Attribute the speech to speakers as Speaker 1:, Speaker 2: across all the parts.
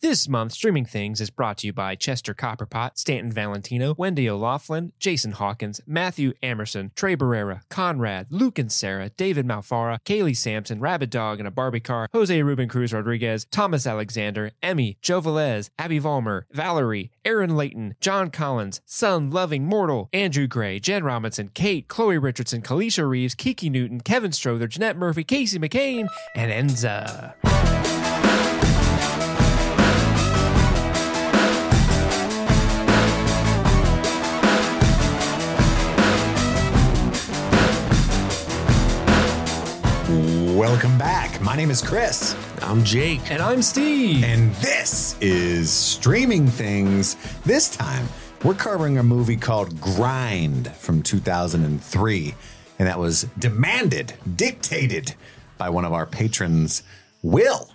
Speaker 1: This month, Streaming Things is brought to you by Chester Copperpot, Stanton Valentino, Wendy O'Laughlin, Jason Hawkins, Matthew Emerson, Trey Barrera, Conrad, Luke and Sarah, David Malfara, Kaylee Sampson, Rabbit Dog and a Barbie Car, Jose Ruben Cruz Rodriguez, Thomas Alexander, Emmy, Joe Velez, Abby Vollmer, Valerie, Aaron Layton, John Collins, Son Loving Mortal, Andrew Gray, Jen Robinson, Kate, Chloe Richardson, Kalisha Reeves, Kiki Newton, Kevin Strother, Jeanette Murphy, Casey McCain, and Enza.
Speaker 2: Welcome back. My name is Chris,
Speaker 3: I'm Jake.
Speaker 1: And I'm Steve.
Speaker 2: and this is Streaming Things. This time, we're covering a movie called Grind from 2003, and that was demanded, dictated by one of our patrons, Will.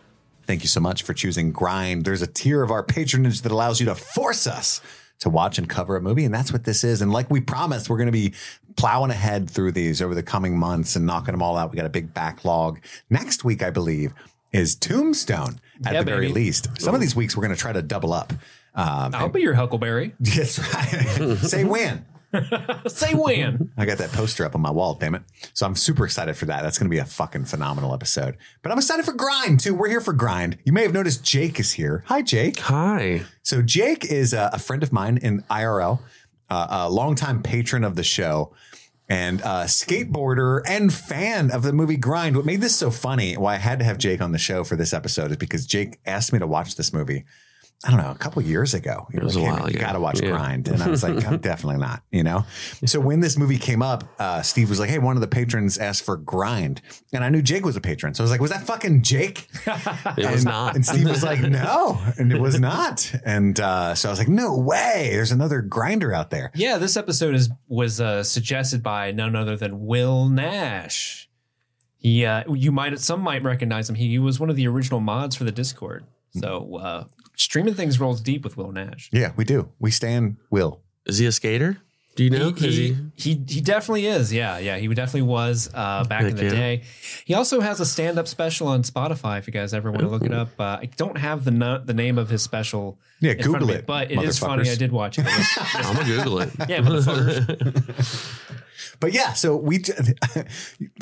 Speaker 2: Thank you so much for choosing Grind. There's a tier of our patronage that allows you to force us to watch and cover a movie. And that's what this is. And like we promised, we're going to be plowing ahead through these over the coming months and knocking them all out. We got a big backlog. Next week, I believe, is Tombstone at
Speaker 1: Yeah,
Speaker 2: the very
Speaker 1: baby.
Speaker 2: least. Some of these weeks, we're going to try to double up. Um,
Speaker 1: I'll be your Huckleberry.
Speaker 2: yes, right. Say when.
Speaker 1: Say when.
Speaker 2: I got that poster up on my wall, damn it. So I'm super excited for that. That's going to be a fucking phenomenal episode. But I'm excited for Grind, too. We're here for Grind. You may have noticed Jake is here. Hi, Jake.
Speaker 3: Hi.
Speaker 2: So Jake is a, a friend of mine in IRL, uh, a longtime patron of the show, and a skateboarder and fan of the movie Grind. What made this so funny, why I had to have Jake on the show for this episode, is because Jake asked me to watch this movie. I don't know, a couple years ago. He
Speaker 3: was
Speaker 2: like,
Speaker 3: a
Speaker 2: "Hey,
Speaker 3: while
Speaker 2: You
Speaker 3: ago.
Speaker 2: got to watch
Speaker 3: Yeah.
Speaker 2: Grind, and I was like, I'm definitely not. You know. So when this movie came up, uh, Steve was like, Hey, one of the patrons asked for Grind, and I knew Jake was a patron, so I was like, Was that fucking Jake?
Speaker 3: It was
Speaker 2: and,
Speaker 3: not.
Speaker 2: And Steve was like, no. And it was not. And uh, so I was like, no way. There's another grinder out there.
Speaker 1: Yeah, this episode is was uh, suggested by none other than Will Nash. He, uh, you might some might recognize him. He was one of the original mods for the Discord. So uh, streaming things rolls deep with Will Nash.
Speaker 2: Yeah, we do. We stand Will.
Speaker 3: Is he a skater? Do you know?
Speaker 1: He,
Speaker 3: Is
Speaker 1: he, he he definitely is. Yeah, yeah. He definitely was uh, back in
Speaker 3: Heck
Speaker 1: the
Speaker 3: yeah.
Speaker 1: day. He also has a stand up special on Spotify. If you guys ever want to look it up, uh, I don't have the nu- the name of his special.
Speaker 2: Yeah,
Speaker 1: in front of
Speaker 2: Google
Speaker 1: me,
Speaker 2: it,
Speaker 1: But it is funny.
Speaker 2: motherfuckers.
Speaker 1: I did watch it. It was-
Speaker 3: I'm gonna Google it.
Speaker 1: yeah, motherfucker.
Speaker 2: But yeah, so we,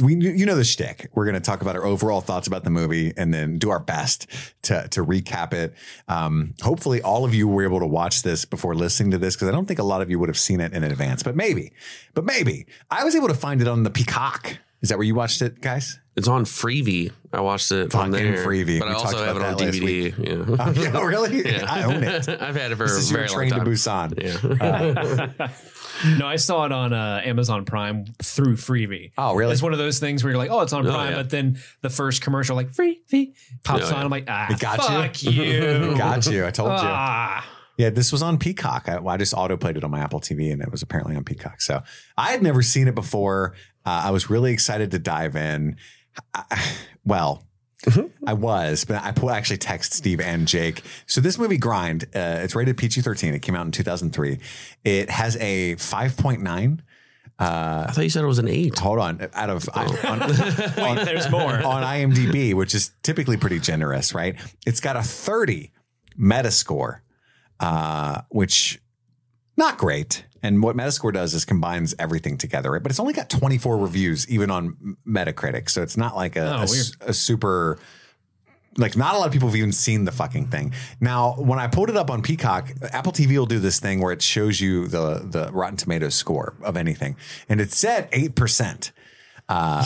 Speaker 2: we you know the shtick. We're going to talk about our overall thoughts about the movie and then do our best to, to recap it. Um, hopefully, all of you were able to watch this before listening to this because I don't think a lot of you would have seen it in advance, but maybe. But maybe. I was able to find it on the Peacock. Is that where you watched it, guys?
Speaker 3: It's on Freebie. I watched it
Speaker 2: Fucking
Speaker 3: on there.
Speaker 2: Freevee.
Speaker 3: But I
Speaker 2: We talked
Speaker 3: also have it
Speaker 2: about
Speaker 3: on
Speaker 2: that last
Speaker 3: DVD. Yeah.
Speaker 2: Oh, yeah, really?
Speaker 3: Yeah.
Speaker 2: I own it.
Speaker 3: I've had it for
Speaker 2: This is
Speaker 3: a very
Speaker 2: your train to Uh,
Speaker 3: long time.
Speaker 2: Busan.
Speaker 3: Yeah.
Speaker 1: No, I saw it on uh, Amazon Prime through Freebie.
Speaker 2: Oh, really?
Speaker 1: It's one of those things where you're like, oh, it's on
Speaker 3: Oh,
Speaker 1: Prime,
Speaker 3: yeah.
Speaker 1: but then the first commercial, like Freebie, pops
Speaker 3: Yeah,
Speaker 1: on.
Speaker 3: yeah.
Speaker 1: I'm like, ah,
Speaker 2: It Oh, got
Speaker 1: fuck
Speaker 2: you.
Speaker 1: you.
Speaker 2: Got you. I told you.
Speaker 1: Ah.
Speaker 2: Yeah, this was on Peacock. I, I just autoplayed it on my Apple TV, and it was apparently on Peacock. So I had never seen it before. Uh, I was really excited to dive in. I, well, I was, but I pu- actually text Steve and Jake. So this movie, Grind, uh, it's rated PG-13. It came out in 2003. It has a 5.9.
Speaker 3: I thought you said it was an eight.
Speaker 2: Hold on, out of on, on-
Speaker 1: Wait, there's more.
Speaker 2: on IMDb, which is typically pretty generous, right? It's got a 30 Metascore, uh, which not great. And what Metascore does is combines everything together, right? But it's only got 24 reviews, even on Metacritic. So it's not like a,
Speaker 1: Oh,
Speaker 2: a s- a super like not a lot of people have even seen the fucking thing. Now, when I pulled it up on Peacock, Apple TV will do this thing where it shows you the the Rotten Tomatoes score of anything, and it said eight percent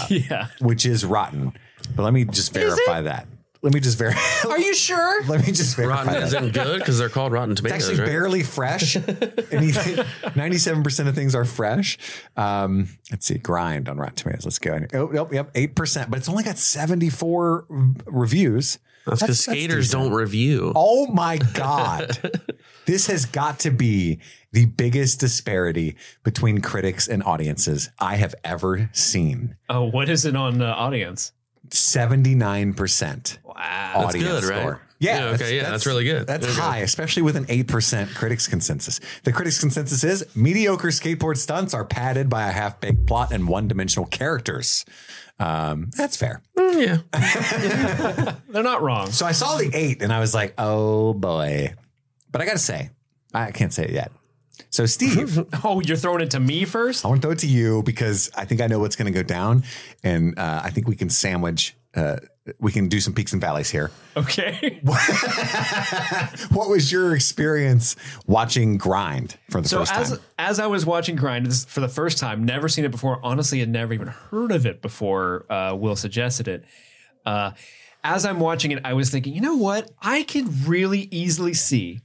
Speaker 1: Yeah.
Speaker 2: which is rotten. But let me just verify that. Let me just verify.
Speaker 1: Are you sure?
Speaker 2: let me just verify
Speaker 3: Rotten
Speaker 2: that.
Speaker 3: is in good because they're called Rotten
Speaker 2: It's
Speaker 3: Tomatoes,
Speaker 2: actually
Speaker 3: right?
Speaker 2: barely fresh. Anything, 97% of things are fresh. Um, let's see, grind on Rotten Tomatoes. Let's go. Oh, nope, yep, 8%, but it's only got 74 reviews.
Speaker 3: That's because
Speaker 2: that's
Speaker 3: skaters
Speaker 2: decent.
Speaker 3: don't review.
Speaker 2: Oh my God. this has got to be the biggest disparity between critics and audiences I have ever seen.
Speaker 1: Oh, what is it on uh, audience?
Speaker 2: 79%.
Speaker 1: Wow.
Speaker 3: That's
Speaker 2: audience
Speaker 3: good, right?
Speaker 2: score. Yeah,
Speaker 3: Yeah, okay, yeah, that's really good.
Speaker 2: That's
Speaker 3: There you go.
Speaker 2: high, especially with an 8% critics consensus. The critics consensus is mediocre skateboard stunts are padded by a half-baked plot and one-dimensional characters. Um, that's fair.
Speaker 3: Mm, yeah.
Speaker 1: They're not wrong.
Speaker 2: So I saw the 8 and I was like, "Oh boy." But I got to say, I can't say it yet. So Steve,
Speaker 1: Oh, you're throwing it to me first?
Speaker 2: I want to throw it to you because I think I know what's going to go down and uh, I think we can sandwich uh, we can do some peaks and valleys here.
Speaker 1: Okay.
Speaker 2: what was your experience watching Grind for the
Speaker 1: So
Speaker 2: first
Speaker 1: as
Speaker 2: time?
Speaker 1: as I was watching Grind this- for the first time, never seen it before. Honestly, had never even heard of it before. Uh, Will suggested it. Uh, as I'm watching it, I was thinking, you know what? I could really easily see,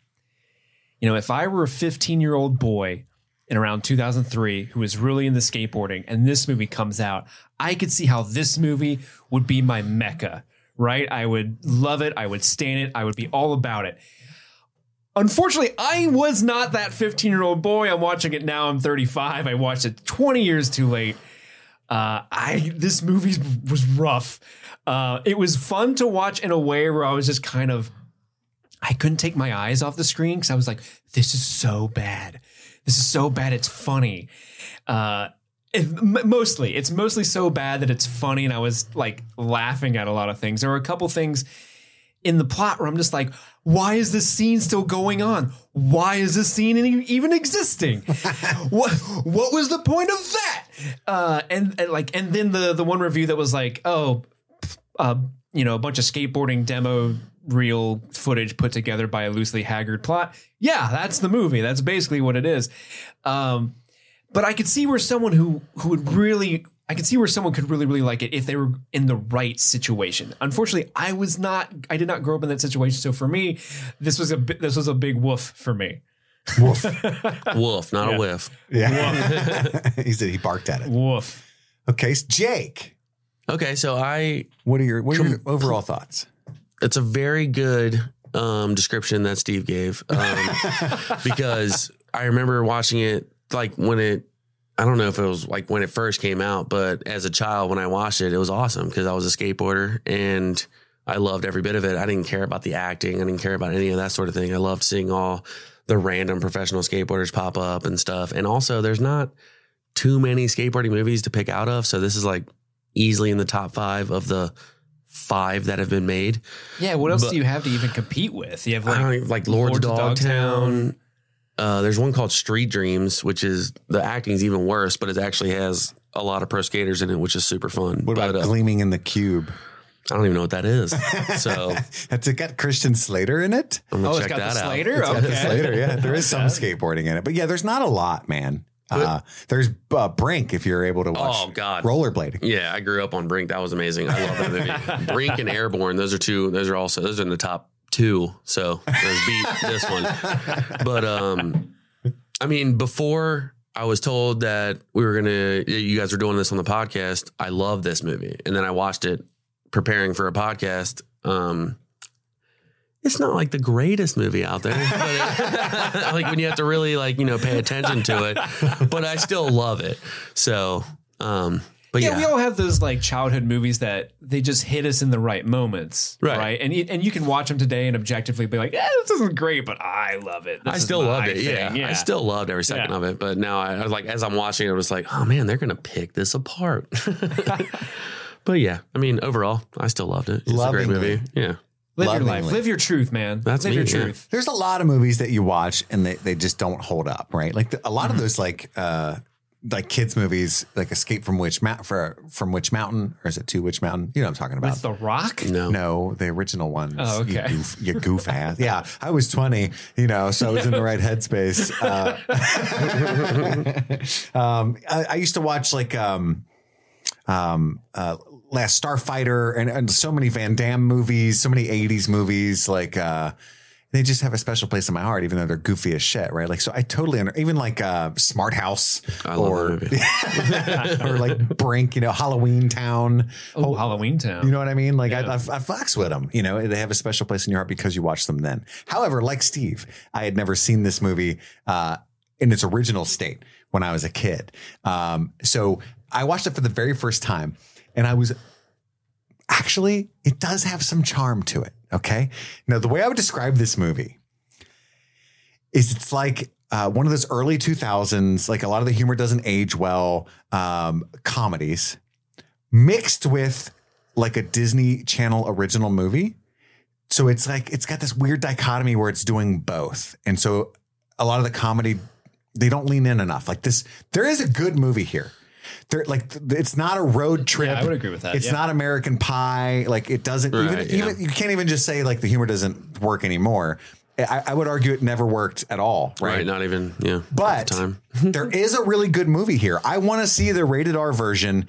Speaker 1: you know, if I were a 15 year old boy in around 2003 who was really into skateboarding, and this movie comes out, I could see how this movie would be my mecca. Right? I would love it. I would stand it. I would be all about it. Unfortunately, I was not that 15 year old boy. I'm watching it now. I'm 35. I watched it 20 years too late. Uh, I this movie was rough. Uh, it was fun to watch in a way where I was just kind of I couldn't take my eyes off the screen because I was like, this is so bad. This is so bad. It's funny. Uh, it- m- mostly, it's mostly so bad that it's funny, and I was like laughing at a lot of things. There were a couple things in the plot where I'm just like, why is this scene still going on? Why is this scene any- even existing? what what was the point of that? Uh, and, and like, and then the the one review that was like, oh, pff, uh, you know, a bunch of skateboarding demo reel footage put together by a loosely haggard plot. Yeah, that's the movie. That's basically what it is. Um, but I could see where someone who who would really I could see where someone could really really like it if they were in the right situation. Unfortunately, I was not. I did not grow up in that situation, so for me, this was a bi- this was a big woof for me.
Speaker 2: Woof.
Speaker 3: Wolf, not a whiff.
Speaker 2: Yeah. he said he barked at it.
Speaker 1: Woof.
Speaker 2: Okay, so Jake,
Speaker 3: Okay, so I
Speaker 2: what are your what are your overall thoughts?
Speaker 3: it's a very good um, description that Steve gave um, because I remember watching it like when it. I don't know if it was like when it first came out, but as a child when I watched it, it was awesome because I was a skateboarder and I loved every bit of it. I didn't care about the acting, I didn't care about any of that sort of thing. I loved seeing all the random professional skateboarders pop up and stuff. And also, there's not too many skateboarding movies to pick out of, so this is like easily in the top five of the five that have been made.
Speaker 1: Yeah. What else
Speaker 3: But- Oh,
Speaker 1: do you have to even compete with? You have
Speaker 3: I don't
Speaker 1: like
Speaker 3: even- like Lords,
Speaker 1: Lords
Speaker 3: of
Speaker 1: of
Speaker 3: Dogtown.
Speaker 1: Dogtown.
Speaker 3: Uh, there's one called Street Dreams, which is the acting's even worse, but it actually has a lot of pro skaters in it, which is super fun.
Speaker 2: What about
Speaker 3: but, uh,
Speaker 2: gleaming in the cube?
Speaker 3: I don't even know what that is. So
Speaker 2: That's it got Christian Slater in it?
Speaker 3: I'm gonna
Speaker 1: oh, it's
Speaker 3: check
Speaker 1: got the
Speaker 3: that out.
Speaker 1: Slater.
Speaker 2: Got the
Speaker 1: Okay.
Speaker 2: Slater, yeah. There is some skateboarding in it. But yeah, there's not a lot, man. Uh, there's uh, Brink if you're able to watch
Speaker 3: Oh, God.
Speaker 2: rollerblading.
Speaker 3: Yeah, I grew up on Brink. That was amazing. I love that movie. Brink and Airborne. Those are two. Those are also. Those are in the top two. So those beat this one. But um, I mean, before I was told that we were gonna, you guys were doing this on the podcast. I love this movie, and then I watched it preparing for a podcast. Um, it's not like the greatest movie out there, but it- like when you have to really like you know pay attention to it. But I still love it. So, um, but
Speaker 1: Yeah,
Speaker 3: yeah,
Speaker 1: we all have those like childhood movies that they just hit us in the right moments,
Speaker 3: Right.
Speaker 1: And you, and you can watch them today and objectively be like, "Yeah, this isn't great, but I love it. This
Speaker 3: I
Speaker 1: is
Speaker 3: still
Speaker 1: my
Speaker 3: loved it. Yeah.
Speaker 1: thing."
Speaker 3: I still loved every second
Speaker 1: Yeah.
Speaker 3: of it. But now I, I was like, as I'm watching it, I was like, oh man, they're going to pick this apart. but yeah, I mean, overall, I still loved it. It's a great
Speaker 2: Lovingly.
Speaker 3: movie. Yeah.
Speaker 1: live your life,
Speaker 2: lovingly.
Speaker 1: live your truth, man.
Speaker 3: That's
Speaker 1: live
Speaker 3: me,
Speaker 1: your
Speaker 3: yeah.
Speaker 1: truth.
Speaker 2: There's a lot of movies that you watch and they, they just don't hold up, right? Like the, a lot of those like uh like kids movies, like Escape from Witch Mount for from Witch Mountain, or is it to Witch Mountain? You know what I'm talking about.
Speaker 1: With The Rock?
Speaker 3: No.
Speaker 2: No, the original ones.
Speaker 1: Oh, okay.
Speaker 2: You goof, you goof ass. Yeah, I was 20, you know, so I was in the right headspace. Uh, um, I, I used to watch like um, um, uh, Last Starfighter and, and so many Van Damme movies, so many 80s movies. Like, uh, they just have a special place in my heart, even though they're goofy as shit, right? Like, so I totally under, even like uh, Smart House
Speaker 3: I love
Speaker 2: or,
Speaker 3: that movie.
Speaker 2: or like Brink, you know, Halloween Town.
Speaker 1: Oh, Halloween Town.
Speaker 2: You know what I mean? Like I, I, I flex with them. You know, they have a special place in your heart because you watch them then. However, like Steve, I had never seen this movie uh, in its original state when I was a kid. Um, so I watched it for the very first time, and I was actually, it does have some charm to it. Okay. Now, the way I would describe this movie is it's like uh, one of those early 2000s, like a lot of the humor doesn't age well, um, comedies mixed with like a Disney Channel original movie. So it's like, it's got this weird dichotomy where it's doing both. And so a lot of the comedy, they don't lean in enough. Like this, there is a good movie here. There, like, th- it's not a road trip.
Speaker 1: Yeah, I would agree with that.
Speaker 2: It's
Speaker 1: yeah.
Speaker 2: not American Pie. Like it doesn't
Speaker 3: Right,
Speaker 2: even,
Speaker 3: yeah.
Speaker 2: even you can't even just say like the humor doesn't work anymore. I, I would argue it never worked at all.
Speaker 3: Right.
Speaker 2: Right.
Speaker 3: Not even. Yeah. at the
Speaker 2: But
Speaker 3: time.
Speaker 2: there is a really good movie here. I want to see the rated R version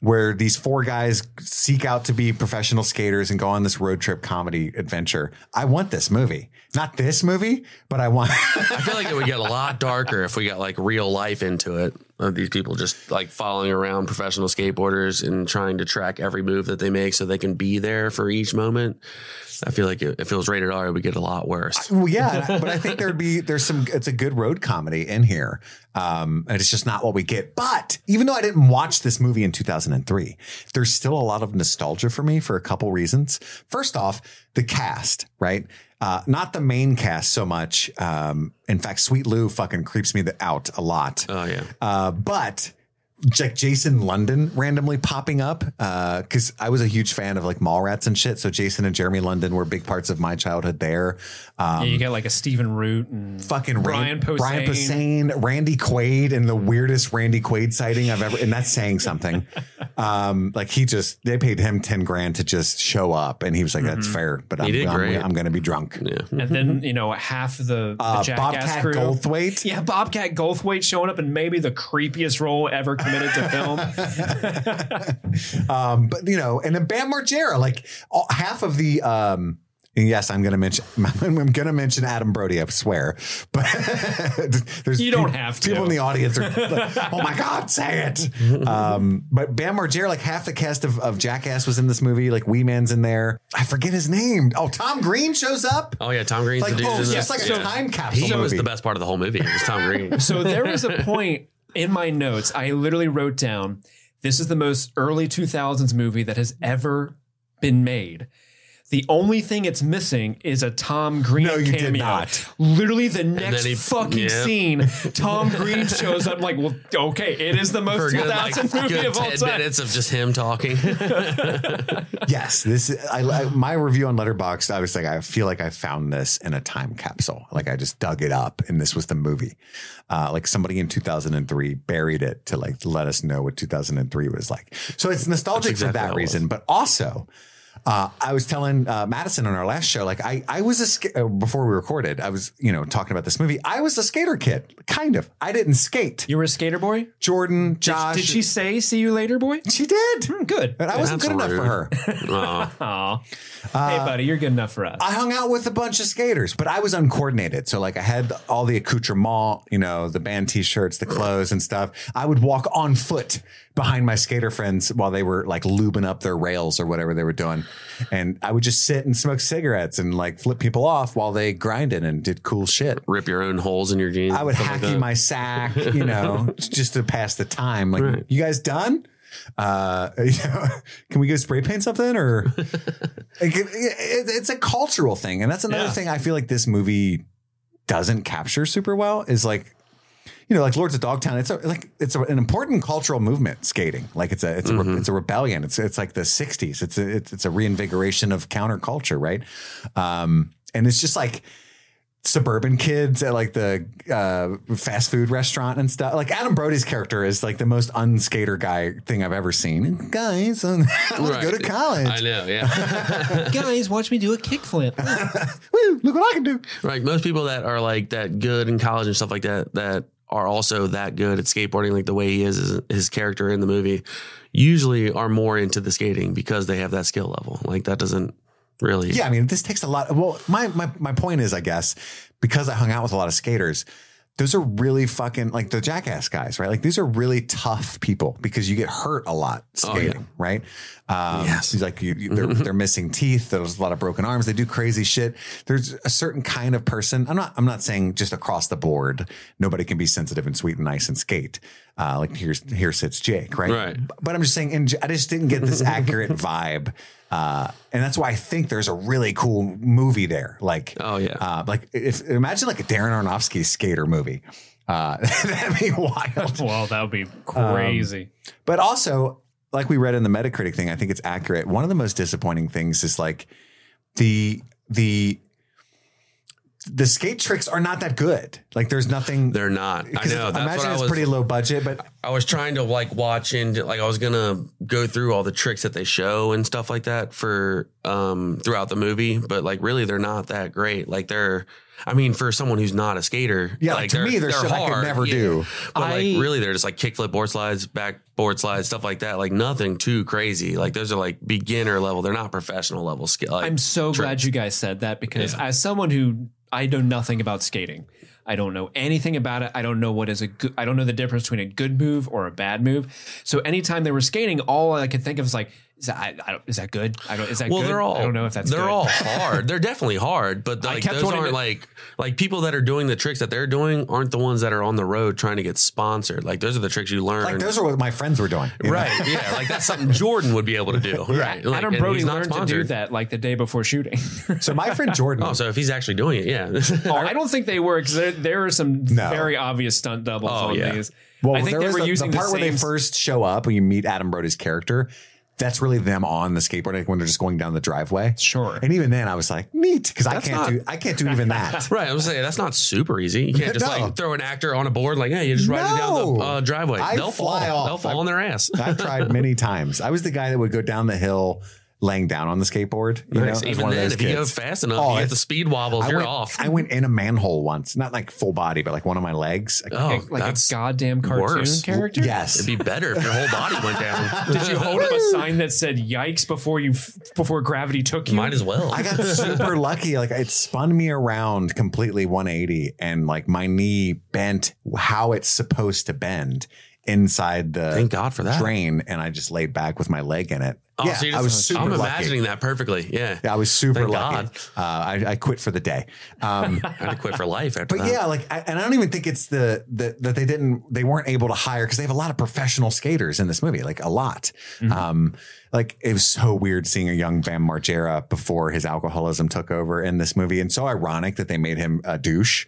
Speaker 2: where these four guys seek out to be professional skaters and go on this road trip comedy adventure. I want this movie, not this movie, but I want.
Speaker 3: I feel like it would get a lot darker if we got like real life into it of these people just like following around professional skateboarders and trying to track every move that they make so they can be there for each moment. I feel like it, if it was rated R, it would get a lot worse.
Speaker 2: Well, yeah, and I- but I think there'd be there's some. It's a good road comedy in here, um, and it's just not what we get. But even though I didn't watch this movie in 2003, there's still a lot of nostalgia for me for a couple reasons. First off, the cast, right? Uh, not the main cast so much. Um, in fact, Sweet Lou fucking creeps me the, out a lot.
Speaker 3: Oh yeah,
Speaker 2: Uh, but like Jason London randomly popping up because I was a huge fan of like Mallrats and shit. So Jason and Jeremy London were big parts of my childhood there. Um,
Speaker 4: yeah, you get like a Stephen Root and
Speaker 2: fucking
Speaker 4: Brian
Speaker 2: Ran- Brian
Speaker 4: Posehn.
Speaker 2: Posehn, Randy Quaid, and the weirdest Randy Quaid sighting I've ever, and that's saying something. um, like he just, they paid him 10 grand to just show up. And he was like,
Speaker 4: Mm-hmm.
Speaker 2: that's fair, but I'm,
Speaker 3: did
Speaker 2: I'm,
Speaker 3: great.
Speaker 2: I'm going to be drunk.
Speaker 3: yeah.
Speaker 4: and then you know half of the, the
Speaker 2: mm-hmm. Uh,
Speaker 4: Jackass
Speaker 2: Bobcat
Speaker 4: crew.
Speaker 2: Goldthwait.
Speaker 4: Yeah, Bobcat Goldthwait showing up in maybe the creepiest role ever committed to film.
Speaker 2: Um, but you know, and then Bam Margera, like all, half of the, um, and yes, I'm going to mention, I'm going to mention Adam Brody, I swear, but there's,
Speaker 4: You don't
Speaker 2: peop-
Speaker 4: have to.
Speaker 2: People in the audience are like, oh my God, say it. Um, but Bam Margera, like half the cast of, of Jackass was in this movie. Like Wee Man's in there. I forget his name. Oh, Tom Green shows up.
Speaker 3: Oh yeah, Tom Green's
Speaker 2: Like,
Speaker 3: the dude.
Speaker 2: oh,
Speaker 3: in
Speaker 2: it's
Speaker 3: the-
Speaker 2: just like
Speaker 3: yeah.
Speaker 2: a time capsule
Speaker 3: he was
Speaker 2: movie.
Speaker 3: the best part of the whole movie. It was Tom Green.
Speaker 4: So there was a point in my notes, I literally wrote down, this is the most early 2000s movie that has ever been made. The only thing it's missing is a Tom Green
Speaker 2: No, you did
Speaker 4: cameo.
Speaker 2: not.
Speaker 4: Literally the next
Speaker 3: then he-
Speaker 4: fucking
Speaker 3: yeah.
Speaker 4: scene, Tom Green shows up. I'm like, well, okay, it is the
Speaker 3: For a
Speaker 4: most
Speaker 3: good, like,
Speaker 4: 2000s movie
Speaker 3: good
Speaker 4: of all
Speaker 3: 10
Speaker 4: time.
Speaker 3: minutes of just him talking.
Speaker 2: yes, this is, I, I- my review on Letterboxd. I was like, I feel like I found this in a time capsule. Like I just dug it up, and this was the movie. Uh, like somebody in 2003 buried it to like let us know what 2003 was like. So it's nostalgic
Speaker 3: That's exactly
Speaker 2: for
Speaker 3: how
Speaker 2: that
Speaker 3: it was.
Speaker 2: reason, but also. Uh, I was telling uh, Madison on our last show, like I, I was a sk- uh, before we recorded, I was, you know, talking about this movie. I was a skater kid, kind of. I didn't skate.
Speaker 4: You were a skater boy?
Speaker 2: Jordan, Josh,
Speaker 4: Did she say, see you later, boy?
Speaker 2: She did,
Speaker 1: Mm,
Speaker 4: Hmm, Good.
Speaker 2: but I wasn't
Speaker 3: That's
Speaker 2: good enough for
Speaker 3: rude.
Speaker 2: her.
Speaker 3: oh,
Speaker 4: Aw.
Speaker 1: Uh,
Speaker 4: hey, buddy, you're good enough for us.
Speaker 2: I hung out with a bunch of skaters, but I was uncoordinated. So like I had all the accoutrement, you know, the band t-shirts, the clothes and stuff. I would walk on foot behind my skater friends while they were like lubing up their rails or whatever they were doing. And I would just sit and smoke cigarettes and like flip people off while they grinded and did cool shit.
Speaker 3: rip your own holes in your jeans.
Speaker 2: I would
Speaker 3: Something like
Speaker 2: hacky
Speaker 3: that.
Speaker 2: my sack, you know, just to pass the time. Like, you guys done? Uh, you know, can we go spray paint something or like, it- it- it's a cultural thing. And that's another
Speaker 4: Yeah.
Speaker 2: thing I feel like this movie doesn't capture super well is like, you know, like Lords of Dogtown, it's a, like it's a, an important cultural movement. Skating, like it's a it's a re-
Speaker 3: Mm-hmm.
Speaker 2: it's a rebellion. It's it's like the '60s. It's a it's, it's a reinvigoration of counterculture, right? Um, and it's just like suburban kids at like the uh, fast food restaurant and stuff. Like Adam Brody's character is like the most unskater guy thing I've ever seen. Guys, I want to
Speaker 3: Right.
Speaker 2: go to
Speaker 3: I
Speaker 2: college.
Speaker 3: know, yeah.
Speaker 4: Guys, watch me do a kickflip.
Speaker 2: Woo, look what I can do.
Speaker 3: Like most people that are like that good in college and stuff like that, that are also that good at skateboarding, like the way he is, is his character in the movie, usually are more into the skating because they have that skill level. Like that doesn't really.
Speaker 2: Yeah, I mean, this takes a lot. Well, my my my point is, I guess, because I hung out with a lot of skaters, those are really fucking like the jackass guys, right? Like these are really tough people because you get hurt a lot skating, right? Um,
Speaker 3: Oh, Yes. Mm-hmm.
Speaker 2: it's like you, you- they're, they're missing teeth. There's a lot of broken arms. They do crazy shit. There's a certain kind of person. I'm not. I'm not saying just across the board. Nobody can be sensitive and sweet and nice and skate. Uh, like here's here sits Jake, right?
Speaker 3: Right.
Speaker 2: But I'm just saying, in, I just didn't get this accurate vibe, uh, and that's why I think there's a really cool movie there. Like,
Speaker 3: Oh, yeah.
Speaker 2: uh, like if imagine like a Darren Aronofsky skater movie. Uh, that'd be wild.
Speaker 1: Well, that would be crazy.
Speaker 2: But also, like we read in the Metacritic thing, I think it's accurate. One of the most disappointing things is like the the the skate tricks are not that good. Like there's nothing.
Speaker 3: They're not. I
Speaker 2: because
Speaker 3: know. That's what
Speaker 2: Imagine
Speaker 3: I
Speaker 2: it's
Speaker 3: was.
Speaker 2: pretty low budget, but
Speaker 3: I was trying to like watch into like I was gonna go through all the tricks that they show and stuff like that for um throughout the movie, but like really they're not that great. Like they're, I mean, for someone who's not a skater,
Speaker 2: yeah, like, to me, there's shit I could
Speaker 3: hard,
Speaker 2: never
Speaker 3: yeah.
Speaker 2: do.
Speaker 3: But
Speaker 1: I-
Speaker 3: like really, they're just like kickflip board slides, back board slides, stuff like that. Like nothing too crazy. Like those are like beginner level. They're not professional level skill. Like,
Speaker 1: I'm so
Speaker 3: True.
Speaker 1: glad you guys said that because as someone who I know nothing about skating, I don't know anything about it. I don't know what is a good, I don't know the difference between a good move or a bad move. So anytime they were skating, all I could think of was like, is that, I, I don't, is that good? I don't, is that
Speaker 3: well,
Speaker 1: good?
Speaker 3: they're all.
Speaker 1: I don't know if that's
Speaker 3: they're
Speaker 1: good.
Speaker 3: all hard. they're definitely hard, but like
Speaker 1: kept
Speaker 3: those
Speaker 1: wanting
Speaker 3: aren't
Speaker 1: to-
Speaker 3: like like people that are doing the tricks that they're doing aren't the ones that are on the road trying to get sponsored. Like those are the tricks you learn.
Speaker 2: Like those are what my friends were doing, you know?
Speaker 3: right? yeah, like that's something Jordan would be able to do. Right? Like,
Speaker 1: Adam
Speaker 3: and
Speaker 1: Brody
Speaker 3: he's not
Speaker 1: learned to do
Speaker 3: sponsored.
Speaker 1: that like the day before shooting.
Speaker 2: So my friend Jordan,
Speaker 3: Oh, so if he's actually doing it, yeah.
Speaker 1: Oh, I don't think they were because there, there are some
Speaker 2: No.
Speaker 1: very obvious stunt doubles
Speaker 3: Oh,
Speaker 1: on
Speaker 3: yeah.
Speaker 1: these.
Speaker 2: Well,
Speaker 1: I think
Speaker 2: there
Speaker 1: they
Speaker 2: is
Speaker 1: were
Speaker 2: the, the
Speaker 1: using
Speaker 2: part
Speaker 1: the
Speaker 2: where
Speaker 1: same
Speaker 2: they first show up when you meet Adam Brody's character. That's really them on the skateboard, like when they're just going down the driveway.
Speaker 1: Sure.
Speaker 2: And even then, I was like, neat, because I
Speaker 3: That's
Speaker 2: can't
Speaker 3: not-
Speaker 2: do I can't do even that.
Speaker 3: Right, I'm saying that's not super easy. You can't just
Speaker 2: No.
Speaker 3: like throw an actor on a board like, hey, you just ride it down
Speaker 2: No.
Speaker 3: the uh, driveway.
Speaker 2: I
Speaker 3: They'll
Speaker 2: fly
Speaker 3: fall.
Speaker 2: off.
Speaker 3: They'll fall
Speaker 2: I-
Speaker 3: on their ass.
Speaker 2: I've tried many times. I was the guy that would go down the hill laying down on the skateboard. You know,
Speaker 3: Nice.
Speaker 2: as
Speaker 3: Even
Speaker 2: one of
Speaker 3: then,
Speaker 2: those
Speaker 3: if you go
Speaker 2: kids.
Speaker 3: fast enough,
Speaker 2: Oh,
Speaker 3: you get
Speaker 2: it's-
Speaker 3: the speed wobbles.
Speaker 2: I
Speaker 3: you're
Speaker 2: went,
Speaker 3: off.
Speaker 2: I went in a manhole once, not like full body, but like one of my legs. Like,
Speaker 3: oh,
Speaker 1: like
Speaker 3: that's
Speaker 1: a goddamn cartoon
Speaker 3: worse.
Speaker 1: character.
Speaker 2: yes.
Speaker 3: It'd be better if your whole body went down.
Speaker 1: Did you hold up a sign that said "Yikes" before you before gravity took you?
Speaker 3: Might as well.
Speaker 2: I got super lucky. Like it spun me around completely 180 and like my knee bent how it's supposed to bend inside the
Speaker 3: Thank God for that.
Speaker 2: drain. And I just laid back with my leg in it.
Speaker 3: Oh,
Speaker 2: yeah,
Speaker 3: so you're
Speaker 2: I
Speaker 3: just-
Speaker 2: was super
Speaker 3: I'm
Speaker 2: lucky.
Speaker 3: imagining that perfectly. Yeah.
Speaker 2: Yeah, I was super
Speaker 3: Thank
Speaker 2: lucky.
Speaker 3: God.
Speaker 2: Uh, I, I quit for the day. Um,
Speaker 3: I had to quit for life after
Speaker 2: But
Speaker 1: Uh-huh.
Speaker 3: that.
Speaker 2: yeah, like, I, and I don't even think it's the, the that they didn't they weren't able to hire because they have a lot of professional skaters in this movie, like a lot.
Speaker 1: Mm-hmm.
Speaker 2: Um, like it was so weird seeing a young Bam Margera before his alcoholism took over in this movie, and so ironic that they made him a douche.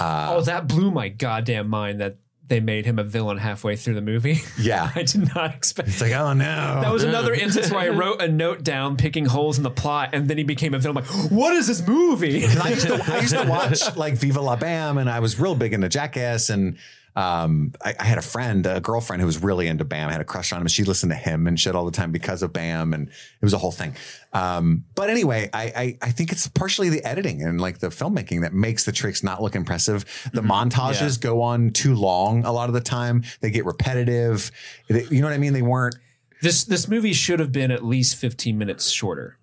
Speaker 1: oh, that blew my goddamn mind that they made him a villain halfway through the movie.
Speaker 2: Yeah,
Speaker 1: I did not expect.
Speaker 2: it's like oh no,
Speaker 1: That was
Speaker 3: Yeah.
Speaker 1: another instance where I wrote a note down picking holes in the plot, and then he became a villain. I'm like, what is this movie?
Speaker 2: And I used to I used to watch like Viva La Bam, and I was real big into Jackass. And um, I, I had a friend, a girlfriend who was really into Bam, had a crush on him. She listened to him and shit all the time because of Bam, and it was a whole thing. Um, but anyway, I, I I think it's partially the editing and like the filmmaking that makes the tricks not look impressive. The montages go on too long a lot of the time. They get repetitive. They- you know what I mean? They weren't.
Speaker 1: This this movie should have been at least 15 minutes shorter.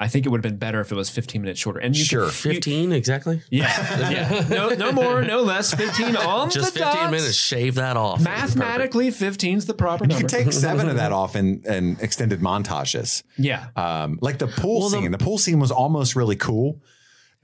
Speaker 1: I think it would have been better if it was 15 minutes shorter. And you
Speaker 2: Sure.
Speaker 1: could- you-
Speaker 3: 15 exactly.
Speaker 1: yeah, yeah. No, no more, no less. 15 on
Speaker 3: Just
Speaker 1: the
Speaker 3: 15
Speaker 1: dots.
Speaker 3: minutes. Shave that off. It's perfect.
Speaker 1: Mathematically, 15 is the proper
Speaker 2: You
Speaker 1: number.
Speaker 2: can take seven of that off in, in extended montages.
Speaker 1: yeah.
Speaker 2: Um, like the pool
Speaker 3: Well, the-
Speaker 2: scene, the, pool scene was almost really cool.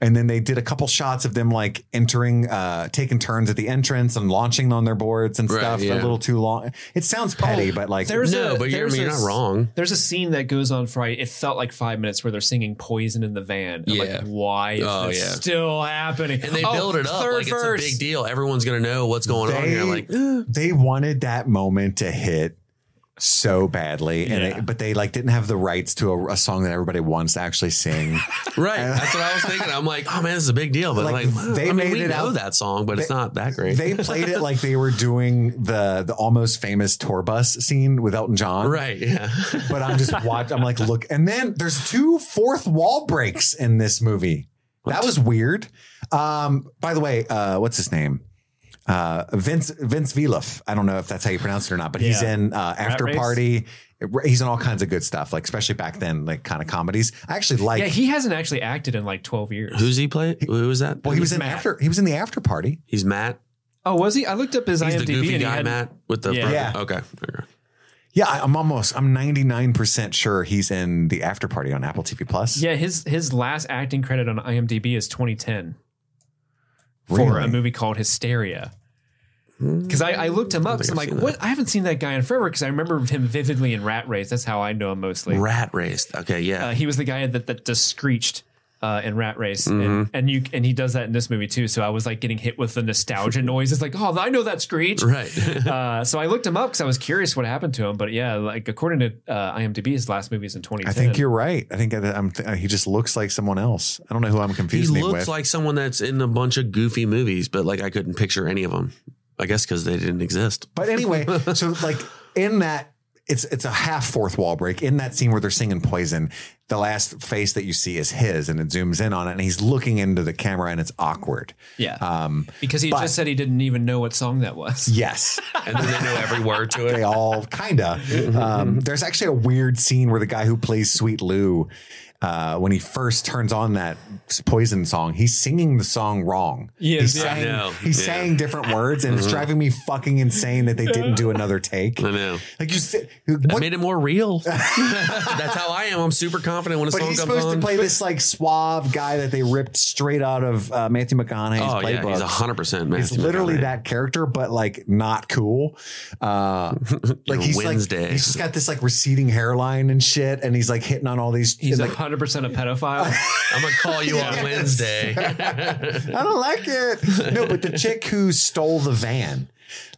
Speaker 2: And then they did a couple shots of them like entering, uh, taking turns at the entrance and launching on their boards and
Speaker 3: Right,
Speaker 2: stuff a
Speaker 3: yeah.
Speaker 2: little too long. It sounds
Speaker 3: Oh,
Speaker 2: petty, but like,
Speaker 1: There's
Speaker 3: No,
Speaker 1: a,
Speaker 3: but you're, I
Speaker 1: there's
Speaker 3: mean,
Speaker 1: a
Speaker 3: you're not
Speaker 1: s-
Speaker 3: wrong.
Speaker 1: There's a scene that goes on for I- it felt like five minutes where they're singing "Poison in the Van." I'm
Speaker 3: Yeah.
Speaker 1: like, why is
Speaker 3: Oh,
Speaker 1: this
Speaker 3: yeah.
Speaker 1: still happening?
Speaker 3: And they
Speaker 1: Oh,
Speaker 3: build it up
Speaker 1: third
Speaker 3: like
Speaker 1: verse.
Speaker 3: it's a big deal. Everyone's going to know what's going on.
Speaker 2: they,
Speaker 3: You're like,
Speaker 2: they wanted that moment to hit so badly. And
Speaker 1: Yeah.
Speaker 2: they, but they like didn't have the rights to a, a song that everybody wants to actually sing.
Speaker 3: right. That's what I was thinking. I'm like, oh man, this is a big deal. But
Speaker 2: Like,
Speaker 3: like,
Speaker 2: they
Speaker 3: they I mean,
Speaker 2: made
Speaker 3: we
Speaker 2: it
Speaker 3: know
Speaker 2: out-
Speaker 3: that song, but it's
Speaker 2: they-
Speaker 3: not that great.
Speaker 2: they played it like they were doing the, the almost famous tour bus scene with Elton John.
Speaker 3: right. Yeah.
Speaker 2: but I'm just watching. I'm like, look, and then there's two fourth wall breaks in this movie. That was weird. Um, by the way, uh, what's his name? Uh, Vince Vince Vilef. I don't know if that's how you pronounce it or not, but he's
Speaker 1: Yeah.
Speaker 2: in uh, After
Speaker 1: Race?
Speaker 2: Party. He's in all kinds of good stuff, like especially back then, like kind of comedies. I actually like.
Speaker 1: Yeah, he hasn't actually acted in like 12 years.
Speaker 3: Who's he play? Who was that?
Speaker 2: well, he was in
Speaker 1: Matt.
Speaker 2: after. He was in the After Party.
Speaker 3: He's Matt.
Speaker 1: Oh, was he? I looked up his
Speaker 3: He's
Speaker 1: IMDb
Speaker 3: the goofy
Speaker 1: and he
Speaker 3: guy,
Speaker 1: had,
Speaker 3: Matt, with the
Speaker 1: Yeah.
Speaker 3: purple-
Speaker 2: Yeah.
Speaker 3: Okay. okay.
Speaker 2: Yeah, I- I'm almost. I'm 99% sure he's in the after party on Apple TV Plus.
Speaker 1: Yeah, his his last acting credit on IMDb is 2010 for
Speaker 2: Really?
Speaker 1: a movie called Hysteria. Because I, I looked him up,
Speaker 3: think
Speaker 1: so I'm
Speaker 3: I've
Speaker 1: like,
Speaker 3: seen
Speaker 1: what? I haven't seen that guy in forever because I remember him vividly in Rat Race. That's how I know him mostly.
Speaker 3: Rat race. Okay. Yeah.
Speaker 1: Uh, he was the guy that that just screeched uh, in Rat Race, and, and you and he does that in this movie too. So I was like getting hit with the nostalgia noise. It's like, oh, I know that screech.
Speaker 3: right.
Speaker 1: Uh, so I looked him up because I was curious what happened to him. But yeah, like according to uh, IMDb, his last movie is in 2010.
Speaker 2: I think you're right. I think that I'm th- uh, he just looks like someone else. I don't know who I'm
Speaker 3: he
Speaker 2: confusing him
Speaker 3: looks
Speaker 2: with.
Speaker 3: like someone that's in a bunch of goofy movies, but like I couldn't picture any of them. I guess because they didn't exist.
Speaker 2: but anyway, so like in that it's it's a half fourth wall break in that scene where they're singing Poison. The last face that you see is his, and it zooms in on it, and he's looking into the camera, and it's awkward.
Speaker 1: yeah,
Speaker 2: Um,
Speaker 1: because he
Speaker 2: but-
Speaker 1: just said he didn't even know what song that was.
Speaker 2: yes,
Speaker 3: And then they know every word to
Speaker 2: they
Speaker 3: it.
Speaker 2: all kinda.
Speaker 3: Mm-hmm.
Speaker 2: Um, there's actually a weird scene where the guy who plays Sweet Lou, uh, when he first turns on that Poison song, he's singing the song wrong.
Speaker 1: Yes,
Speaker 2: he's
Speaker 1: yeah, I
Speaker 2: saying,
Speaker 3: know.
Speaker 2: he's
Speaker 3: Yeah. Mm-hmm.
Speaker 2: saying different words, and it's driving me fucking insane that they didn't do another take.
Speaker 3: I know.
Speaker 2: Like you said,
Speaker 3: That
Speaker 2: what,
Speaker 3: made it more real. that's how I am. I'm super confident when a
Speaker 2: but
Speaker 3: song
Speaker 2: he's
Speaker 3: comes
Speaker 2: supposed
Speaker 3: on.
Speaker 2: to play this like suave guy that they ripped straight out of uh, Matthew McConaughey's
Speaker 3: oh
Speaker 2: playbook.
Speaker 3: yeah, he's hundred percent man.
Speaker 2: It's literally that character, but like not cool. Uh, like he's
Speaker 3: Wednesday.
Speaker 2: like he's just got this like receding hairline and shit, and he's like hitting on all these.
Speaker 1: He's
Speaker 2: like,
Speaker 1: like 100 percent a pedophile.
Speaker 3: I'm gonna call you on Wednesday.
Speaker 2: I don't like it. No, but the chick who stole the van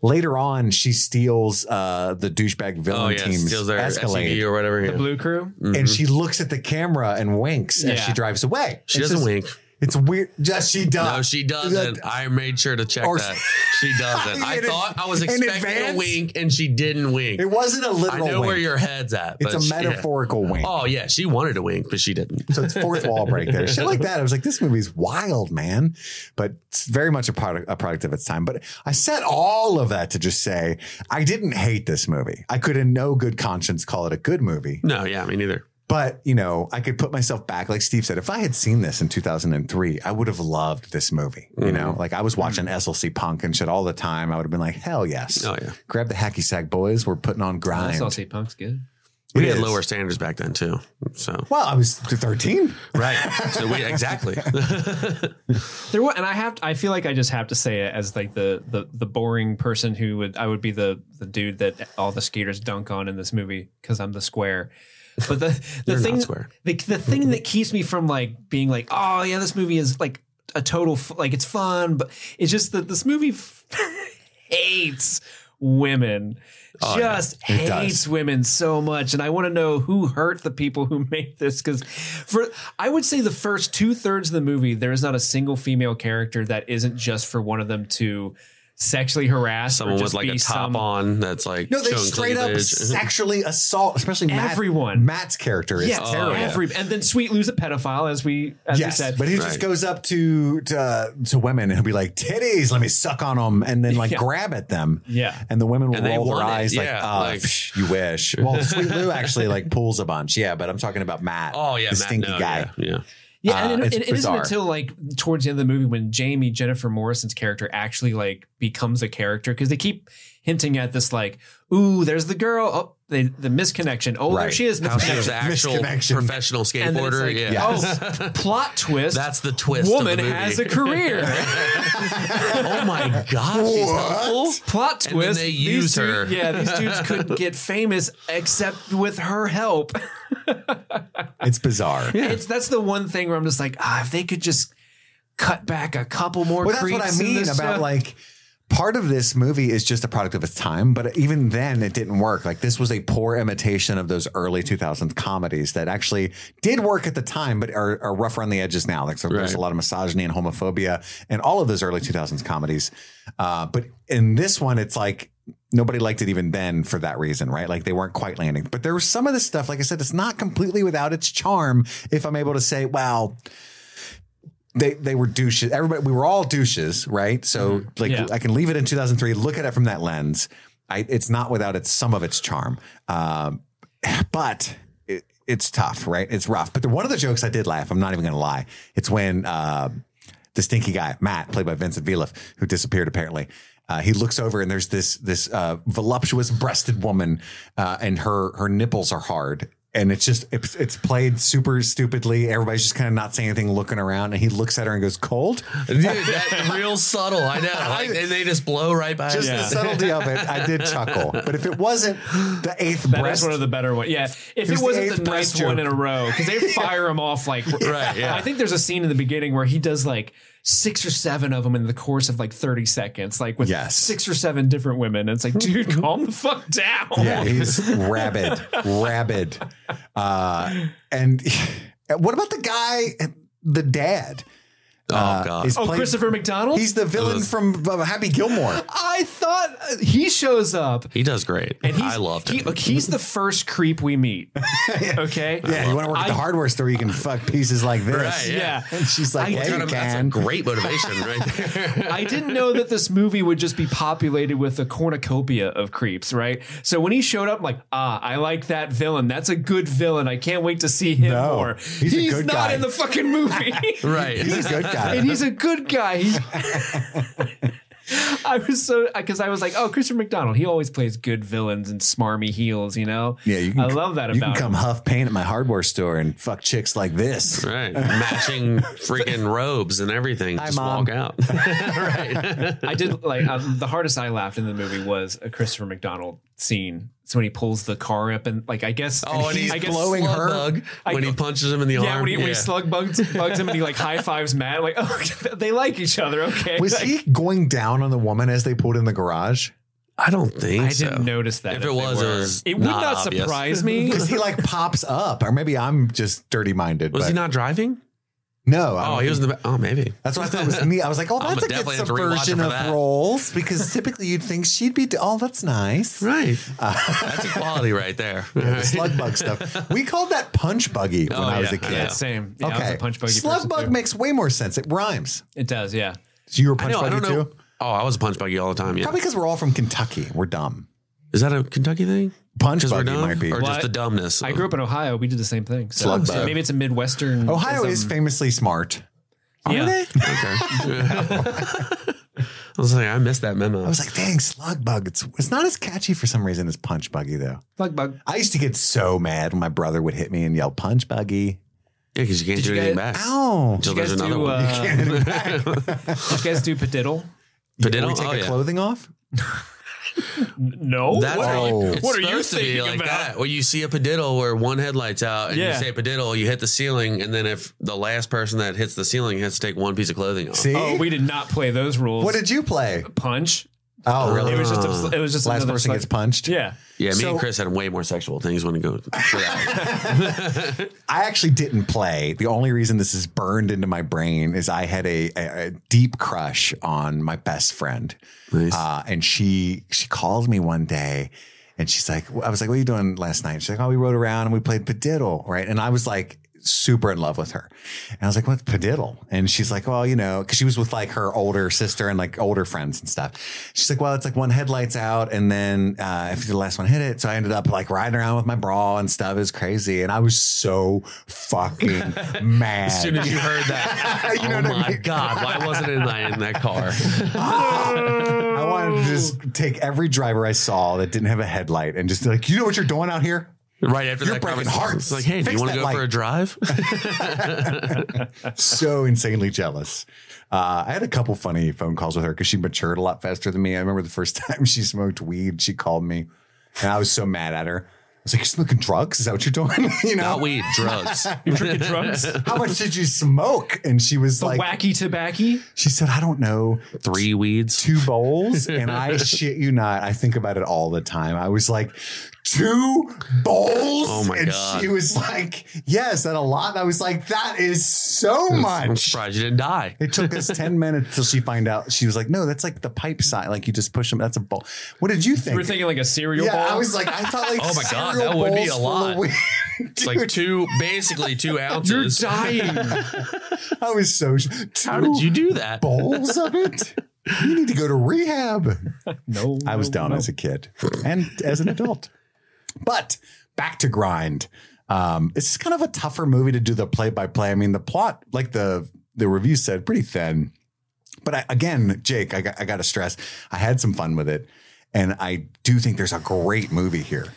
Speaker 2: later on, she steals uh, the douchebag villain
Speaker 3: oh yeah,
Speaker 2: team's
Speaker 3: steals their
Speaker 2: Escalade,
Speaker 3: SUV or whatever.
Speaker 1: the
Speaker 3: yeah.
Speaker 1: Blue Crew.
Speaker 3: mm-hmm.
Speaker 2: and she looks at the camera and winks as
Speaker 1: Yeah.
Speaker 2: she drives away.
Speaker 3: She
Speaker 2: It's
Speaker 3: doesn't
Speaker 2: just- Ah.
Speaker 3: wink.
Speaker 2: It's weird. Just she does.
Speaker 3: No, she doesn't. I made sure to check
Speaker 2: Or-
Speaker 3: that. She doesn't. I
Speaker 2: In
Speaker 3: thought I was
Speaker 2: in
Speaker 3: expecting
Speaker 2: advance?
Speaker 3: a wink, and she didn't wink.
Speaker 2: It wasn't a
Speaker 3: I
Speaker 2: literal
Speaker 3: know
Speaker 2: wink.
Speaker 3: where your head's at.
Speaker 2: it's a
Speaker 3: but she-
Speaker 2: metaphorical wink.
Speaker 3: Oh yeah, she wanted to wink, but she didn't.
Speaker 2: So it's fourth wall break there. Shit like that. I was like, this movie's wild, man. But it's very much a product, a product of its time. But I said all of that to just say I didn't hate this movie. I could in no good conscience call it a good movie.
Speaker 3: No, yeah, me neither.
Speaker 2: But you know, I could put myself back, like Steve said, if I had seen this in 2003, I would have loved this movie. You
Speaker 3: Mm-hmm.
Speaker 2: know, like I was watching SLC Punk and shit all the time. I would have been like, hell yes,
Speaker 3: Oh yeah,
Speaker 2: grab the hacky sack boys. We're putting on grind.
Speaker 1: Saucy Punk's good.
Speaker 3: we
Speaker 2: It
Speaker 3: had
Speaker 2: is.
Speaker 3: lower standards back then too. So
Speaker 2: Well, I was 13.
Speaker 3: right, so we exactly.
Speaker 1: There were, and I have. I feel like I just have to say it as like the the the boring person who would I would be the the dude that all the skaters dunk on in this movie because I'm the square. But the the
Speaker 3: You're
Speaker 1: thing
Speaker 3: not square.
Speaker 1: the the thing that keeps me from like being like oh yeah this movie is like a total f- like it's fun but it's just that this movie f- hates women.
Speaker 3: Oh, yeah.
Speaker 1: just
Speaker 2: It does.
Speaker 1: hates women so much and i want to know who hurt the people who made this because for i would say the first two-thirds of the movie there is not a single female character that isn't just for one of them to sexually harass or
Speaker 3: Someone with
Speaker 1: just
Speaker 3: like a
Speaker 1: be
Speaker 3: top
Speaker 1: some-
Speaker 3: on that's like
Speaker 2: No, they
Speaker 3: showing
Speaker 2: straight up
Speaker 3: cleavage.
Speaker 2: sexually assault, especially Matt-
Speaker 1: Everyone.
Speaker 2: Matt's character is
Speaker 1: yeah,
Speaker 3: Oh,
Speaker 2: terrible.
Speaker 1: every, and then sweet lou's a pedophile as we as
Speaker 2: Yes,
Speaker 1: we said
Speaker 2: but he
Speaker 3: Right.
Speaker 2: just goes up to to, uh, to women and he'll be like, "Titties, let me suck on them," and then like
Speaker 1: Yeah.
Speaker 2: grab at them.
Speaker 1: yeah
Speaker 2: And the women will
Speaker 3: And they
Speaker 2: roll their
Speaker 3: want it.
Speaker 2: eyes like,
Speaker 3: Yeah,
Speaker 2: "Ah,
Speaker 3: like-
Speaker 2: psh, you wish. Well, Sweet Lou actually like pulls a bunch. Yeah, but I'm talking about Matt.
Speaker 3: Oh yeah,
Speaker 2: the
Speaker 3: Matt,
Speaker 2: stinky
Speaker 3: no,
Speaker 2: guy.
Speaker 3: Yeah, yeah.
Speaker 1: Yeah,
Speaker 2: Uh,
Speaker 1: and it,
Speaker 2: it's
Speaker 1: it, it isn't
Speaker 2: bizarre.
Speaker 1: until like towards the end of the movie when Jamie Jennifer Morrison's character actually like becomes a character because they keep hinting at this like, ooh, there's the girl, oh, they, the misconnection, oh, there
Speaker 2: Right.
Speaker 1: she is,
Speaker 3: How she was
Speaker 1: misconnection,
Speaker 3: the actual
Speaker 2: Misconnection.
Speaker 3: professional
Speaker 1: and then it's
Speaker 3: skateboarder.
Speaker 1: like,
Speaker 3: yeah,
Speaker 1: oh, plot twist,
Speaker 3: that's the twist.
Speaker 1: woman
Speaker 3: of the movie.
Speaker 1: has a career.
Speaker 3: oh my god, she's helpful.
Speaker 1: Oh, plot
Speaker 3: And then
Speaker 1: twist,
Speaker 3: they
Speaker 1: these
Speaker 3: use
Speaker 1: dude-
Speaker 3: her.
Speaker 1: yeah, these dudes couldn't get famous except with her help.
Speaker 2: It's bizarre.
Speaker 1: It's that's the one thing where I'm just like, ah, if they could just cut back a couple more.
Speaker 2: Well, that's what I
Speaker 1: creeps in
Speaker 2: mean
Speaker 1: this
Speaker 2: about
Speaker 1: show.
Speaker 2: like part of this movie is just a product of its time, but even then it didn't work. Like this was a poor imitation of those early 2000s comedies that actually did work at the time, but are, are rough around the edges now. Like so there's
Speaker 3: Right.
Speaker 2: a lot of misogyny and homophobia and all of those early 2000s comedies. Uh, but in this one, it's like nobody liked it even then for that reason, right? Like they weren't quite landing. But there was some of this stuff, like I said, it's not completely without its charm. If I'm able to say, well, they they were douches. Everybody, we were all douches, right? So like,
Speaker 1: Yeah.
Speaker 2: I can leave it in 2003. Look at it from that lens. I, it's not without its some of its charm, um, but it, it's tough, right? It's rough. But the, one of the jokes I did laugh. I'm not even going to lie. It's when. Uh, the stinky guy, Matt, played by Vincent Veliff, who disappeared apparently. Uh, he looks over and there's this this uh, voluptuous breasted woman, uh, and her her nipples are hard. And it's just it's, it's played super stupidly. Everybody's just kind of not saying anything, looking around. And he looks at her and goes, "Cold."
Speaker 3: Dude, that real subtle. I know. Like, and they just blow right by
Speaker 2: Just
Speaker 3: it.
Speaker 2: the subtlety of it, I did chuckle. But if it wasn't the eighth
Speaker 1: That is
Speaker 2: breast,
Speaker 1: one of the better ones. Yeah, if
Speaker 2: was
Speaker 1: it
Speaker 2: the
Speaker 1: wasn't
Speaker 2: eighth
Speaker 1: the, ninth
Speaker 2: breast
Speaker 1: one
Speaker 2: joke.
Speaker 1: in a row, because they fire him off like
Speaker 3: Right, yeah.
Speaker 1: I think there's a scene in the beginning where he does like six or seven of them in the course of like 30 seconds, like with
Speaker 2: Yes.
Speaker 1: six or seven different women. And it's like, dude, calm the fuck down.
Speaker 2: Yeah, he's rabid, rabid. Uh, and what about the guy, the dad?
Speaker 3: Oh
Speaker 2: Uh,
Speaker 3: god.
Speaker 2: is
Speaker 1: Oh,
Speaker 2: played-
Speaker 1: Christopher McDonald.
Speaker 2: He's the villain from uh, Happy Gilmore.
Speaker 1: I thought uh, he shows up.
Speaker 3: He does great.
Speaker 1: And he's,
Speaker 3: I loved
Speaker 1: he-
Speaker 3: him.
Speaker 1: look, he's the first creep we meet. Okay.
Speaker 2: Yeah, you want to work at the
Speaker 1: I-
Speaker 2: hardware store, you can fuck pieces like this.
Speaker 3: Right, yeah.
Speaker 1: Yeah.
Speaker 2: And she's like,
Speaker 1: I
Speaker 2: yeah,
Speaker 3: Kind
Speaker 2: you
Speaker 3: of- that's a
Speaker 2: can.
Speaker 3: great motivation right there.
Speaker 1: I didn't know that this movie would just be populated with a cornucopia of creeps, right? So when he showed up, I'm like, ah, I like that villain. That's a good villain. I can't wait to see him
Speaker 2: No,
Speaker 1: more.
Speaker 2: he's a good
Speaker 1: not
Speaker 2: guy.
Speaker 1: in the fucking movie.
Speaker 2: He's a
Speaker 3: right.
Speaker 2: good guy.
Speaker 1: and he's a good guy. He's- I was so because I was like, oh, Christian McDonald. He always plays good villains and smarmy heels, you know.
Speaker 2: Yeah, you can,
Speaker 1: I love that
Speaker 2: You
Speaker 1: about
Speaker 2: can come
Speaker 1: him.
Speaker 2: huff paint at my hardware store and fuck chicks like this.
Speaker 3: Right. Matching freaking robes and everything. Just
Speaker 2: Mom.
Speaker 3: walk out. right.
Speaker 1: I did like um, the hardest I laughed in the movie was a Christopher McDonald scene. So when he pulls the car up and like I guess
Speaker 3: Oh, and he's
Speaker 1: I guess
Speaker 2: blowing
Speaker 3: slug
Speaker 2: her.
Speaker 3: bug
Speaker 1: I-
Speaker 3: when he punches him in the
Speaker 1: Yeah,
Speaker 3: arm.
Speaker 1: when he, when he slug bugs, bugs him and he like high fives Matt, like, oh, they like each other. Okay.
Speaker 2: Was
Speaker 1: Like,
Speaker 2: he going down on the woman as they pulled in the garage?
Speaker 3: I don't think
Speaker 1: I
Speaker 3: so.
Speaker 1: didn't notice that.
Speaker 3: If it
Speaker 1: they
Speaker 3: was, it
Speaker 1: were.
Speaker 3: was
Speaker 1: It would
Speaker 3: not
Speaker 1: not
Speaker 3: obvious.
Speaker 1: surprise me.
Speaker 2: Because he like pops up, or maybe I'm just dirty minded.
Speaker 3: Was he not driving?
Speaker 2: No.
Speaker 3: Oh, he was in the. Ba- oh, maybe.
Speaker 2: That's what I thought was neat. I was like, oh,
Speaker 3: I'm
Speaker 2: that's a good
Speaker 3: definitely have to rewatch it
Speaker 2: subversion
Speaker 3: for
Speaker 2: of
Speaker 3: that.
Speaker 2: roles because typically you'd think she'd be. Oh, that's nice.
Speaker 3: Right.
Speaker 2: Uh,
Speaker 3: That's equality right there.
Speaker 2: the slug bug stuff. We called that punch buggy when
Speaker 3: Oh,
Speaker 2: I was
Speaker 3: yeah,
Speaker 2: a kid.
Speaker 3: I
Speaker 1: Yeah, same. Yeah, I was
Speaker 2: okay,
Speaker 1: a punch buggy
Speaker 2: slug
Speaker 1: person,
Speaker 2: bug
Speaker 1: too.
Speaker 2: makes way more sense. It rhymes.
Speaker 1: It does, yeah.
Speaker 2: So you were a
Speaker 3: I
Speaker 2: punch
Speaker 3: know. I
Speaker 2: buggy
Speaker 3: don't know.
Speaker 2: too.
Speaker 3: Oh, I was a punch buggy all the time. Yeah.
Speaker 2: Probably because we're all from Kentucky. We're dumb.
Speaker 3: Is that a Kentucky thing?
Speaker 2: Punch
Speaker 3: Because we're
Speaker 2: buggy
Speaker 3: dumb,
Speaker 2: might be.
Speaker 3: or
Speaker 1: Well,
Speaker 3: just the dumbness.
Speaker 1: I
Speaker 3: of-
Speaker 1: grew up in Ohio. We did the same thing. So
Speaker 2: Slug
Speaker 1: so
Speaker 2: bug.
Speaker 1: maybe it's a Midwestern.
Speaker 2: Ohio is famously smart.
Speaker 1: yeah.
Speaker 3: Okay. I was like, I missed that memo.
Speaker 2: I was like, dang, slug bug. It's it's not as catchy for some reason as punch buggy though.
Speaker 1: Slug bug.
Speaker 2: I used to get so mad when my brother would hit me and yell punch buggy.
Speaker 3: yeah, because you can't
Speaker 1: Did
Speaker 3: do
Speaker 1: you
Speaker 3: anything
Speaker 1: guys-
Speaker 3: back.
Speaker 2: Ow.
Speaker 3: Until
Speaker 1: Did you
Speaker 3: there's
Speaker 1: guys
Speaker 3: another
Speaker 1: do,
Speaker 3: one.
Speaker 1: uh,
Speaker 2: Can't hit him back.
Speaker 1: did you guys do padiddle?
Speaker 3: But
Speaker 2: Did
Speaker 3: did
Speaker 2: we take our clothing off?
Speaker 1: No.
Speaker 3: That's
Speaker 1: What are
Speaker 2: Oh.
Speaker 1: you-
Speaker 3: it's
Speaker 1: what are you
Speaker 3: supposed to be
Speaker 1: thinking
Speaker 3: like
Speaker 1: about?
Speaker 3: that? Well, you see a padiddle where one headlight's out, and
Speaker 1: Yeah.
Speaker 3: you say padiddle, you hit the ceiling, and then if the last person that hits the ceiling has to take one piece of clothing off.
Speaker 2: See?
Speaker 1: Oh, we did not play those rules.
Speaker 2: what did you play?
Speaker 1: punch?
Speaker 2: Oh, really?
Speaker 1: It was just
Speaker 3: Ah.
Speaker 1: a, it was just
Speaker 2: Last
Speaker 1: another
Speaker 2: person
Speaker 1: slug-
Speaker 2: gets punched.
Speaker 1: Yeah.
Speaker 3: Yeah, me
Speaker 2: So-
Speaker 3: and Chris had way more sexual things when it goes. For that.
Speaker 2: I actually didn't play. The only reason this is burned into my brain is I had a, a, a deep crush on my best friend,
Speaker 3: Nice.
Speaker 2: uh, and she she called me one day, and she's like, I was like, "What are you doing last night?" She's like, "Oh, we rode around and we played padiddle, right?" And I was like. Super in love with her. And I was like, what's padiddle? And she's like, well, you know, cause she was with like her older sister and like older friends and stuff. She's like, well, it's like one headlight's out. And then uh, if the last one hit it. So I ended up like riding around with my bra and stuff. It was crazy. And I was so fucking mad.
Speaker 3: as soon as you heard that,
Speaker 2: You know
Speaker 3: oh
Speaker 2: what I
Speaker 3: my
Speaker 2: mean?
Speaker 3: god, why wasn't it in, my, in that car?
Speaker 2: I wanted to just take every driver I saw that didn't have a headlight and just be like, you know what you're doing out here?
Speaker 3: Right after
Speaker 2: You're
Speaker 3: that
Speaker 2: breaking
Speaker 3: conversation,
Speaker 2: hearts.
Speaker 3: it's like, hey, do
Speaker 2: Fix
Speaker 3: you want to
Speaker 2: that
Speaker 3: go
Speaker 2: light.
Speaker 3: for a drive?
Speaker 2: So insanely jealous. Uh, I had a couple funny phone calls with her because she matured a lot faster than me. I remember the first time she smoked weed, she called me and I was so mad at her. I was like, you're smoking drugs? Is that what you're doing? you know,
Speaker 3: Not weed, drugs.
Speaker 1: Drinking drugs. The
Speaker 2: how much did you smoke? And she was like,
Speaker 1: wacky tobacco.
Speaker 2: she said, I don't know.
Speaker 3: Three weeds.
Speaker 2: two bowls and I shit you not, I think about it all the time. I was like, two bowls?
Speaker 3: Oh my
Speaker 2: and
Speaker 3: God.
Speaker 2: she was like, yes, that a lot. And I was like, that is so
Speaker 3: I'm
Speaker 2: much.
Speaker 3: surprised you didn't die.
Speaker 2: It took us 10 minutes till she find out. She was like, no, that's like the pipe side. Like you just push them. That's a bowl. What did you think?
Speaker 1: You were thinking like a cereal
Speaker 2: yeah,
Speaker 1: bowl.
Speaker 2: I was like, I thought like,
Speaker 3: Oh my God,
Speaker 2: cereal
Speaker 3: that would be
Speaker 2: bowls
Speaker 3: a
Speaker 2: full of
Speaker 3: lot.
Speaker 2: weed.
Speaker 3: It's like two, basically two
Speaker 1: You're
Speaker 3: ounces.
Speaker 1: dying.
Speaker 2: I was so sh- two
Speaker 3: How did you do that?
Speaker 2: bowls of it. You need to go to rehab.
Speaker 1: no.
Speaker 2: I was
Speaker 1: no,
Speaker 2: dumb
Speaker 1: no.
Speaker 2: as a kid and as an adult. But back to grind. Um, this is kind of a tougher movie to do the play by play. I mean, the plot, like the the review said pretty thin. But I, again, Jake, I, got- I got to stress, I had some fun with it. And I do think there's a great movie here.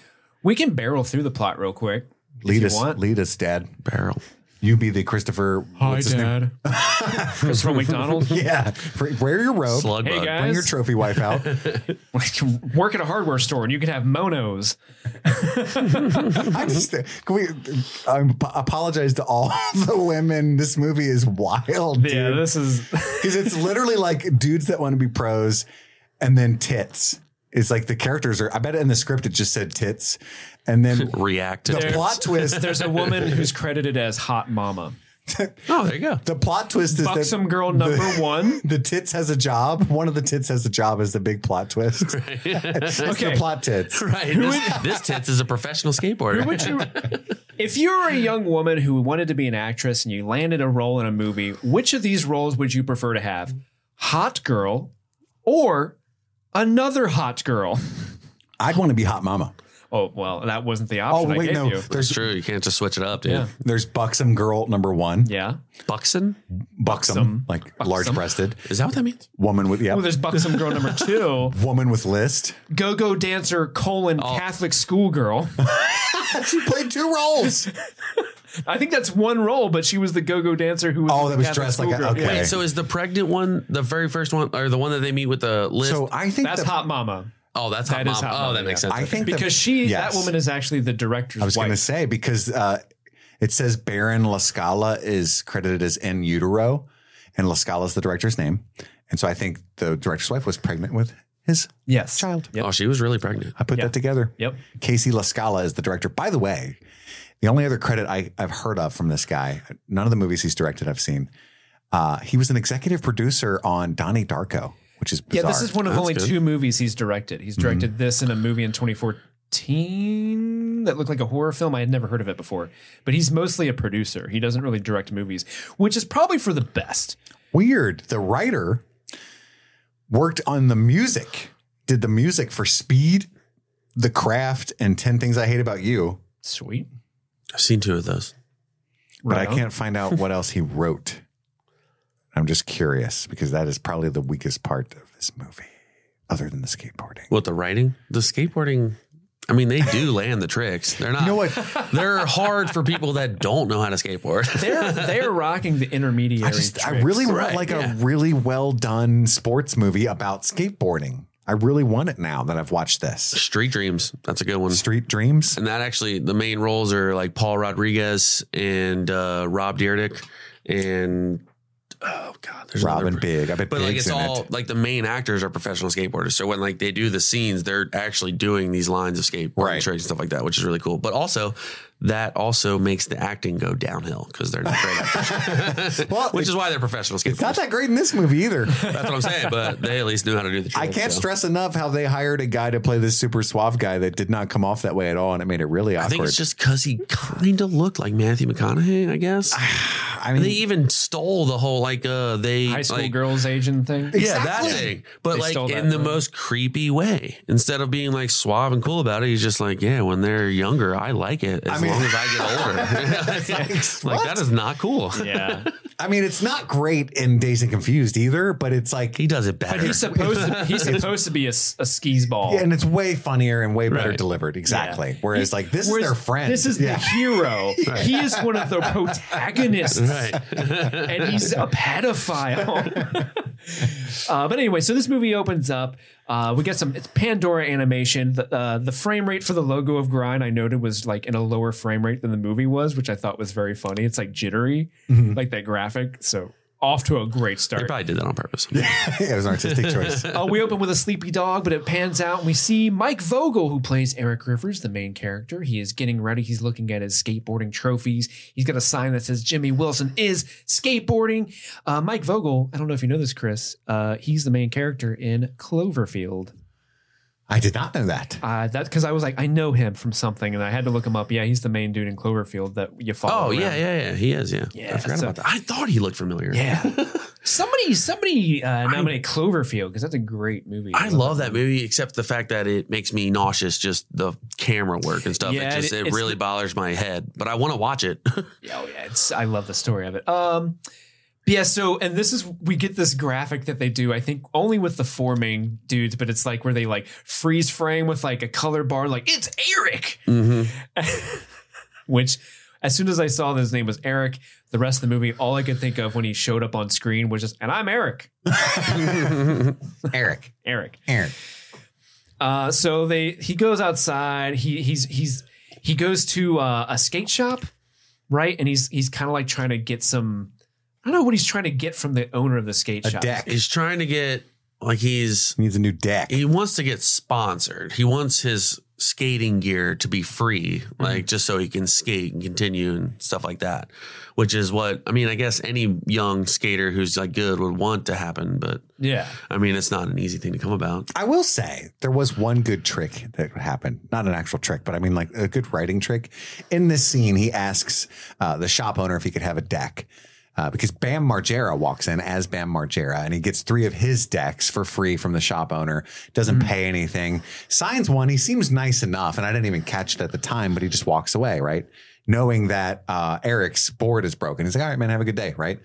Speaker 1: We can barrel through the plot real quick.
Speaker 2: Lead
Speaker 1: you
Speaker 2: us,
Speaker 1: want.
Speaker 2: lead us, Dad.
Speaker 3: Barrel.
Speaker 2: You be the Christopher. what's his name?
Speaker 1: Christopher McDonald.
Speaker 2: Yeah, Bring- wear your robe.
Speaker 3: Slug
Speaker 1: Hey,
Speaker 3: bug.
Speaker 1: guys.
Speaker 2: Bring your trophy wife out.
Speaker 1: We can work at a hardware store and you could have monos.
Speaker 2: I just can we I apologize to all the women. This movie is wild,
Speaker 1: Yeah,
Speaker 2: dude.
Speaker 1: this is
Speaker 2: Because it's literally like dudes that want to be pros and then tits. It's like the characters are. I bet in the script it just said tits, and then
Speaker 3: React to
Speaker 2: the
Speaker 3: this.
Speaker 2: plot twist.
Speaker 1: there's a woman who's credited as hot mama.
Speaker 3: Oh, there you go.
Speaker 2: The plot twist is that
Speaker 1: Buxom girl number one.
Speaker 2: the tits has a job. One of the tits has a job is the big plot twist. It's
Speaker 1: Okay.
Speaker 2: the plot tits.
Speaker 3: Right. This, this tits is a professional skateboarder.
Speaker 1: Would you, if you were a young woman who wanted to be an actress and you landed a role in a movie, which of these roles would you prefer to have? Hot girl or another hot girl?
Speaker 2: I'd want to be hot mama.
Speaker 1: Oh well, that wasn't the
Speaker 2: Oh
Speaker 1: option I
Speaker 2: wait,
Speaker 1: gave
Speaker 2: no.
Speaker 1: you.
Speaker 3: It's
Speaker 2: There's
Speaker 3: true. You can't just switch it up, dude.
Speaker 1: Yeah.
Speaker 2: there's buxom girl number one.
Speaker 1: Yeah.
Speaker 3: Buxton?
Speaker 2: Buxom, like large breasted
Speaker 3: Is that what that means?
Speaker 2: woman with yeah.
Speaker 1: Well, there's buxom girl number two,
Speaker 2: woman with list.
Speaker 1: go-go dancer colon Catholic schoolgirl.
Speaker 2: She played two roles.
Speaker 1: I think that's one role, but she was the go-go dancer who was
Speaker 2: Oh,
Speaker 1: the
Speaker 2: that was
Speaker 1: Catholic
Speaker 2: dressed like a-
Speaker 1: schoolgirl.
Speaker 2: okay.
Speaker 1: Yeah.
Speaker 2: Hey.
Speaker 3: So is the pregnant one the very first one or the one that they meet with the list?
Speaker 2: so I think
Speaker 1: That's
Speaker 2: the-
Speaker 1: hot mama.
Speaker 3: oh, that's hot
Speaker 1: That is
Speaker 3: mom.
Speaker 1: Hot
Speaker 3: oh, that
Speaker 1: Mom,
Speaker 3: makes
Speaker 1: yeah.
Speaker 3: sense.
Speaker 2: I think the-
Speaker 1: Because she,
Speaker 2: yes.
Speaker 1: that woman is actually the director's
Speaker 2: I was going to
Speaker 1: wife.
Speaker 2: say because uh, it says Baron Lascala is credited as in utero, and Lascala is the director's name, and so I think the director's wife was pregnant with his
Speaker 1: yes.
Speaker 2: child.
Speaker 1: Yep.
Speaker 3: Oh, she was really pregnant.
Speaker 2: I put that together.
Speaker 1: Yep.
Speaker 2: Casey Lascala is the director. By the way, the only other credit I, I've heard of from this guy, none of the movies he's directed I've seen. Uh, he was an executive producer on Donnie Darko, which is
Speaker 1: Yeah,
Speaker 2: bizarre.
Speaker 1: this is one of
Speaker 3: That's
Speaker 1: only
Speaker 3: good.
Speaker 1: two movies he's directed.
Speaker 2: Mm-hmm.
Speaker 1: He's directed this and a movie in 2014 that looked like a horror film. I had never heard of it before. But he's mostly a producer. He doesn't really direct movies, which is probably for the best.
Speaker 2: Weird. The writer worked on the music, did the music for Speed, The Craft, and 10 Things I Hate About You,
Speaker 1: Sweet.
Speaker 3: I've seen two of those.
Speaker 2: but
Speaker 1: Right
Speaker 2: I
Speaker 1: on.
Speaker 2: can't find out what else he wrote. I'm just curious because that is probably the weakest part of this movie, other than the skateboarding.
Speaker 3: What the writing? The skateboarding. I mean, they do land the tricks. They're not.
Speaker 2: You know what?
Speaker 3: They're hard for people that don't know how to skateboard.
Speaker 1: They're they're rocking the intermediary.
Speaker 2: I just, I
Speaker 1: tricks.
Speaker 2: really want
Speaker 3: Right,
Speaker 2: like
Speaker 3: yeah.
Speaker 2: a really well done sports movie about skateboarding. I really want it now that I've watched this.
Speaker 3: Street Dreams. That's a good one.
Speaker 2: Street Dreams.
Speaker 3: And that actually, the main roles are like Paul Rodriguez and uh, Rob Dyrdek and oh god, there's another-
Speaker 2: Robin Big. I bet
Speaker 3: But like
Speaker 2: Big's
Speaker 3: it's
Speaker 2: in
Speaker 3: all
Speaker 2: it.
Speaker 3: like the main actors are professional skateboarders. So when like they do the scenes, they're actually doing these lines of skateboarding
Speaker 2: Right.
Speaker 3: tricks and stuff like that, which is really cool. But also that also makes the acting go downhill because they're not great actors.
Speaker 2: Well,
Speaker 3: which is why they're professional skateboarders.
Speaker 2: It's not that great in this movie either.
Speaker 3: That's what I'm saying. But they at least knew how to do the trick.
Speaker 2: I can't
Speaker 3: so.
Speaker 2: stress enough how they hired a guy to play this super suave guy that did not come off that way at all, and it made it really
Speaker 3: I
Speaker 2: awkward.
Speaker 3: think it's just because he kind of looked like Matthew McConaughey, I guess.
Speaker 2: I
Speaker 3: And they
Speaker 2: mean,
Speaker 3: even stole the whole like uh they
Speaker 1: high school
Speaker 3: like,
Speaker 1: girls agent thing.
Speaker 3: Yeah,
Speaker 2: Exactly.
Speaker 3: that thing. But
Speaker 1: They
Speaker 3: like
Speaker 1: stole that
Speaker 3: in the
Speaker 1: from-
Speaker 3: most creepy way. Instead of being like suave and cool about it, he's just like, yeah, when they're younger, I like it as
Speaker 2: I mean-
Speaker 3: long as I get older. It's like, like, that is not cool.
Speaker 1: Yeah.
Speaker 2: I mean, it's not great in Days and Confused either, but it's like,
Speaker 3: He does it
Speaker 1: But
Speaker 3: better.
Speaker 1: he's supposed to he's supposed to be a, s- a skis ball.
Speaker 2: yeah, and it's way funnier and way better
Speaker 3: Right.
Speaker 2: delivered. Exactly. Whereas, like, this
Speaker 1: Whereas
Speaker 2: is their friend.
Speaker 1: This is
Speaker 2: Yeah.
Speaker 1: the hero. He is one of the protagonists.
Speaker 3: right.
Speaker 1: and he's a pedophile. uh, but anyway, so this movie opens up. Uh, we get some it's Pandora animation. The, uh, the frame rate for the logo of Grind I noted was like in a lower frame rate than the movie was, which I thought was very funny. It's like jittery, like that graphic. So off to a great
Speaker 3: He
Speaker 1: start.
Speaker 3: probably did that on purpose.
Speaker 2: it was an artistic choice.
Speaker 1: Uh, we open with a sleepy dog, but it pans out and we see Mike Vogel, who plays Eric Rivers, the main character. He is getting ready. He's looking at his skateboarding trophies. He's got a sign that says Jimmy Wilson is skateboarding. Uh, Mike Vogel, I don't know if you know this, Chris, uh, he's the main character in Cloverfield.
Speaker 2: I did not know that.
Speaker 1: Uh, that's because I was like, I know him from something and I had to look him up. Yeah, he's the main dude in Cloverfield that you follow.
Speaker 3: Oh yeah,
Speaker 1: around.
Speaker 3: yeah, yeah. He is, yeah.
Speaker 1: Yeah,
Speaker 3: I forgot
Speaker 1: so-
Speaker 3: about that. I thought he looked familiar.
Speaker 1: Yeah. somebody, somebody uh, nominate Cloverfield because that's a great movie.
Speaker 3: I love that movie, except the fact that it makes me nauseous. Just the camera work and stuff.
Speaker 1: Yeah,
Speaker 3: it just
Speaker 1: it-
Speaker 3: it,
Speaker 1: it's
Speaker 3: really
Speaker 1: the-
Speaker 3: bothers my head, but I want to watch it.
Speaker 1: Yeah, Oh yeah, it's I love the story of it. Um, Yeah, so and this is we get this graphic that they do, I think only with the four main dudes, but it's like where they like freeze frame with like a color bar, like it's Eric.
Speaker 3: Mhm.
Speaker 1: Which as soon as I saw that his name was Eric, the rest of the movie, all I could think of when he showed up on screen was just, and I'm Eric.
Speaker 2: Eric,
Speaker 1: Eric.
Speaker 2: Eric.
Speaker 1: Uh, so they he goes outside. He he's he's he goes to uh, a skate shop, right? And he's he's kind of like trying to get some. I don't know what he's trying to get from the owner of the skate
Speaker 2: A
Speaker 1: shop.
Speaker 2: deck. He
Speaker 3: He's trying to get like he's
Speaker 2: needs a new deck.
Speaker 3: he wants to get sponsored. He wants his skating gear to be free,
Speaker 1: Mm-hmm.
Speaker 3: like just so he can skate and continue and stuff like that. Which is what I mean. I guess any young skater who's like good would want to happen, but
Speaker 1: Yeah,
Speaker 3: I mean it's not an easy thing to come about.
Speaker 2: I will say there was one good trick that happened. Not an actual trick, but I mean like a good writing trick. In this scene, he asks uh, the shop owner if he could have a deck. Uh, because Bam Margera walks in as Bam Margera and he gets three of his decks for free from the shop owner, doesn't
Speaker 3: Mm-hmm.
Speaker 2: pay anything, signs one. He seems nice enough. And I didn't even catch it at the time, but he just walks away, right? Knowing that uh, Eric's board is broken. He's like, all right, man, have a good day, right?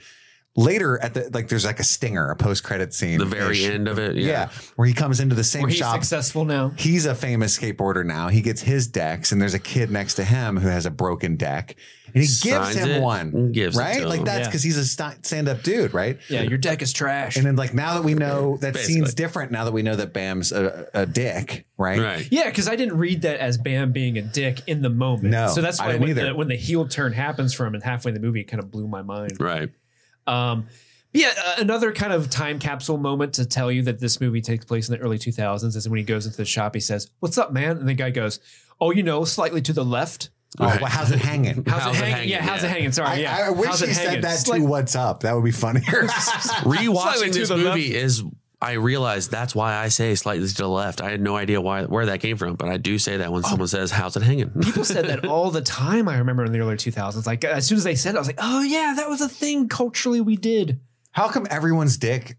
Speaker 2: Later at the, like, there's like a stinger, a post credit scene.
Speaker 3: The very end of it,
Speaker 2: Yeah.
Speaker 3: yeah.
Speaker 2: where he comes into the same
Speaker 1: where he's
Speaker 2: shop.
Speaker 1: successful now.
Speaker 2: He's a famous skateboarder now. He gets his decks, and there's a kid next to him who has a broken deck, and he
Speaker 3: Signs
Speaker 2: gives him
Speaker 3: it
Speaker 2: one,
Speaker 3: and gives it
Speaker 2: right?
Speaker 3: to
Speaker 2: like
Speaker 3: him.
Speaker 2: that's
Speaker 1: Yeah.
Speaker 2: because he's a st- stand-up dude, right?
Speaker 1: Yeah, your deck is trash.
Speaker 2: And then, like now that we know that
Speaker 3: Basically.
Speaker 2: scene's different, now that we know that Bam's a, a dick, right?
Speaker 3: Right.
Speaker 1: yeah, because I didn't read that as Bam being a dick in the moment.
Speaker 2: No,
Speaker 1: so that's
Speaker 2: I
Speaker 1: why
Speaker 2: didn't
Speaker 1: when
Speaker 2: either.
Speaker 1: the, when the heel turn happens for him and halfway in the movie, it kind of blew my mind.
Speaker 3: Right.
Speaker 1: Um, but yeah, uh, another kind of time capsule moment to tell you that this movie takes place in the early 2000s is when he goes into the shop. He says, "What's up, man?" And the guy goes, "Oh, you know, slightly to the left."
Speaker 2: Oh, well, how's it hanging?
Speaker 1: How's, it, hanging? Yeah, how's it hanging? Sorry,
Speaker 2: I,
Speaker 1: yeah.
Speaker 2: I wish
Speaker 1: how's
Speaker 2: he
Speaker 1: it hanging?
Speaker 2: said that
Speaker 1: Slight-
Speaker 2: to "What's Up." That would be funnier.
Speaker 1: Slightly
Speaker 3: Rewatching
Speaker 1: to
Speaker 3: this
Speaker 1: the
Speaker 3: movie
Speaker 1: left.
Speaker 3: is I realized that's why I say slightly to the left. I had no idea why where that came from, but I do say that
Speaker 1: Oh.
Speaker 3: when someone says, "How's it hanging?"
Speaker 1: People said that all the time. I remember in the early 2000s. Like as soon as they said, it, I was like, "Oh yeah, that was a thing culturally we did."
Speaker 2: How come everyone's dick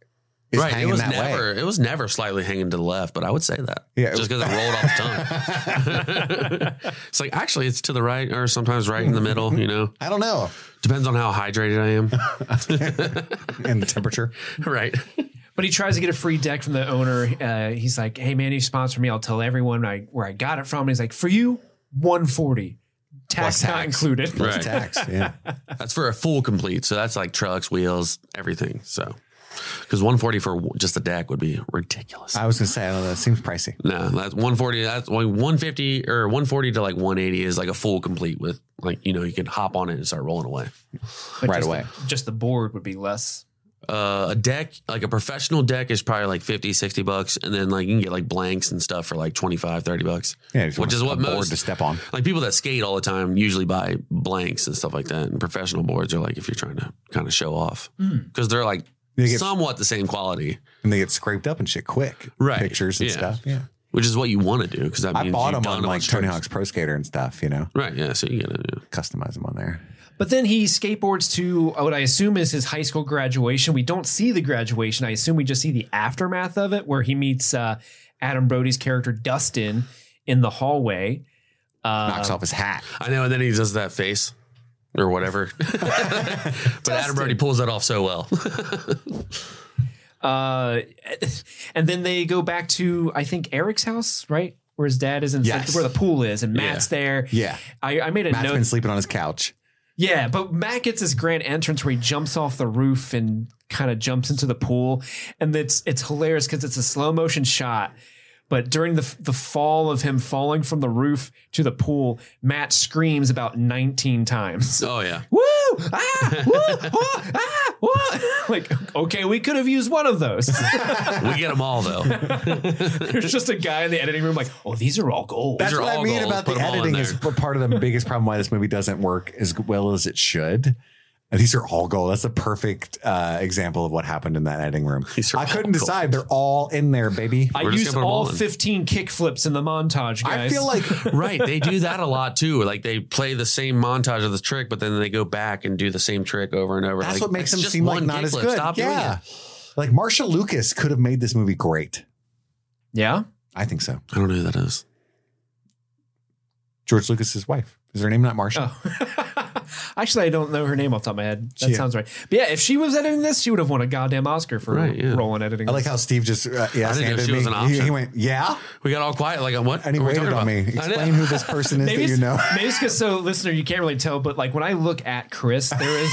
Speaker 2: is
Speaker 3: it
Speaker 2: hanging
Speaker 3: was
Speaker 2: that way?
Speaker 3: never it was never slightly hanging to the left, but I would say that.
Speaker 2: Yeah, it
Speaker 3: just because it rolled off the tongue. it's like actually it's to the right or sometimes right in the middle. You know,
Speaker 2: I don't know.
Speaker 3: depends on how hydrated I am.
Speaker 2: And the temperature.
Speaker 3: right.
Speaker 1: But he tries to get a free deck from the owner. Uh, he's like, "Hey man, you sponsor me. I'll tell everyone I, where I got it from." And he's like, "For you, 140, tax,
Speaker 2: Plus
Speaker 1: not
Speaker 2: tax.
Speaker 1: included."
Speaker 3: Right.
Speaker 2: Tax. Yeah.
Speaker 3: That's for a full complete. So that's like trucks, wheels, everything. So because 140 for w- just the deck would be ridiculous.
Speaker 2: I was gonna say, I don't know, that seems pricey.
Speaker 3: No, that's 140. That's like 150 or 140 to like 180 is like a full complete with like, you know, you can hop on it and start rolling away.
Speaker 1: But
Speaker 2: Right
Speaker 1: just
Speaker 2: away.
Speaker 1: The, just the board would be less.
Speaker 3: Uh, a deck, like a professional deck is probably like 50, 60 bucks. And then like you can get like blanks and stuff for like 25, 30 bucks.
Speaker 2: Yeah, just
Speaker 3: which
Speaker 2: want
Speaker 3: is
Speaker 2: a
Speaker 3: what
Speaker 2: board
Speaker 3: most,
Speaker 2: to step on.
Speaker 3: like people that skate all the time usually buy blanks and stuff like that. And professional boards are like if you're trying to kind of show off because they're like
Speaker 2: They get-
Speaker 3: somewhat the same quality,
Speaker 2: And they get scraped up and shit quick.
Speaker 3: Right.
Speaker 2: Pictures and
Speaker 3: Yeah.
Speaker 2: stuff. Yeah.
Speaker 3: which is what you want to do. Because
Speaker 2: I bought them on like Tony Hawk's Pro Skater and stuff, you know,
Speaker 3: Right. Yeah. So you get it. Yeah.
Speaker 2: customize them on there.
Speaker 1: But then he skateboards to what I assume is his high school graduation. We don't see the graduation. I assume we just see the aftermath of it, where he meets uh, Adam Brody's character Dustin in the hallway. Uh,
Speaker 2: Knocks off his hat.
Speaker 3: I know. And then he does that face or whatever. but Adam Brody pulls that off so well.
Speaker 1: Uh, and then they go back to I think Eric's house, right? Where his dad is in
Speaker 2: Yes.
Speaker 1: where the pool is, and Matt's there.
Speaker 2: Yeah.
Speaker 1: I, I made a
Speaker 2: Matt's
Speaker 1: note.
Speaker 2: been sleeping on his couch.
Speaker 1: Yeah, but Matt gets this grand entrance where he jumps off the roof and kind of jumps into the pool, and it's it's hilarious because it's a slow motion shot. But during the the fall of him falling from the roof to the pool, Matt screams about nineteen times.
Speaker 3: oh, yeah.
Speaker 1: Woo! Ah! Woo! Ah! Ah! Woo! Like, okay, we could have used one of those.
Speaker 3: We get them all, though.
Speaker 1: There's just a guy in the editing room, like, oh, these are all gold.
Speaker 2: That's
Speaker 3: are
Speaker 2: what I
Speaker 3: all
Speaker 2: mean
Speaker 3: goals.
Speaker 2: about
Speaker 3: Put
Speaker 2: the
Speaker 3: 'em all in
Speaker 2: editing is
Speaker 3: there.
Speaker 2: part of the biggest problem why this movie doesn't work as well as it should. And these are all gold. That's a perfect uh, example of what happened in that editing room.
Speaker 3: These are
Speaker 2: I couldn't
Speaker 3: all gold.
Speaker 2: decide. They're all in there, baby.
Speaker 1: I
Speaker 3: We're just
Speaker 1: used
Speaker 3: gonna put 'em
Speaker 1: all
Speaker 3: all in.
Speaker 1: 15 kick flips in the montage,
Speaker 2: I
Speaker 1: guys.
Speaker 2: feel like
Speaker 3: right. They do that a lot too. Like they play the same montage of the trick, but then they go back and do the same trick over and over.
Speaker 2: That's
Speaker 3: like,
Speaker 2: what makes
Speaker 3: it's
Speaker 2: him
Speaker 3: just
Speaker 2: seem like
Speaker 3: one
Speaker 2: not as
Speaker 3: kickflip.
Speaker 2: good.
Speaker 3: Stop
Speaker 2: yeah.
Speaker 3: doing it.
Speaker 2: Like Marsha Lucas could have made this movie great.
Speaker 1: yeah.
Speaker 2: I think so.
Speaker 3: I don't know who that is.
Speaker 2: George Lucas's wife. Is her name not Marsha?
Speaker 1: Oh. Actually, I don't know her name off the top of my head. That
Speaker 2: Yeah.
Speaker 1: sounds right. But yeah, if she was editing this, she would have won a goddamn Oscar for
Speaker 3: Right, yeah.
Speaker 1: role in editing.
Speaker 2: I like
Speaker 1: this.
Speaker 2: how Steve just uh, yeah,
Speaker 3: Oh. I didn't know
Speaker 2: handed
Speaker 3: she was
Speaker 2: me-
Speaker 3: an
Speaker 2: He, he
Speaker 3: option.
Speaker 2: went, yeah,
Speaker 3: We got all quiet, like, what?
Speaker 2: and he
Speaker 3: are we
Speaker 2: waited
Speaker 3: talking
Speaker 2: on me.
Speaker 3: about? I know.
Speaker 2: Explain who this person is that
Speaker 1: Maybe
Speaker 2: you
Speaker 1: it's,
Speaker 2: know.
Speaker 1: maybe it's because so listener, you can't really tell, but like when I look at Chris, there is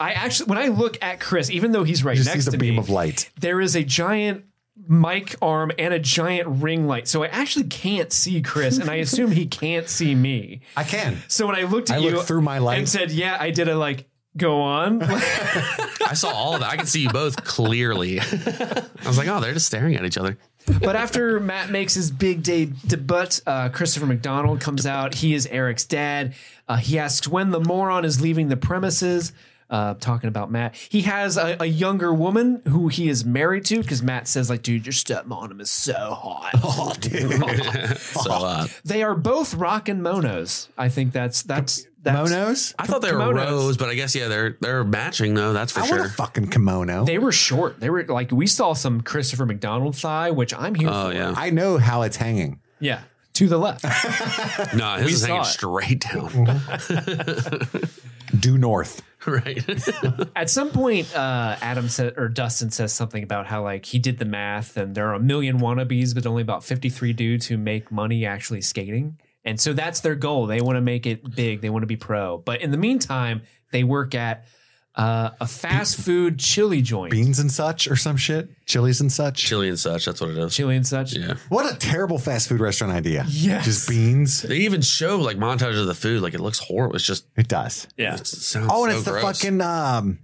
Speaker 1: I actually when I look at Chris, even though he's right
Speaker 2: Just
Speaker 1: next
Speaker 2: sees a
Speaker 1: to
Speaker 2: beam
Speaker 1: me,
Speaker 2: of light.
Speaker 1: there is a giant mic arm and a giant ring light. So I actually can't see Chris, and I assume he can't see me.
Speaker 2: I can.
Speaker 1: So when I looked at
Speaker 2: I
Speaker 1: you
Speaker 2: looked through my light.
Speaker 1: and said, "Yeah, I did a like." Go on.
Speaker 3: I saw all of that. I could see you both clearly. I was like, oh, they're just staring at each other.
Speaker 1: but after Matt makes his big day debut, uh, Christopher McDonald comes out. He is Eric's dad. Uh, he asks when the moron is leaving the premises. Uh, talking about Matt, he has a, a younger woman who he is married to because Matt says, "Like, dude, your stepmom is so hot."
Speaker 2: Oh, dude.
Speaker 3: So uh,
Speaker 1: They are both rockin' monos. I think that's that's that's
Speaker 2: Monos?
Speaker 3: I thought they were
Speaker 1: Kimonos.
Speaker 3: rose, but I guess yeah, they're they're matching though. That's for
Speaker 2: I want
Speaker 3: sure.
Speaker 2: a fucking kimono.
Speaker 1: They were short. They were like we saw some Christopher McDonald thigh, which I'm here
Speaker 3: oh
Speaker 1: for.
Speaker 3: yeah,
Speaker 2: I know how it's hanging.
Speaker 1: Yeah, to the left.
Speaker 3: no, his is hanging
Speaker 1: saw it.
Speaker 3: straight down.
Speaker 2: Due north.
Speaker 3: right.
Speaker 1: At some point, uh, Adam said or Dustin says something about how like he did the math and there are a million wannabes, but only about 53 dudes who make money actually skating. And so that's their goal. They want to make it big. They want to be pro. But in the meantime, they work at uh, a fast food chili joint,
Speaker 2: Beans and such or some shit. Chilies and such.
Speaker 3: Chili and such. That's what it is.
Speaker 1: chili and such.
Speaker 3: Yeah.
Speaker 2: What a terrible fast food restaurant idea.
Speaker 1: Yes.
Speaker 2: Just beans.
Speaker 3: They even show like montages of the food. Like it looks horrible. It's just
Speaker 2: It does.
Speaker 1: yeah.
Speaker 3: it sounds.
Speaker 2: Oh, and
Speaker 3: so
Speaker 2: it's the
Speaker 3: gross.
Speaker 2: fucking um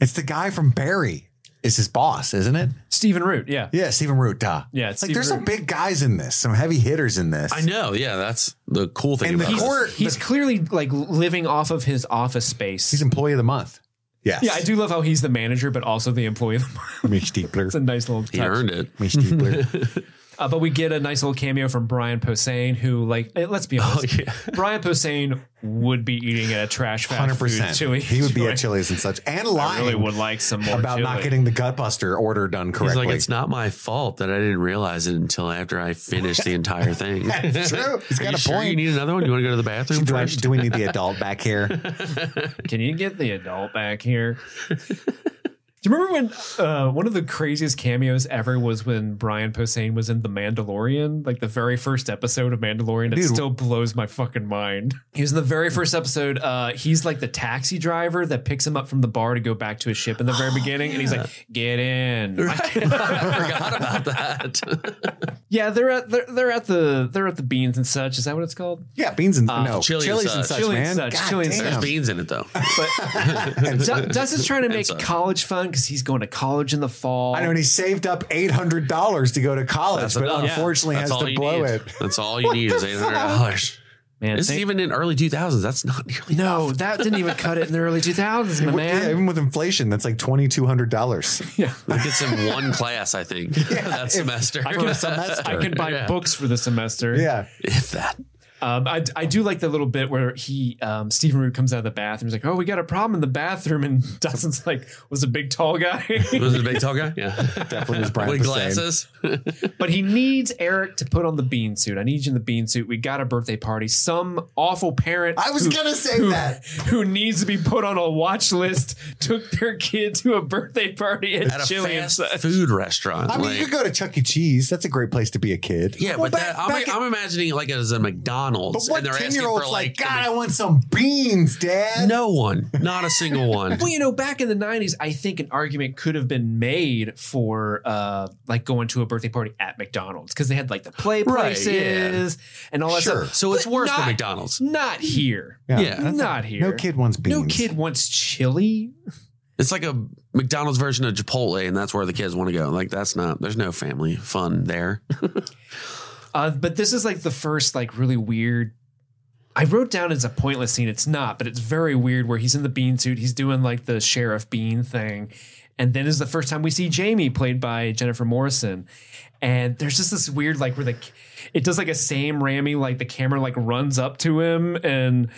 Speaker 2: It's the guy from Barry is his boss, isn't it?
Speaker 1: Stephen Root. Yeah.
Speaker 2: Yeah, Stephen Root. Duh.
Speaker 1: Yeah, it's
Speaker 2: It's like
Speaker 1: Stephen
Speaker 2: there's some
Speaker 1: Root.
Speaker 2: big guys in this, some heavy hitters in this.
Speaker 3: I know. Yeah, that's the cool thing.
Speaker 2: And the
Speaker 3: about
Speaker 1: He's,
Speaker 3: it.
Speaker 2: court-
Speaker 1: he's clearly like living off of his office space.
Speaker 2: He's employee of the month. Yes.
Speaker 1: yeah, I do love how he's the manager, but also the employee of the month.
Speaker 2: Mitch Diepler.
Speaker 1: It's a nice little
Speaker 3: He
Speaker 1: touch.
Speaker 3: earned it.
Speaker 2: Mitch Diepler.
Speaker 1: Uh, but we get a nice little cameo from Brian Posehn, who, like, eh, let's be honest,
Speaker 3: Oh, yeah.
Speaker 1: Brian Posehn would be eating at a trash fast food
Speaker 2: 100%.
Speaker 1: chili.
Speaker 2: He would be
Speaker 1: joint.
Speaker 2: at Chili's and such. And
Speaker 1: I
Speaker 2: lying
Speaker 1: really would like some more
Speaker 2: about not
Speaker 1: chili.
Speaker 2: getting the gutbuster order done
Speaker 3: He's
Speaker 2: correctly.
Speaker 3: like, it's not my fault that I didn't realize it until after I finished the entire thing.
Speaker 2: That's true. He's
Speaker 3: Are
Speaker 2: got
Speaker 3: you
Speaker 2: a
Speaker 3: sure You
Speaker 2: point.
Speaker 3: need another one? You want to go to the bathroom
Speaker 2: do, I-
Speaker 3: first?
Speaker 2: do we need the adult back here?
Speaker 1: Can you get the adult back here? Do you remember when uh, one of the craziest cameos ever was when Brian Posehn was in The Mandalorian, like the very first episode of Mandalorian?
Speaker 2: Dude.
Speaker 1: It still blows my fucking mind. He was in the very first episode. Uh, he's like the taxi driver that picks him up from the bar to go back to his ship in the
Speaker 3: Oh,
Speaker 1: very beginning, and he's like, "Get in."
Speaker 3: I forgot about that.
Speaker 1: yeah, they're at they're, they're at the they're at the beans and such. Is that what it's called?
Speaker 2: Yeah, beans and no
Speaker 3: chili
Speaker 2: chilies,
Speaker 3: and
Speaker 2: and such,
Speaker 3: such.
Speaker 1: Uh, Chili and
Speaker 2: man.
Speaker 1: such,
Speaker 2: God
Speaker 1: chili and
Speaker 3: There's
Speaker 2: damn.
Speaker 3: beans in it though.
Speaker 1: Du- Dustin's trying to make
Speaker 3: such.
Speaker 1: college fun because he's going to college in the fall.
Speaker 2: I know, and he saved up eight hundred dollars to go to college, but
Speaker 3: enough.
Speaker 2: unfortunately has
Speaker 3: That's all
Speaker 2: to
Speaker 3: you
Speaker 2: blow
Speaker 3: need.
Speaker 2: it.
Speaker 3: That's all you need is eight hundred dollars.
Speaker 1: Man,
Speaker 3: This is
Speaker 1: thank-
Speaker 3: even in early two thousands. That's not nearly.
Speaker 1: No, that didn't even cut it in the early 2000s, my
Speaker 2: Yeah,
Speaker 1: man.
Speaker 2: even with inflation, that's like twenty two hundred dollars.
Speaker 1: Yeah.
Speaker 3: It gets in one class, I think, that semester.
Speaker 1: I could, I could buy
Speaker 3: Yeah.
Speaker 1: books for the semester.
Speaker 2: yeah,
Speaker 3: if that.
Speaker 1: Um, I, I do like the little bit where he, um, Stephen Root comes out of the bathroom. He's like, oh, we got a problem in the bathroom. And Dustin's like, was a big tall guy.
Speaker 3: Was it a big tall guy? Yeah.
Speaker 2: definitely was Brian
Speaker 3: With
Speaker 2: Posehn.
Speaker 3: glasses.
Speaker 1: but he needs Eric to put on the bean suit. I need you in the bean suit. We got a birthday party. Some awful parent.
Speaker 2: I was
Speaker 1: who-
Speaker 2: gonna say
Speaker 1: who,
Speaker 2: that.
Speaker 1: Who needs to be put on a watch list took their kid to a birthday party at,
Speaker 3: At a
Speaker 1: Chili and
Speaker 3: fast
Speaker 1: such.
Speaker 3: food restaurant.
Speaker 2: I mean,
Speaker 3: like-
Speaker 2: you could go to Chuck E. Cheese. That's a great place to be a kid.
Speaker 3: yeah,
Speaker 2: Well,
Speaker 3: but
Speaker 2: back-
Speaker 3: that, I'm,
Speaker 2: back
Speaker 3: I'm imagining it like as a
Speaker 2: But
Speaker 3: McDonald's.
Speaker 2: what
Speaker 3: and they're
Speaker 2: ten
Speaker 3: asking
Speaker 2: year
Speaker 3: for
Speaker 2: old's like,
Speaker 3: like,
Speaker 2: God, I want some beans, Dad.
Speaker 3: no one, not a single one.
Speaker 1: Well, you know, back in the '90s, I think an argument could have been made for uh, like going to a birthday party at McDonald's because they had like the play
Speaker 3: Right,
Speaker 1: places and all that
Speaker 2: Sure.
Speaker 1: stuff.
Speaker 3: So it's
Speaker 1: But
Speaker 3: worse than
Speaker 1: not-
Speaker 3: McDonald's.
Speaker 1: Not here.
Speaker 3: Yeah.
Speaker 2: that's
Speaker 1: Not
Speaker 2: a-
Speaker 1: here.
Speaker 2: No kid wants beans.
Speaker 1: No kid wants chili.
Speaker 3: It's like a McDonald's version of Chipotle, and that's where the kids want to go. Like that's not. There's no family fun there.
Speaker 1: Uh, but this is like the first like really weird. I wrote down it's a pointless scene. It's not, but it's very weird where he's in the bean suit. He's doing like the sheriff bean thing, and then is the first time we see Jamie played by Jennifer Morrison. And there's just this weird like where the it does like a Sam Raimi like the camera like runs up to him and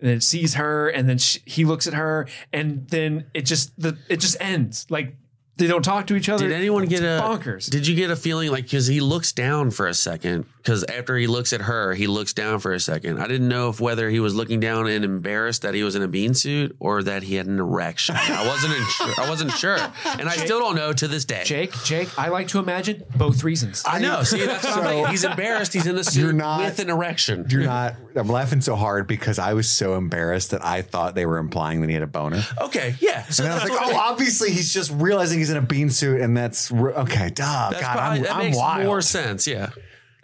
Speaker 1: then sees her and then she, he looks at her and then it just the it just ends like They don't talk to each other.
Speaker 3: Did anyone
Speaker 1: It's
Speaker 3: get a
Speaker 1: bonkers?
Speaker 3: Did you get a feeling like because he looks down for a second? Because after he looks at her, he looks down for a second. I didn't know if whether he was looking down and embarrassed that he was in a bean suit or that he had an erection. I wasn't sure. I wasn't sure, and I still don't know to this day.
Speaker 1: Jake, Jake, I like to imagine both reasons.
Speaker 3: I know. See, that's what I'm
Speaker 2: So-
Speaker 3: saying. He's embarrassed. He's in the
Speaker 2: You're
Speaker 3: suit
Speaker 2: not-
Speaker 3: with an erection.
Speaker 2: You're not. I'm laughing so hard because I was so embarrassed that I thought they were implying that he had a boner.
Speaker 3: okay. Yeah. So
Speaker 2: And I was
Speaker 3: that's
Speaker 2: like,
Speaker 3: what
Speaker 2: oh, obviously he's just realizing he's in a bean suit, and that's re- okay. Duh,
Speaker 3: that's
Speaker 2: God,
Speaker 3: probably-
Speaker 2: I'm,
Speaker 3: that
Speaker 2: I'm
Speaker 3: makes
Speaker 2: wild.
Speaker 3: more sense. Yeah.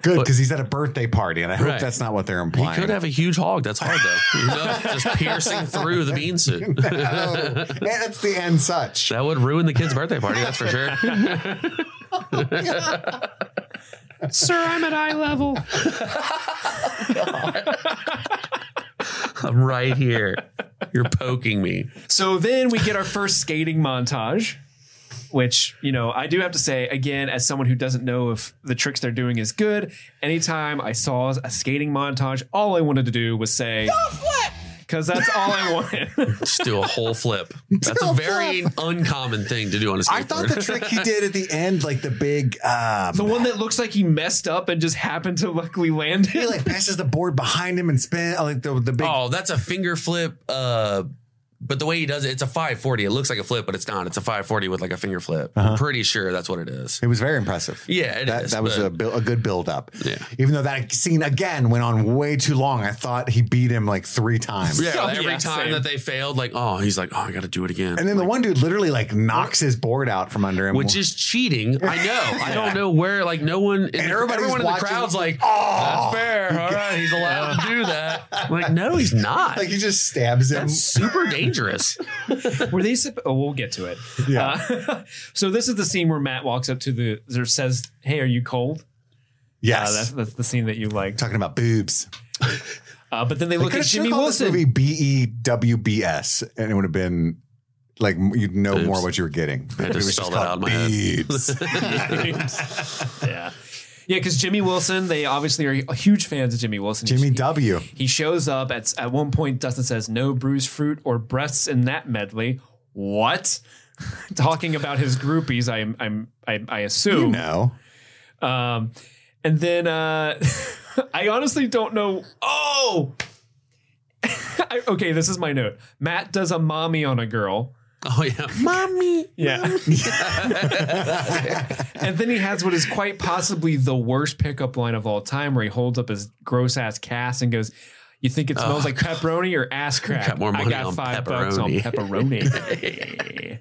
Speaker 2: Good because he's at a birthday party, and I hope
Speaker 3: Right.
Speaker 2: that's not what they're
Speaker 3: He
Speaker 2: implying.
Speaker 3: could have a huge hog. That's hard though. You know, just piercing through the bean suit.
Speaker 2: No, Oh, that's the end such.
Speaker 3: That would ruin the kid's birthday party. That's for sure.
Speaker 1: Sir, I'm at eye level.
Speaker 3: I'm right here. You're poking me.
Speaker 1: So then we get our first skating montage, which, you know, I do have to say, again, as someone who doesn't know if the tricks they're doing is good, anytime I saw a skating montage, all I wanted to do was say, because that's all I wanted.
Speaker 3: Just do a whole flip. That's a very uncommon thing to do on a skateboard.
Speaker 2: I thought the trick he did at the end, like the big, uh,
Speaker 1: the one that looks like he messed up and just happened to luckily land
Speaker 2: he
Speaker 1: it.
Speaker 2: like passes the board behind him and spin, uh, like the the big.
Speaker 3: oh, that's a finger flip. Uh, but the way he does it, it's a 540. It looks like a flip, but it's not. It's a 540 with like a finger flip.
Speaker 2: Uh-huh.
Speaker 3: I'm pretty sure that's what it is.
Speaker 2: It was very impressive.
Speaker 3: Yeah, it is.
Speaker 2: that, that was
Speaker 3: but
Speaker 2: a, buil- a good build up.
Speaker 3: Yeah.
Speaker 2: Even though that scene again went on way too long, I thought he beat him like three times.
Speaker 3: yeah,
Speaker 1: Oh,
Speaker 3: every
Speaker 1: yeah,
Speaker 3: time
Speaker 1: same.
Speaker 3: that they failed, like, oh, he's like, oh, I got to do it again.
Speaker 2: And then the one dude literally like knocks his board out from under him,
Speaker 3: which is cheating. I know. I don't know where. Like no one, and
Speaker 2: everybody's
Speaker 3: everyone in the
Speaker 2: watching.
Speaker 3: crowd's like,
Speaker 2: Oh.
Speaker 3: "Oh, that's fair. All right, he's allowed to do that." I'm like, no, he's not.
Speaker 2: like he just stabs him.
Speaker 3: that's super dangerous.
Speaker 1: Were they? Supp- oh, we'll get to it.
Speaker 2: Yeah.
Speaker 1: Uh, so this is the scene where Matt walks up to the or says, "Hey, are you cold?" Uh, that's,
Speaker 2: Yes,
Speaker 1: that's the scene that you like.
Speaker 2: talking about boobs.
Speaker 1: Uh, but then they
Speaker 2: They
Speaker 1: look
Speaker 2: could
Speaker 1: at
Speaker 2: have
Speaker 1: Jimmy
Speaker 2: called this
Speaker 1: Wilson.
Speaker 2: movie B E W B S, and it would have been like you'd know
Speaker 3: Boobs.
Speaker 2: more what you were getting.
Speaker 3: I had to
Speaker 2: It was
Speaker 3: spell that
Speaker 2: called
Speaker 3: out in my head.
Speaker 2: Beebs.
Speaker 3: Oh,
Speaker 1: yeah. Yeah, because Jimmy Wilson, they obviously are huge fans of Jimmy Wilson.
Speaker 2: Jimmy
Speaker 1: He-
Speaker 2: W.
Speaker 1: He shows up at at one point. Dustin says, "No bruised fruit or breasts in that medley." What? Talking about his groupies, I'm, I'm, I, I
Speaker 2: You
Speaker 1: assume.
Speaker 2: know,
Speaker 1: Um, and then uh, I honestly don't know. Oh, I, okay, this is my note. Matt does a mommy on a girl.
Speaker 3: Oh yeah, mommy.
Speaker 1: Yeah. and then he has what is quite possibly the worst pickup line of all time, where he holds up his gross ass cast and goes, "You think it smells like pepperoni or ass crack?
Speaker 3: Got more
Speaker 1: I
Speaker 3: money
Speaker 1: got
Speaker 3: on
Speaker 1: five bucks on pepperoni."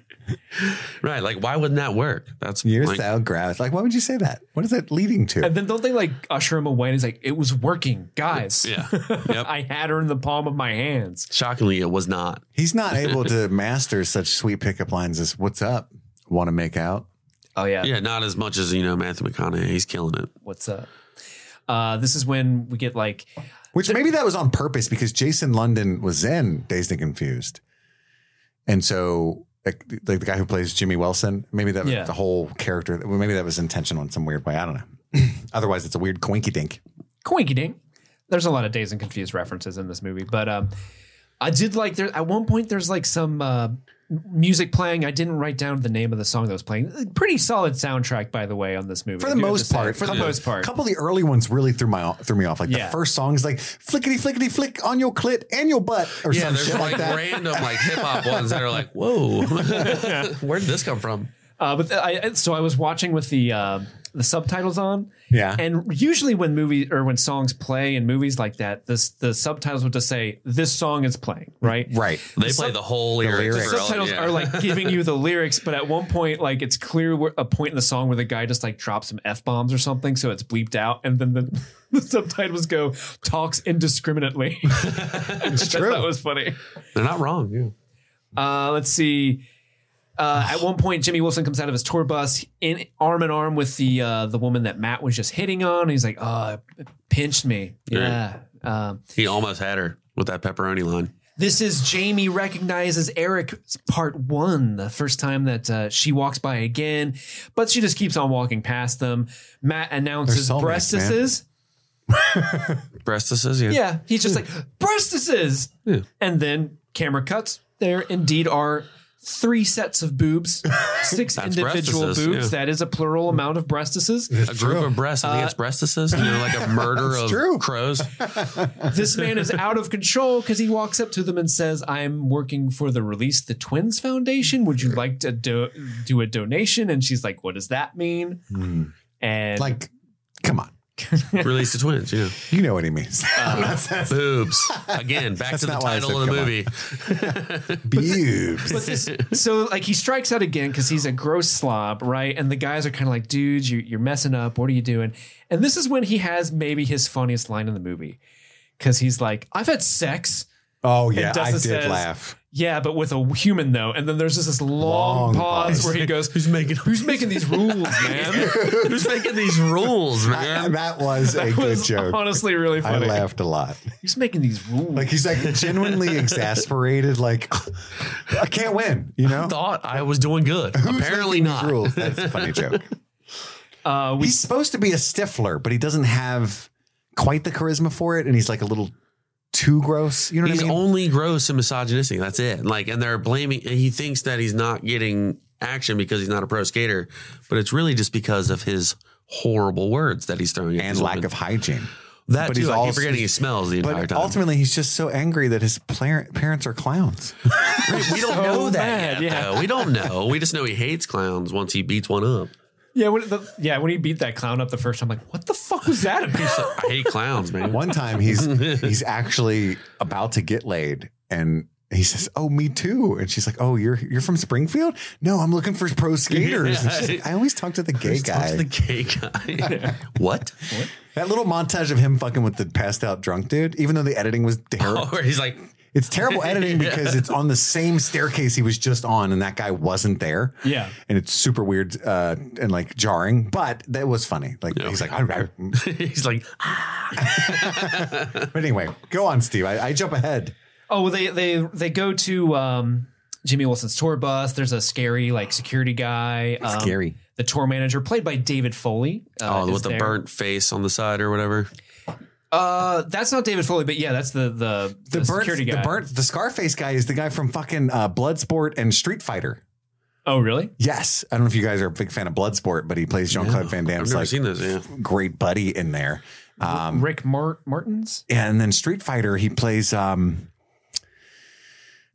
Speaker 3: Right. Like, why wouldn't that work? That's
Speaker 2: you're
Speaker 3: like,
Speaker 2: so gross. Like, why would you say that? What is that leading to?
Speaker 1: and then don't they like usher him away? And he's like, "It was working, guys.
Speaker 3: yeah. Yep.
Speaker 1: I had her in the palm of my hands."
Speaker 3: Shockingly, it was not.
Speaker 2: He's not able to master such sweet pickup lines as "What's up? Want to make out?"
Speaker 1: Oh
Speaker 3: Yeah, not as much as you know Matthew McConaughey. He's killing it.
Speaker 1: What's up? Uh, this is when we get like
Speaker 2: Which maybe that was on purpose because Jason London was in Dazed and Confused, and so like, like the guy who plays Jimmy Wilson, maybe that
Speaker 1: Yeah.
Speaker 2: the whole character, well, maybe that was intentional in some weird way. I don't know. Otherwise, it's a weird coinky dink.
Speaker 1: Quinky Dink. There's a lot of Days and Confused references in this movie, but um, I did like there at one point. There's like some uh, music playing. I didn't write down the name of the song that was playing. Pretty solid soundtrack, by the way, on this movie.
Speaker 2: For
Speaker 1: I
Speaker 2: the
Speaker 1: do have
Speaker 2: most
Speaker 1: to say.
Speaker 2: part,
Speaker 1: for the
Speaker 2: couple-
Speaker 1: most part,
Speaker 2: A couple of the early ones really threw my threw me off. Like
Speaker 1: Yeah.
Speaker 2: the first song is like flickety flickety flick on your clit and your butt or
Speaker 3: Yeah,
Speaker 2: some
Speaker 3: there's
Speaker 2: shit
Speaker 3: like,
Speaker 2: like that.
Speaker 3: random like hip hop ones that are like, whoa, where did this come from?
Speaker 1: Uh, but I so I was watching with the uh, the subtitles on.
Speaker 2: Yeah.
Speaker 1: And usually when movies or when songs play in movies like that, this the subtitles would just say this song is playing, right?
Speaker 2: Right.
Speaker 3: They play the whole lyrics.
Speaker 2: lyrics.
Speaker 3: for all-
Speaker 1: subtitles
Speaker 3: yeah.
Speaker 1: are like giving you the lyrics, but at one point, like it's clear where, a point in the song where the guy just like drops some f bombs or something, so it's bleeped out, and then the, the subtitles go talks indiscriminately. it's
Speaker 2: true.
Speaker 1: That was funny.
Speaker 3: they're not wrong. Yeah.
Speaker 1: Uh, let's see. Uh, at one point, Jimmy Wilson comes out of his tour bus in arm in arm with the uh, the woman that Matt was just hitting on. He's like, "Oh, it pinched me." Yeah. Um,
Speaker 3: He almost had her with that pepperoni line.
Speaker 1: This is Jamie recognizes Eric part one, the first time that uh, she walks by again, but she just keeps on walking past them. Matt announces
Speaker 2: They're soulmates, man.
Speaker 1: breastises.
Speaker 3: Breastises, yeah.
Speaker 1: Yeah, he's just like breastises,
Speaker 3: Yeah.
Speaker 1: and then camera cuts. There indeed are three sets of boobs, six
Speaker 3: That's
Speaker 1: individual
Speaker 3: breastises,
Speaker 1: boobs.
Speaker 3: yeah.
Speaker 1: That is a plural amount of breastises.
Speaker 3: A group of breasts. I think it's breastises. You know, like a murder of
Speaker 2: Uh, true.
Speaker 3: crows.
Speaker 1: this man is out of control because he walks up to them and says, "I'm working for the Release the Twins Foundation. Would you like to do, do a donation?" And she's like, "What does that mean?" And
Speaker 2: Hmm. Like, come on.
Speaker 3: Release the twins. You know,
Speaker 2: You know what he means. I'm
Speaker 1: Uh,
Speaker 2: not saying
Speaker 3: boobs. Again, back
Speaker 2: That's
Speaker 3: to the
Speaker 2: not why I
Speaker 3: title
Speaker 2: said
Speaker 3: of the
Speaker 2: come on.
Speaker 3: movie.
Speaker 2: boobs.
Speaker 1: But this, so like he strikes out again because he's a gross slob, right? And the guys are kind of like, dude, you, you're messing up. What are you doing? And this is when he has maybe his funniest line in the movie because he's like, I've had sex.
Speaker 2: Oh yeah,
Speaker 1: Dustin
Speaker 2: I did
Speaker 1: says-
Speaker 2: laugh.
Speaker 1: Yeah, but with a human though. And then there's just this long,
Speaker 2: Long
Speaker 1: pause,
Speaker 2: pause.
Speaker 1: where he goes,
Speaker 3: Who's making
Speaker 1: Who's making these rules, man?
Speaker 3: Who's making these rules,
Speaker 2: I-
Speaker 3: man?
Speaker 2: that was a
Speaker 1: It
Speaker 2: good
Speaker 1: was
Speaker 2: joke.
Speaker 1: Honestly, really
Speaker 2: I
Speaker 1: funny.
Speaker 2: laughed a lot.
Speaker 1: Who's making these rules?
Speaker 2: Like he's like genuinely exasperated. Like I can't win. You know.
Speaker 3: Thought I was doing good. Apparently
Speaker 2: making these
Speaker 3: not.
Speaker 2: Rules. That's a funny joke.
Speaker 1: uh, we
Speaker 2: He's supposed to be a stifler, but he doesn't have quite the charisma for it, and he's like a little too gross. You know what
Speaker 3: He's
Speaker 2: I mean?
Speaker 3: only gross and misogynistic. That's it. Like, and they're blaming. and He thinks that he's not getting action because he's not a pro skater, but it's really just because of his horrible words that he's throwing. at
Speaker 2: and
Speaker 3: these
Speaker 2: lack
Speaker 3: women.
Speaker 2: of hygiene.
Speaker 3: that.
Speaker 2: but
Speaker 3: too,
Speaker 2: he's
Speaker 3: I keep
Speaker 2: also-
Speaker 3: forgetting he smells the entire
Speaker 2: But
Speaker 3: time.
Speaker 2: ultimately, he's just so angry that his plar- parents are clowns.
Speaker 3: we don't
Speaker 1: so
Speaker 3: know that
Speaker 1: mad,
Speaker 3: yet.
Speaker 1: yeah.
Speaker 3: Though. We don't know. We just know he hates clowns once he beats one up.
Speaker 1: yeah, when the, yeah, when he beat that clown up the first time, I'm like, what the fuck was that about?
Speaker 3: I hate clowns, man.
Speaker 2: One time, he's he's actually about to get laid, and he says, "Oh, me too." And she's like, "Oh, you're you're from Springfield? No, I'm looking for pro skaters." And she's like, I always talk to the gay
Speaker 3: Just talk
Speaker 2: guy.
Speaker 3: to the gay guy. what?
Speaker 2: that little montage of him fucking with the passed out drunk dude, even though the editing was terrible.
Speaker 3: Or he's like,
Speaker 2: It's terrible editing
Speaker 3: Oh. Yeah.
Speaker 2: because it's on the same staircase he was just on, and that guy wasn't there.
Speaker 1: Yeah.
Speaker 2: and it's super weird uh, and like jarring, but that was funny. Like
Speaker 3: Yeah.
Speaker 2: he's like, "Arr, arr."
Speaker 3: he's like,
Speaker 2: but anyway, go on, Steve. I, I jump ahead.
Speaker 1: Oh, well, they they they go to um, Jimmy Wilson's tour bus. There's a scary like security guy. Um,
Speaker 2: Scary.
Speaker 1: The tour manager, played by David Foley. uh,
Speaker 3: oh,
Speaker 1: is
Speaker 3: with the
Speaker 1: there.
Speaker 3: burnt face on the side or whatever.
Speaker 1: Uh, that's not David Foley, but yeah, that's the the, the,
Speaker 2: The, burnt,
Speaker 1: security guy.
Speaker 2: the burnt, the Scarface guy is the guy from fucking uh, Bloodsport and Street Fighter.
Speaker 1: Oh, really?
Speaker 2: Yes, I don't know if you guys are a big fan of Bloodsport, but he plays Jean Claude Van
Speaker 3: I've
Speaker 2: Damme's
Speaker 3: never
Speaker 2: like
Speaker 3: seen those. Yeah.
Speaker 2: great buddy in there. Um,
Speaker 1: Rick Mar- Martins.
Speaker 2: and then Street Fighter, he plays um,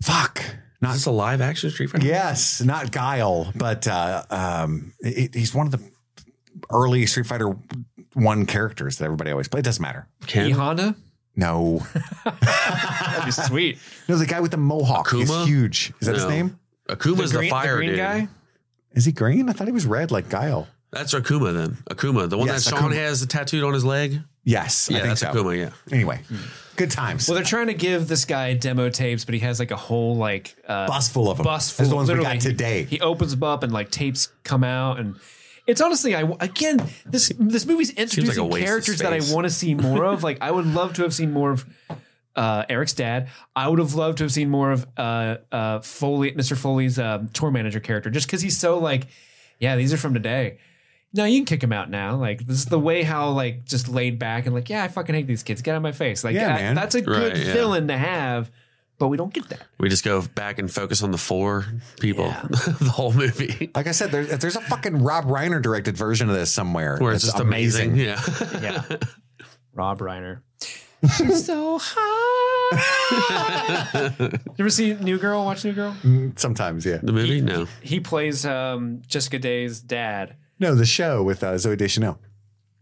Speaker 2: fuck,
Speaker 3: Is
Speaker 2: not
Speaker 3: this a live action Street Fighter?
Speaker 2: Yes, not Guile, but uh, um, it, he's one of the early Street Fighter one characters that everybody always played. It doesn't matter.
Speaker 1: E
Speaker 3: Ken?
Speaker 1: Honda.
Speaker 2: No,
Speaker 1: That'd be sweet.
Speaker 2: no, the guy with the mohawk.
Speaker 3: Akuma?
Speaker 2: He's huge. Is that his
Speaker 3: No.
Speaker 2: name?
Speaker 3: Akuma's the,
Speaker 1: green,
Speaker 3: fire
Speaker 1: green
Speaker 3: dude.
Speaker 1: guy.
Speaker 2: Is he green? I thought he was red, like Guile.
Speaker 3: That's Akuma then. Akuma, the one
Speaker 2: Yes,
Speaker 3: that Sean
Speaker 2: Akuma.
Speaker 3: has tattooed on his leg.
Speaker 2: Yes,
Speaker 3: Yeah,
Speaker 2: I think
Speaker 3: that's
Speaker 2: so.
Speaker 3: Akuma. Yeah.
Speaker 2: Anyway, good times.
Speaker 1: Well,
Speaker 2: Well,
Speaker 1: they're trying to give this guy demo tapes, but he has like a whole like uh,
Speaker 2: bus full of them.
Speaker 1: bus full.
Speaker 2: That's the ones we
Speaker 1: literally,
Speaker 2: got today.
Speaker 1: He, he opens them up and like tapes come out and. It's honestly, I again, this this movie's introducing
Speaker 3: waste of
Speaker 1: characters that I
Speaker 3: space.
Speaker 1: want to see more of. Like, I would love to have seen more of uh, Eric's dad. I would have loved to have seen more of uh, uh, Foley, Mr. Foley's um, tour manager character, just because he's so like, yeah, these are from today. No, you can kick him out now. Like, this is the way how like just laid back and like, yeah, I fucking hate these kids. Get out of my face. Like,
Speaker 2: Yeah,
Speaker 1: I-
Speaker 2: man.
Speaker 1: that's a good
Speaker 3: Right, yeah.
Speaker 1: villain to have, but we don't get that.
Speaker 3: We just go back and focus on the four people, the whole movie.
Speaker 2: like I said, there's, there's a fucking Rob Reiner directed version of this somewhere.
Speaker 3: Where it's
Speaker 2: That's
Speaker 3: just amazing. Yeah.
Speaker 1: Yeah. Rob Reiner. She's so hot. you ever see New Girl? Watch New Girl?
Speaker 2: Sometimes, yeah.
Speaker 3: The movie? No.
Speaker 1: He plays um, Jessica Day's dad.
Speaker 2: No, the show with uh, Zoe Deschanel.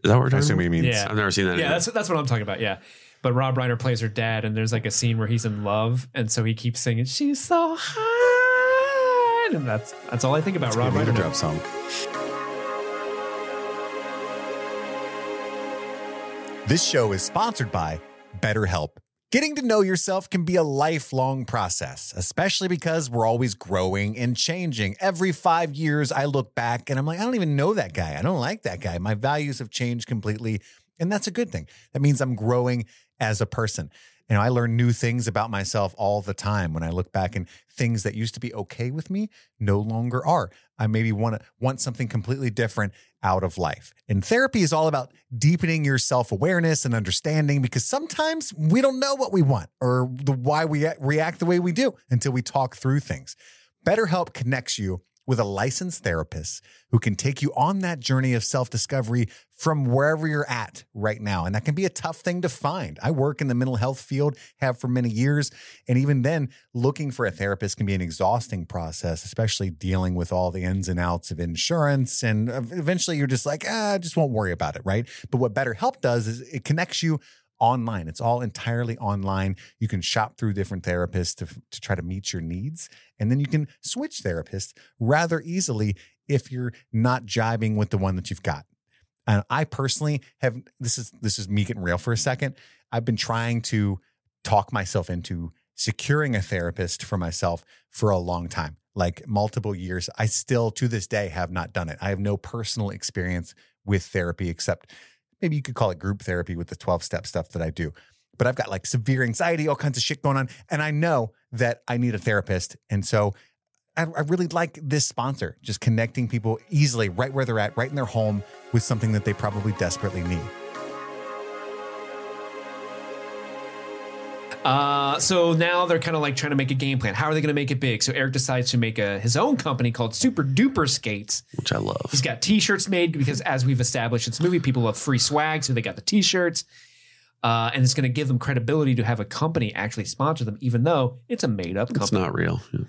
Speaker 3: Is that what
Speaker 2: I
Speaker 3: we're talking
Speaker 2: assume he
Speaker 3: about?
Speaker 2: means.
Speaker 1: Yeah.
Speaker 3: I've never seen that.
Speaker 1: Oh, Yeah,
Speaker 3: either.
Speaker 1: that's that's what I'm talking about. Yeah. But Rob Reiner plays her dad, and there's like a scene where he's in love, and so he keeps singing, She's so hot. And that's that's all I think about Rob
Speaker 2: Rob
Speaker 1: Reiner.
Speaker 2: drop song. This show is sponsored by BetterHelp. Getting to know yourself can be a lifelong process, especially because we're always growing and changing. Every five years, I look back and I'm like, I don't even know that guy. I don't like that guy. My values have changed completely. And that's a good thing. That means I'm growing as a person. You know, I learn new things about myself all the time when I look back and things that used to be okay with me no longer are. I maybe want to want something completely different out of life. And therapy is all about deepening your self-awareness and understanding because sometimes we don't know what we want or the why we act- react the way we do until we talk through things. BetterHelp connects you with a licensed therapist who can take you on that journey of self discovery from wherever you're at right now. And that can be a tough thing to find. I work in the mental health field, have for many years. And even then, looking for a therapist can be an exhausting process, especially dealing with all the ins and outs of insurance. And eventually you're just like, ah, I just won't worry about it. Right. But what BetterHelp does is it connects you online. It's all entirely online. You can shop through different therapists to, to try to meet your needs. And then you can switch therapists rather easily if you're not jibing with the one that you've got. And I personally have this is this is me getting real for a second. I've been trying to talk myself into securing a therapist for myself for a long time, like multiple years. I still to this day have not done it. I have no personal experience with therapy except maybe you could call it group therapy with the 12 step stuff that I do. But I've got like severe anxiety, all kinds of shit going on. And I know that I need a therapist. And so I, I, really like this sponsor, just connecting people easily right where they're at, right in their home with something that they probably desperately need.
Speaker 1: Uh, so now they're kind of like trying to make a game plan. How are they going to make it big? So Eric decides to make a, his own company called Super Duper Skates.
Speaker 3: which I love.
Speaker 1: He's got T-shirts made because, as we've established in this movie, people love free swag, so they got the T-shirts, uh, and it's going to give them credibility to have a company actually sponsor them, even though it's a made-up
Speaker 3: It's
Speaker 1: company.
Speaker 3: not real. Yeah.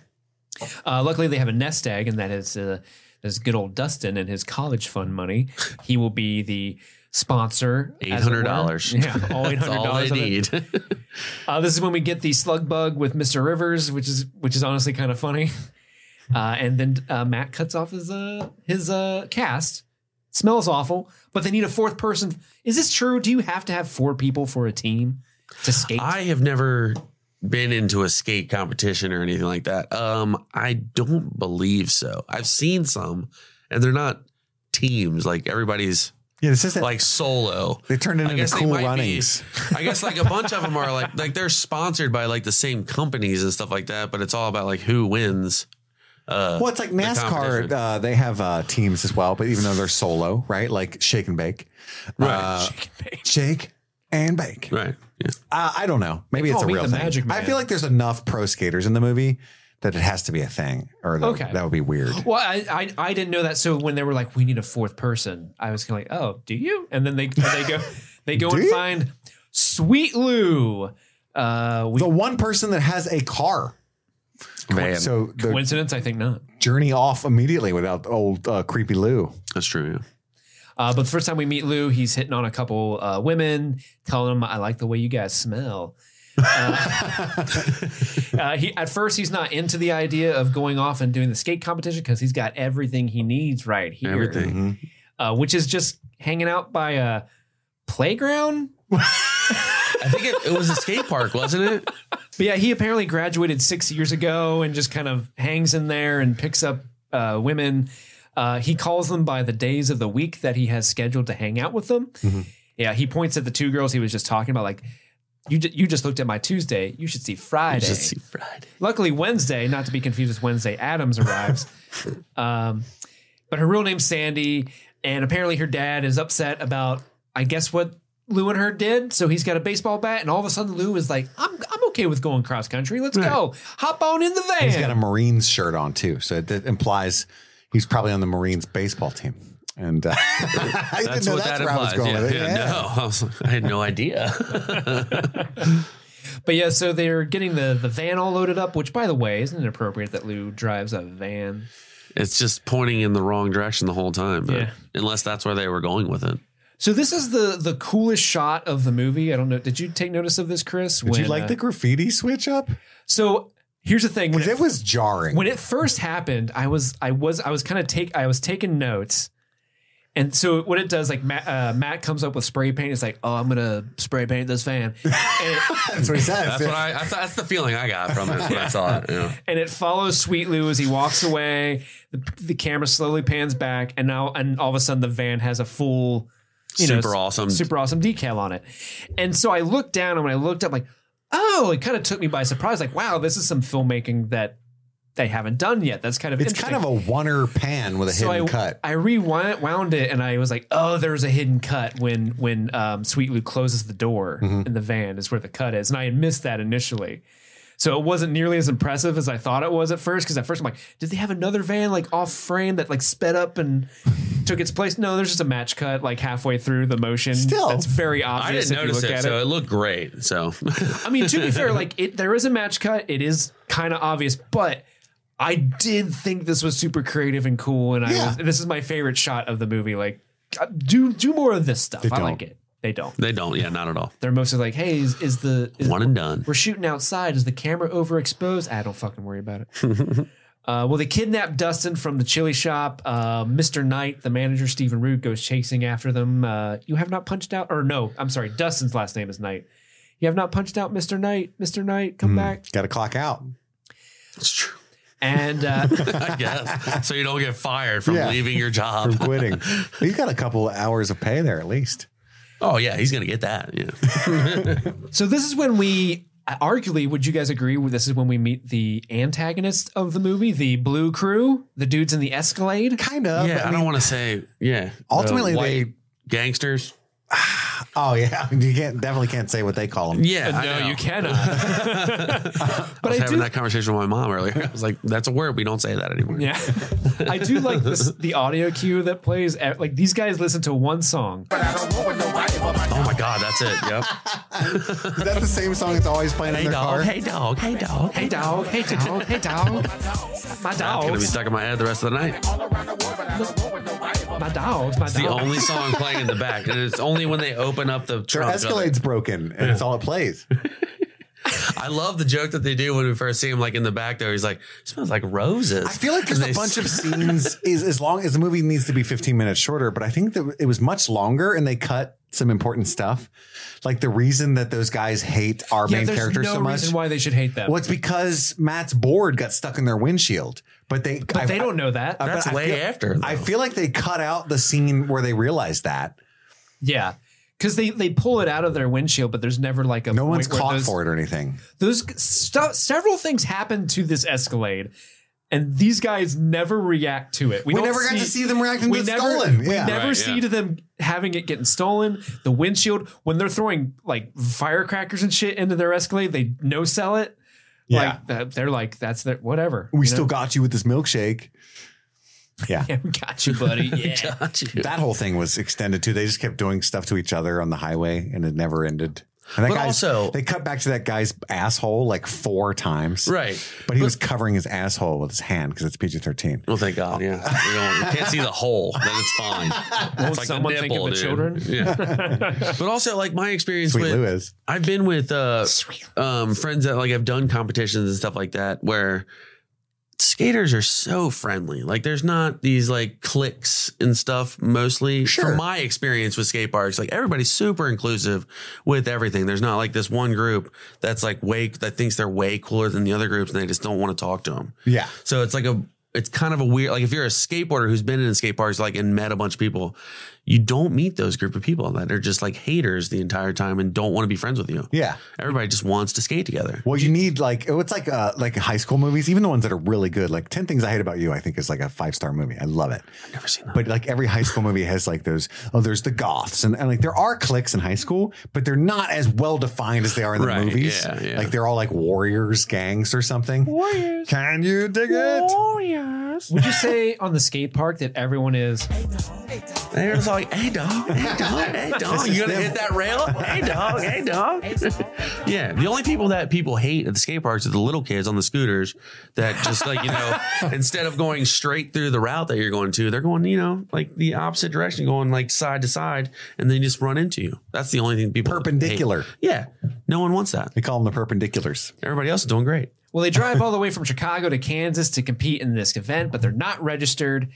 Speaker 1: Uh, luckily, they have a nest egg, and that is uh, this good old Dustin and his college fund money. He will be the sponsor. as it were.
Speaker 3: $800.
Speaker 1: Yeah, all eight
Speaker 3: That's
Speaker 1: hundred
Speaker 3: all
Speaker 1: dollars.
Speaker 3: they need.
Speaker 1: Uh, this is when we get the slug bug with Mr. Rivers, which is which is honestly kind of funny. Uh, and then uh, Matt cuts off his uh, his uh, cast. Smells awful, but they need a fourth person. Is this true? Do you have to have four people for a team to skate?
Speaker 3: I have never been into a skate competition or anything like that. Um, I don't believe so. I've seen some, and they're not teams. Like everybody's
Speaker 2: Yeah, this isn't
Speaker 3: like solo.
Speaker 2: they turned it
Speaker 3: I
Speaker 2: into
Speaker 3: guess they
Speaker 2: cool
Speaker 3: might be-
Speaker 2: runnings.
Speaker 3: I guess like a bunch of them are like like they're sponsored by like the same companies and stuff like that. But it's all about like who wins. Uh,
Speaker 2: Well, it's like
Speaker 3: the
Speaker 2: NASCAR.
Speaker 3: competition.
Speaker 2: Uh, they have uh, teams as well, but even though they're solo, right? Like shake and bake,
Speaker 3: Right.
Speaker 2: Uh, shake and bake.
Speaker 3: right? Yeah.
Speaker 2: Uh, I don't know. Maybe
Speaker 1: They
Speaker 2: it's a
Speaker 1: call me
Speaker 2: real
Speaker 1: the
Speaker 2: thing.
Speaker 1: Magic
Speaker 2: I
Speaker 1: Man.
Speaker 2: feel like there's enough pro skaters in the movie that it has to be a thing, or that,
Speaker 1: Okay.
Speaker 2: that would be weird.
Speaker 1: well, I, I I didn't know that. So when they were like, "We need a fourth person," I was kind of like, "Oh, do you?" And then they they go they go
Speaker 2: Do
Speaker 1: and
Speaker 2: you?
Speaker 1: find Sweet Lou. Uh, we,
Speaker 2: the one person that has a car.
Speaker 3: Van.
Speaker 2: So the
Speaker 1: coincidence? I think not.
Speaker 2: journey off immediately without old uh, creepy Lou.
Speaker 3: That's true. Yeah.
Speaker 1: Uh, but the first time we meet Lou, he's hitting on a couple uh, women, telling them, "I like the way you guys smell." Uh, uh, he at first he's not into the idea of going off and doing the skate competition because he's got everything he needs right here,
Speaker 3: Everything.
Speaker 1: uh, which is just hanging out by a playground.
Speaker 3: I think it, it was a skate park, wasn't it?
Speaker 1: But yeah, he apparently graduated six years ago and just kind of hangs in there and picks up uh, women. Uh, he calls them by the days of the week that he has scheduled to hang out with them.
Speaker 3: Mm-hmm.
Speaker 2: Mhm.
Speaker 1: Yeah, he points at the two girls he was just talking about, like, you, ju- you just looked at my Tuesday. You should see Friday.
Speaker 3: Just see Friday.
Speaker 1: Luckily, Wednesday, not to be confused with Wednesday Adams, arrives. um, but her real name's Sandy, and apparently her dad is upset about, I guess, what Lou and her did. So he's got a baseball bat, and all of a sudden Lou is like, "I'm I'm okay with going cross country. Let's go. Hop on in the van."
Speaker 2: He's got a Marines shirt on too, so it, it implies he's probably on the Marines baseball team. And uh, I didn't
Speaker 3: That's
Speaker 2: know
Speaker 3: what
Speaker 2: that's
Speaker 3: that
Speaker 2: where I was
Speaker 3: implies.
Speaker 2: going
Speaker 3: Yeah,
Speaker 2: with it.
Speaker 3: yeah,
Speaker 2: Yeah.
Speaker 3: No, I, was, I had no idea.
Speaker 1: but yeah, so they're getting the the van all loaded up. Which, by the way, isn't it appropriate that Lou drives a van?
Speaker 3: It's just pointing in the wrong direction the whole time. But
Speaker 1: Yeah.
Speaker 3: Unless that's where they were going with it.
Speaker 1: So this is the the coolest shot of the movie. I don't know. Did you take notice of this, Chris? uh,
Speaker 2: Did you like the graffiti switch up?
Speaker 1: So here's the thing. When
Speaker 2: Because it was jarring.
Speaker 1: when it first happened i was i was i was kind of take i was taking notes and so what it does like matt, uh, matt comes up with spray paint it's like oh i'm gonna spray paint this van and,
Speaker 2: that's what he says.
Speaker 3: That's what I, I thought, that's the feeling I got from it when I saw it. Yeah.
Speaker 1: and it follows sweet lou as he walks away the, the camera slowly pans back and now and all of a sudden the van has a full you know,
Speaker 3: Super awesome.
Speaker 1: super awesome decal on it and so i looked down and when i looked up like oh it kind of took me by surprise like wow this is some filmmaking that they haven't done yet that's kind of
Speaker 2: it's
Speaker 1: interesting.
Speaker 2: kind of a oneer pan with a hidden
Speaker 1: I,
Speaker 2: cut.
Speaker 1: I rewound wound it and I was like, oh, there's a hidden cut when
Speaker 2: Mm-hmm.
Speaker 1: when um, Sweet Lou closes the door in the van is where the cut is, and I had missed that initially. So it wasn't nearly as impressive as I thought it was at first. Because at first I'm like, did they have another van like off frame that like sped up and took its place? No, there's just a match cut like halfway through the motion.
Speaker 2: Still.
Speaker 1: that's very
Speaker 3: I
Speaker 1: obvious
Speaker 3: didn't
Speaker 1: if you
Speaker 3: notice
Speaker 1: look
Speaker 3: it,
Speaker 1: at it.
Speaker 3: so it looked great. So
Speaker 1: I mean, to be fair, like it, there is a match cut. It is kind of obvious, but I did think this was super creative and cool, and
Speaker 2: Yeah.
Speaker 1: I was, this is my favorite shot of the movie. Like, uh, do do more of this stuff.
Speaker 2: They
Speaker 1: I
Speaker 2: don't.
Speaker 1: like it. They don't.
Speaker 3: they don't. Yeah, not at all.
Speaker 1: They're mostly like, hey, is, is the is,
Speaker 3: One and done.
Speaker 1: we're shooting outside? Is the camera overexposed? I don't fucking worry about it. Uh, well, they kidnap Dustin from the chili shop. Uh, Mr. Knight, the manager, Stephen Root, goes chasing after them. Uh, you have not punched out, or no, I'm sorry, Dustin's last name is Knight. You have not punched out Mr. Knight. Mr. Knight, come back.
Speaker 2: Got to clock out.
Speaker 3: It's true.
Speaker 1: And uh,
Speaker 3: I guess. So you don't get fired from
Speaker 2: Yeah.
Speaker 3: leaving your job.
Speaker 2: from quitting. He's got a couple of hours of pay there at least.
Speaker 3: oh yeah, he's gonna get that. Yeah.
Speaker 2: Uh,
Speaker 1: so this is when we, arguably, would you guys agree? This is when we meet the antagonist of the movie, the Blue Crew, the dudes in the Escalade.
Speaker 2: Kind of.
Speaker 3: yeah, I,
Speaker 2: but mean,
Speaker 3: don't want to say. Yeah.
Speaker 2: Ultimately,
Speaker 3: the white gangsters.
Speaker 2: oh yeah, you can't definitely can't say what they call him.
Speaker 3: Yeah. I know.
Speaker 1: cannot.
Speaker 3: I was
Speaker 1: I
Speaker 3: having
Speaker 1: do-
Speaker 3: that conversation with my mom earlier. I was like, "That's a word. We don't say that anymore."
Speaker 1: Yeah, I do like this, the audio cue that plays. At, like these guys listen to one song.
Speaker 3: Oh my god, that's it. Yep.
Speaker 2: Is that the same song that's always playing in their car?
Speaker 3: Hey dog. Hey dog.
Speaker 1: Hey dog, hey dog, hey dog, my
Speaker 3: It's gonna be
Speaker 1: dogs,
Speaker 3: stuck in my head the rest of the night.
Speaker 1: my dogs, my dogs.
Speaker 3: It's the only song playing in the back, and it's only when they open up the
Speaker 2: Their
Speaker 3: trunk.
Speaker 2: Escalade's broken, and it's all it plays.
Speaker 3: I love the joke that they do when we first see him, like in the back there. He's like, "Smells like roses."
Speaker 2: I feel like there's
Speaker 3: And
Speaker 2: a
Speaker 3: they-
Speaker 2: bunch of scenes. Is as long as the movie needs to be 15 minutes shorter, but I think that it was much longer, and they cut some important stuff, like the reason that those guys hate our
Speaker 1: yeah,
Speaker 2: main
Speaker 1: there's
Speaker 2: character
Speaker 1: no
Speaker 2: so much.
Speaker 1: reason why they should hate them.
Speaker 2: well, it's because Matt's board got stuck in their windshield, but they
Speaker 1: but they don't know that.
Speaker 3: That's
Speaker 2: I
Speaker 3: way
Speaker 2: feel-
Speaker 3: after.
Speaker 2: I
Speaker 3: though.
Speaker 2: feel like they cut out the scene where they realized that.
Speaker 1: Yeah. Because they, they pull it out of their windshield, but there's never like a
Speaker 2: No one's
Speaker 1: point where
Speaker 2: caught
Speaker 1: those,
Speaker 2: for it or anything.
Speaker 1: Those stu- several things happen to this Escalade, and these guys never react to it.
Speaker 2: We
Speaker 1: don't
Speaker 2: never got to see them reacting to
Speaker 1: we
Speaker 2: it
Speaker 1: never,
Speaker 2: stolen.
Speaker 1: We
Speaker 2: Yeah.
Speaker 1: never
Speaker 3: Right,
Speaker 1: see
Speaker 3: yeah.
Speaker 1: to them having it getting stolen. The windshield when they're throwing like firecrackers and shit into their Escalade, they no sell it.
Speaker 2: Yeah.
Speaker 1: Like that- they're like that's their whatever.
Speaker 2: we
Speaker 1: you know?
Speaker 2: still got you with this milkshake. Yeah.
Speaker 1: yeah, we got you, buddy. Yeah.
Speaker 3: Got you.
Speaker 2: That whole thing was extended too. They just kept doing stuff to each other on the highway and it never ended. And that
Speaker 3: But
Speaker 2: guy's-
Speaker 3: also-
Speaker 2: they cut back to that guy's asshole like four times.
Speaker 3: Right.
Speaker 2: But he was covering his asshole with his hand because it's PG 13.
Speaker 3: Well, thank God. Yeah, we, don't, we can't see the hole, then it's fine.
Speaker 1: Won't
Speaker 3: it's the
Speaker 1: someone think of the
Speaker 3: dude.
Speaker 1: children?
Speaker 3: Yeah. but also, like my experience
Speaker 2: Sweet
Speaker 3: with,
Speaker 2: Lewis.
Speaker 3: I've been with uh, um, friends that like have done competitions and stuff like that, where skaters are so friendly. Like, there's not these like cliques and stuff. Mostly,
Speaker 2: Sure.
Speaker 3: from my experience with skate parks, like everybody's super inclusive with everything. There's not like this one group that's like way that thinks they're way cooler than the other groups, and they just don't want to talk to them.
Speaker 2: Yeah.
Speaker 3: So it's like a it's kind of a weird like if you're a skateboarder who's been in skate parks like and met a bunch of people, you don't meet those group of people that are just like haters the entire time and don't want to be friends with you.
Speaker 2: Yeah.
Speaker 3: Everybody just wants to skate together.
Speaker 2: Well, you need like oh, it's like uh, like high school movies, even the ones that are really good. Like Ten Things I Hate About You, I think is like a five star movie. I love it. I've never
Speaker 3: seen that.
Speaker 2: But like every high school movie has like those. Oh, there's the goths, and, and like there are cliques in high school, but they're not as well defined as they are in the
Speaker 3: Right,
Speaker 2: movies.
Speaker 3: yeah, yeah.
Speaker 2: Like they're all like warriors, gangs, or something. Warriors. Can you dig it?
Speaker 1: Would you say on the skate park that everyone is
Speaker 3: They're just like, hey dog, hey dog, hey dog. You gonna hit that rail? Hey dog, hey dog. yeah. The only people that people hate at the skate parks are the little kids on the scooters that just like, you know, instead of going straight through the route that you're going to, they're going, you know, like the opposite direction, going like side to side, and they just run into you. That's the only thing people hate.
Speaker 2: Perpendicular.
Speaker 3: Yeah. No one wants that.
Speaker 2: They call them the perpendiculars.
Speaker 3: Everybody else is doing great.
Speaker 1: Well, they drive all the way from Chicago to Kansas to compete in this event, but they're not registered.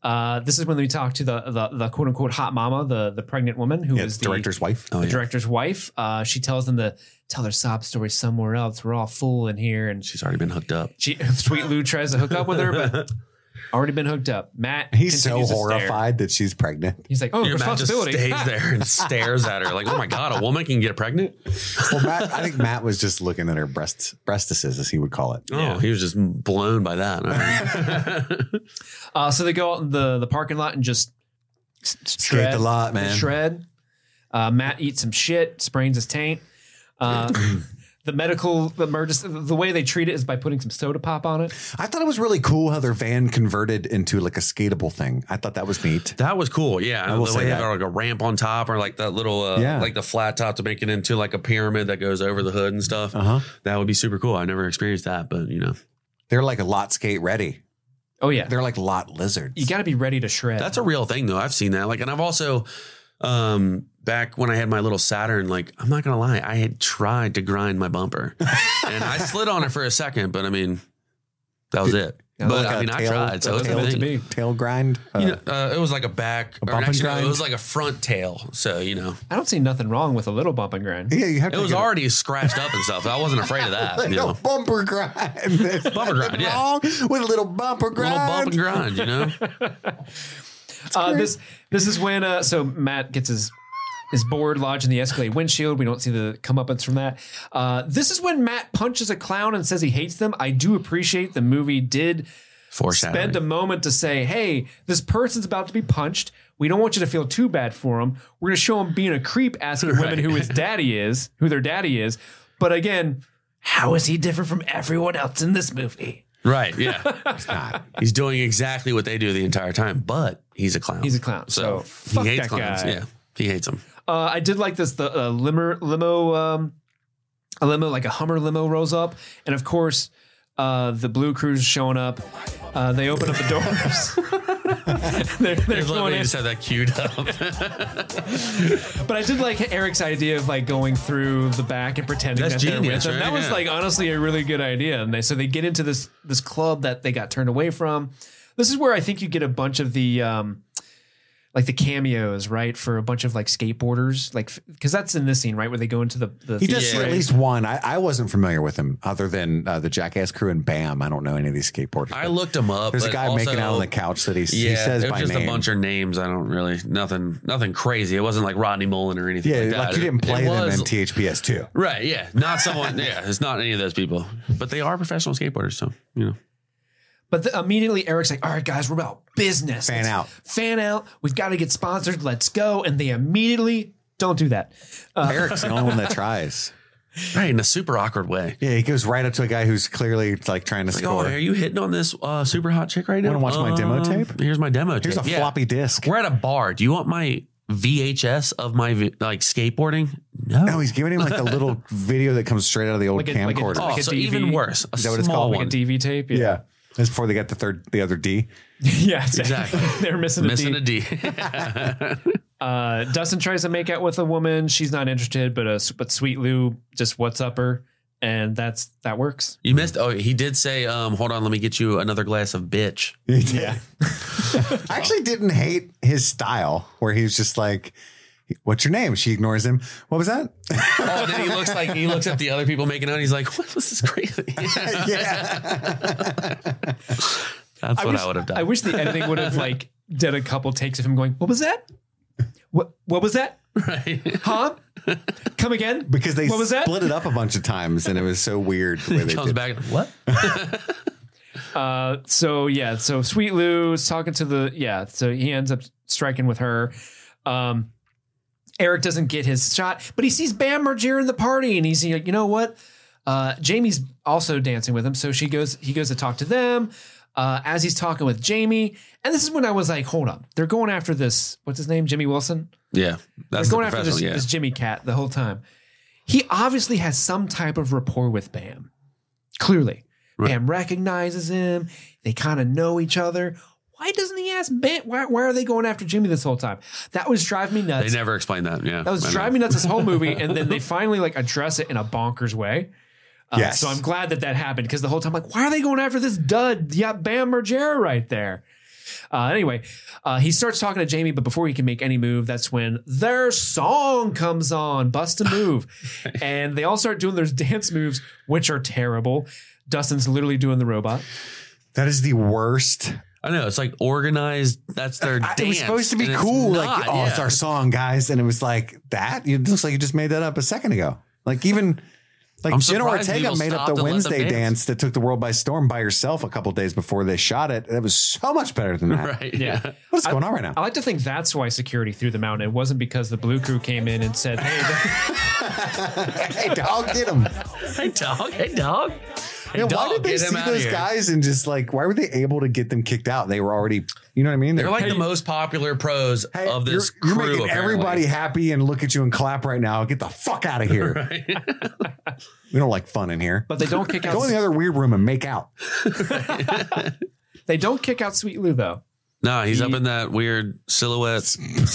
Speaker 1: Uh, this is when we talk to the, the the quote unquote hot mama, the the pregnant woman who
Speaker 2: Yeah,
Speaker 1: is
Speaker 2: it's
Speaker 1: the
Speaker 2: director's wife.
Speaker 3: Oh,
Speaker 1: the
Speaker 3: yeah.
Speaker 1: director's wife. Uh, she tells them to tell their sob story somewhere else. We're all full in here, and
Speaker 3: She's already been hooked up.
Speaker 1: she, Sweet Lou tries to hook up with her, but already been hooked up. Matt,
Speaker 2: He's so
Speaker 1: continues to stare.
Speaker 2: horrified that she's pregnant.
Speaker 1: He's like, "Oh,
Speaker 3: Your man just
Speaker 1: responsibility."
Speaker 3: stays there and stares at her like, oh my God, a woman can get pregnant?
Speaker 2: Well, Matt, I think Matt was just looking at her breasts, breastises, as he would call it.
Speaker 3: Oh, he was just blown by that. All right.
Speaker 1: Uh, so they go out in the the parking lot and just s-
Speaker 2: Skate
Speaker 1: shred-
Speaker 2: the lot, man.
Speaker 1: Shred. Uh, Matt eats some shit, sprains his taint. Uh, the medical emergency. The way they treat it is by putting some soda pop on it.
Speaker 2: I thought it was really cool how their van converted into like a skatable thing. I thought that was neat.
Speaker 3: That was cool. Yeah.
Speaker 2: will
Speaker 3: the
Speaker 2: say
Speaker 3: way they
Speaker 2: that.
Speaker 3: got like a ramp on top or like that little, uh,
Speaker 2: Yeah.
Speaker 3: like the flat top to make it into like a pyramid that goes over the hood and stuff.
Speaker 1: Uh-huh.
Speaker 2: Uh huh.
Speaker 3: That would be super cool. I never experienced that, but you know,
Speaker 2: They're like a lot skate ready.
Speaker 1: Oh yeah,
Speaker 2: They're like lot lizards.
Speaker 1: you got to be ready to shred.
Speaker 3: that's a real thing though. I've seen that. Like, and I've also, um, back when I had my little Saturn, like, I'm not going to lie, I had tried to grind my bumper and I slid on it for a second, but I mean, that was it.
Speaker 2: Yeah,
Speaker 3: But
Speaker 2: like
Speaker 3: I
Speaker 2: a
Speaker 3: mean, I
Speaker 2: tail-
Speaker 3: tried. So
Speaker 2: a
Speaker 3: it was
Speaker 1: That's
Speaker 3: a
Speaker 2: tail
Speaker 1: meant to
Speaker 3: thing.
Speaker 1: be.
Speaker 2: tail grind. Uh,
Speaker 3: You know, uh, it was like a back, or
Speaker 2: bump and
Speaker 3: actually, no,
Speaker 2: grind?
Speaker 3: it was like a front tail. So, you know,
Speaker 1: I don't see nothing wrong with a little bump and grind.
Speaker 2: yeah, you have
Speaker 3: it
Speaker 2: to.
Speaker 3: was
Speaker 2: get
Speaker 3: already scratched up and stuff. I wasn't afraid
Speaker 2: a,
Speaker 3: of that. You
Speaker 2: little
Speaker 3: know,
Speaker 2: bumper grind. There's nothing
Speaker 3: Bumper grind, yeah.
Speaker 2: Wrong with a little bumper grind.
Speaker 3: little bump and grind, you know?
Speaker 1: Uh, this this is when uh, so Matt gets his his board lodged in the Escalade windshield. We don't see the comeuppance from that. Uh, this is when Matt punches a clown and says he hates them. I do appreciate the movie did
Speaker 3: Foreshadowing.
Speaker 1: spend a moment to say, hey, this person's about to be punched. We don't want you to feel too bad for him. We're going to show him being a creep, asking women who his daddy is, who their daddy is. But again, how is he different from everyone else in this movie?
Speaker 3: right. Yeah. It's not. He's doing exactly what they do the entire time, but he's a clown.
Speaker 1: He's a clown. So, fuck
Speaker 3: he
Speaker 1: that
Speaker 3: hates clowns.
Speaker 1: guy.
Speaker 3: Yeah. He hates them.
Speaker 1: Uh, I did like this the uh, limo limo um, a limo like a Hummer limo rolls up, and of course. Uh, the blue crew's showing up. Uh, they open up the doors. they're they're
Speaker 3: There's
Speaker 1: going
Speaker 3: literally
Speaker 1: in.
Speaker 3: just had that queued up.
Speaker 1: But I did like Eric's idea of like going through the back and pretending
Speaker 3: That's
Speaker 1: that they're with
Speaker 3: genius,
Speaker 1: them.
Speaker 3: right?
Speaker 1: That was
Speaker 3: Yeah.
Speaker 1: like honestly a really good idea. And they so they get into this this club that they got turned away from. This is where I think you get a bunch of the um like the cameos, right? For a bunch of like skateboarders, like because that's in this scene, right, where they go into the the
Speaker 2: He does see
Speaker 3: Yeah.
Speaker 2: at least one. I, I wasn't familiar with him other than uh, the Jackass crew and Bam. I don't know any of these skateboarders.
Speaker 3: I
Speaker 2: but
Speaker 3: looked him up.
Speaker 2: There's a
Speaker 3: but
Speaker 2: guy
Speaker 3: also-
Speaker 2: making out on the couch that he,
Speaker 3: Yeah,
Speaker 2: he says
Speaker 3: it
Speaker 2: by
Speaker 3: was just
Speaker 2: name.
Speaker 3: a bunch of names. I don't really nothing, nothing crazy. It wasn't like Rodney Mullen or anything.
Speaker 2: yeah,
Speaker 3: like,
Speaker 2: like,
Speaker 3: that.
Speaker 2: you didn't
Speaker 3: It-
Speaker 2: play
Speaker 3: it
Speaker 2: them
Speaker 3: was-
Speaker 2: in THPS two.
Speaker 3: Right. Yeah. Not someone. yeah. It's not any of those people, but they are professional skateboarders. So you know.
Speaker 1: But the, immediately Eric's like, all right, guys, we're about business.
Speaker 2: Fan
Speaker 1: Let's
Speaker 2: out.
Speaker 1: Fan out. We've got to get sponsored. Let's go. And they immediately don't do that.
Speaker 2: Eric's the only one that tries.
Speaker 3: Right, in a super awkward way.
Speaker 2: Yeah, he goes right up to a guy who's clearly like trying to
Speaker 3: Like, oh,
Speaker 2: score.
Speaker 3: are you hitting on this uh, super hot chick right now? Um,
Speaker 2: Wanna watch my demo tape?
Speaker 3: Here's my demo
Speaker 2: Here's
Speaker 3: tape.
Speaker 2: a
Speaker 3: Yeah.
Speaker 2: floppy disk.
Speaker 3: We're at a bar. Do you want my VHS of my vi- like skateboarding? No.
Speaker 2: No, he's giving him like the little video that comes straight out of the old
Speaker 1: Like a- like a-
Speaker 2: camcorder.
Speaker 3: oh,
Speaker 1: like a
Speaker 3: so
Speaker 1: DV?
Speaker 3: even worse. A
Speaker 2: Is that
Speaker 3: small
Speaker 2: what it's called?
Speaker 3: one.
Speaker 1: Like a DV tape.
Speaker 2: yeah, that's before they got the third, the other D.
Speaker 1: Yeah, exactly.
Speaker 3: Exactly.
Speaker 1: They're missing a
Speaker 3: Missing
Speaker 1: D.
Speaker 3: a D.
Speaker 1: uh, Dustin tries to make out with a woman. She's not interested, but uh, but Sweet Lou just what's up her, and that's that works.
Speaker 3: you missed. Oh, he did say, um, "Hold on, let me get you another glass of bitch."
Speaker 2: Yeah. I actually didn't hate his style where he was just like, What's your name? She ignores him. What was that?
Speaker 3: Oh, then he looks like he looks at the other people making out. And he's like, "What? This is crazy." That's what
Speaker 1: wish,
Speaker 3: I would have done.
Speaker 1: I wish the editing would have like did a couple takes of him going, "What was that? What what was that?
Speaker 3: right?
Speaker 1: Huh? Come again?
Speaker 2: Because they
Speaker 1: What was that?
Speaker 2: split it up a bunch of times and it was so weird the way they
Speaker 3: Comes
Speaker 2: did.
Speaker 3: back. What?
Speaker 1: Uh, so yeah, so Sweet Lou is talking to the yeah, so he ends up striking with her. Um, Eric doesn't get his shot, but he sees Bam Margera in the party, and he's like, you know what? Uh, Jamie's also dancing with him, so she goes. He goes to talk to them. Uh, as he's talking with Jamie, and this is when I was like, hold up, they're going after this. What's his name? Jimmy Wilson.
Speaker 3: Yeah, that's
Speaker 1: They're
Speaker 3: the
Speaker 1: going after this,
Speaker 3: professional, yeah.
Speaker 1: this Jimmy cat the whole time. He obviously has some type of rapport with Bam. Clearly,
Speaker 3: Right.
Speaker 1: Bam recognizes him. They kind of know each other. Why doesn't he ask Bam? Why, why are they going after Jimmy this whole time? That was driving me
Speaker 3: They
Speaker 1: nuts.
Speaker 3: never explained that. Yeah,
Speaker 1: that was
Speaker 3: I know.
Speaker 1: driving me nuts this whole movie, and then they finally like address it in a bonkers way. Uh,
Speaker 2: Yes.
Speaker 1: So I'm glad that that happened because the whole time, like, why are they going after this dud? Yeah, Bam Margera right there. Uh, anyway, uh, he starts talking to Jamie, but before he can make any move, that's when their song comes on, Bust a Move. and they all start doing their dance moves, which are terrible. Dustin's literally doing the robot.
Speaker 2: That is the worst.
Speaker 3: I know it's like organized. That's their
Speaker 2: I-
Speaker 3: dance.
Speaker 2: it was supposed to be
Speaker 3: and it's
Speaker 2: cool. like,
Speaker 3: not,
Speaker 2: oh, it's
Speaker 3: yeah.
Speaker 2: our song, guys. And it was like, That? It looks like you just made that up a second ago. Like, even. Like
Speaker 3: I'm
Speaker 2: Jenna
Speaker 3: surprised
Speaker 2: Ortega
Speaker 3: people
Speaker 2: made up
Speaker 3: stopped
Speaker 2: the
Speaker 3: and let them
Speaker 2: Wednesday
Speaker 3: dance.
Speaker 2: dance that took the world by storm by herself a couple days before they shot it. It was so much better than that.
Speaker 3: right.
Speaker 1: Yeah.
Speaker 2: What's going on right now?
Speaker 1: I like to think that's why security threw them out. It wasn't because the blue crew came in and said, hey,
Speaker 2: hey, dog, get him.
Speaker 3: Hey dog, hey dog. Hey,
Speaker 2: Yeah, why
Speaker 3: dog,
Speaker 2: did they
Speaker 3: get him
Speaker 2: see
Speaker 3: outta
Speaker 2: those
Speaker 3: here.
Speaker 2: guys and just like why were they able to get them kicked out? They were already, you know what I mean?
Speaker 3: They're like the most popular pros
Speaker 2: Hey,
Speaker 3: of this
Speaker 2: you're,
Speaker 3: crew.
Speaker 2: you're making
Speaker 3: apparently.
Speaker 2: everybody happy and look at you and clap right now. Get the fuck out of here. we don't like fun in here.
Speaker 1: But they don't kick out.
Speaker 2: Go in the other weird room and make out.
Speaker 1: they don't kick out Sweet Lou though.
Speaker 3: No, he's up in that weird silhouette spanking.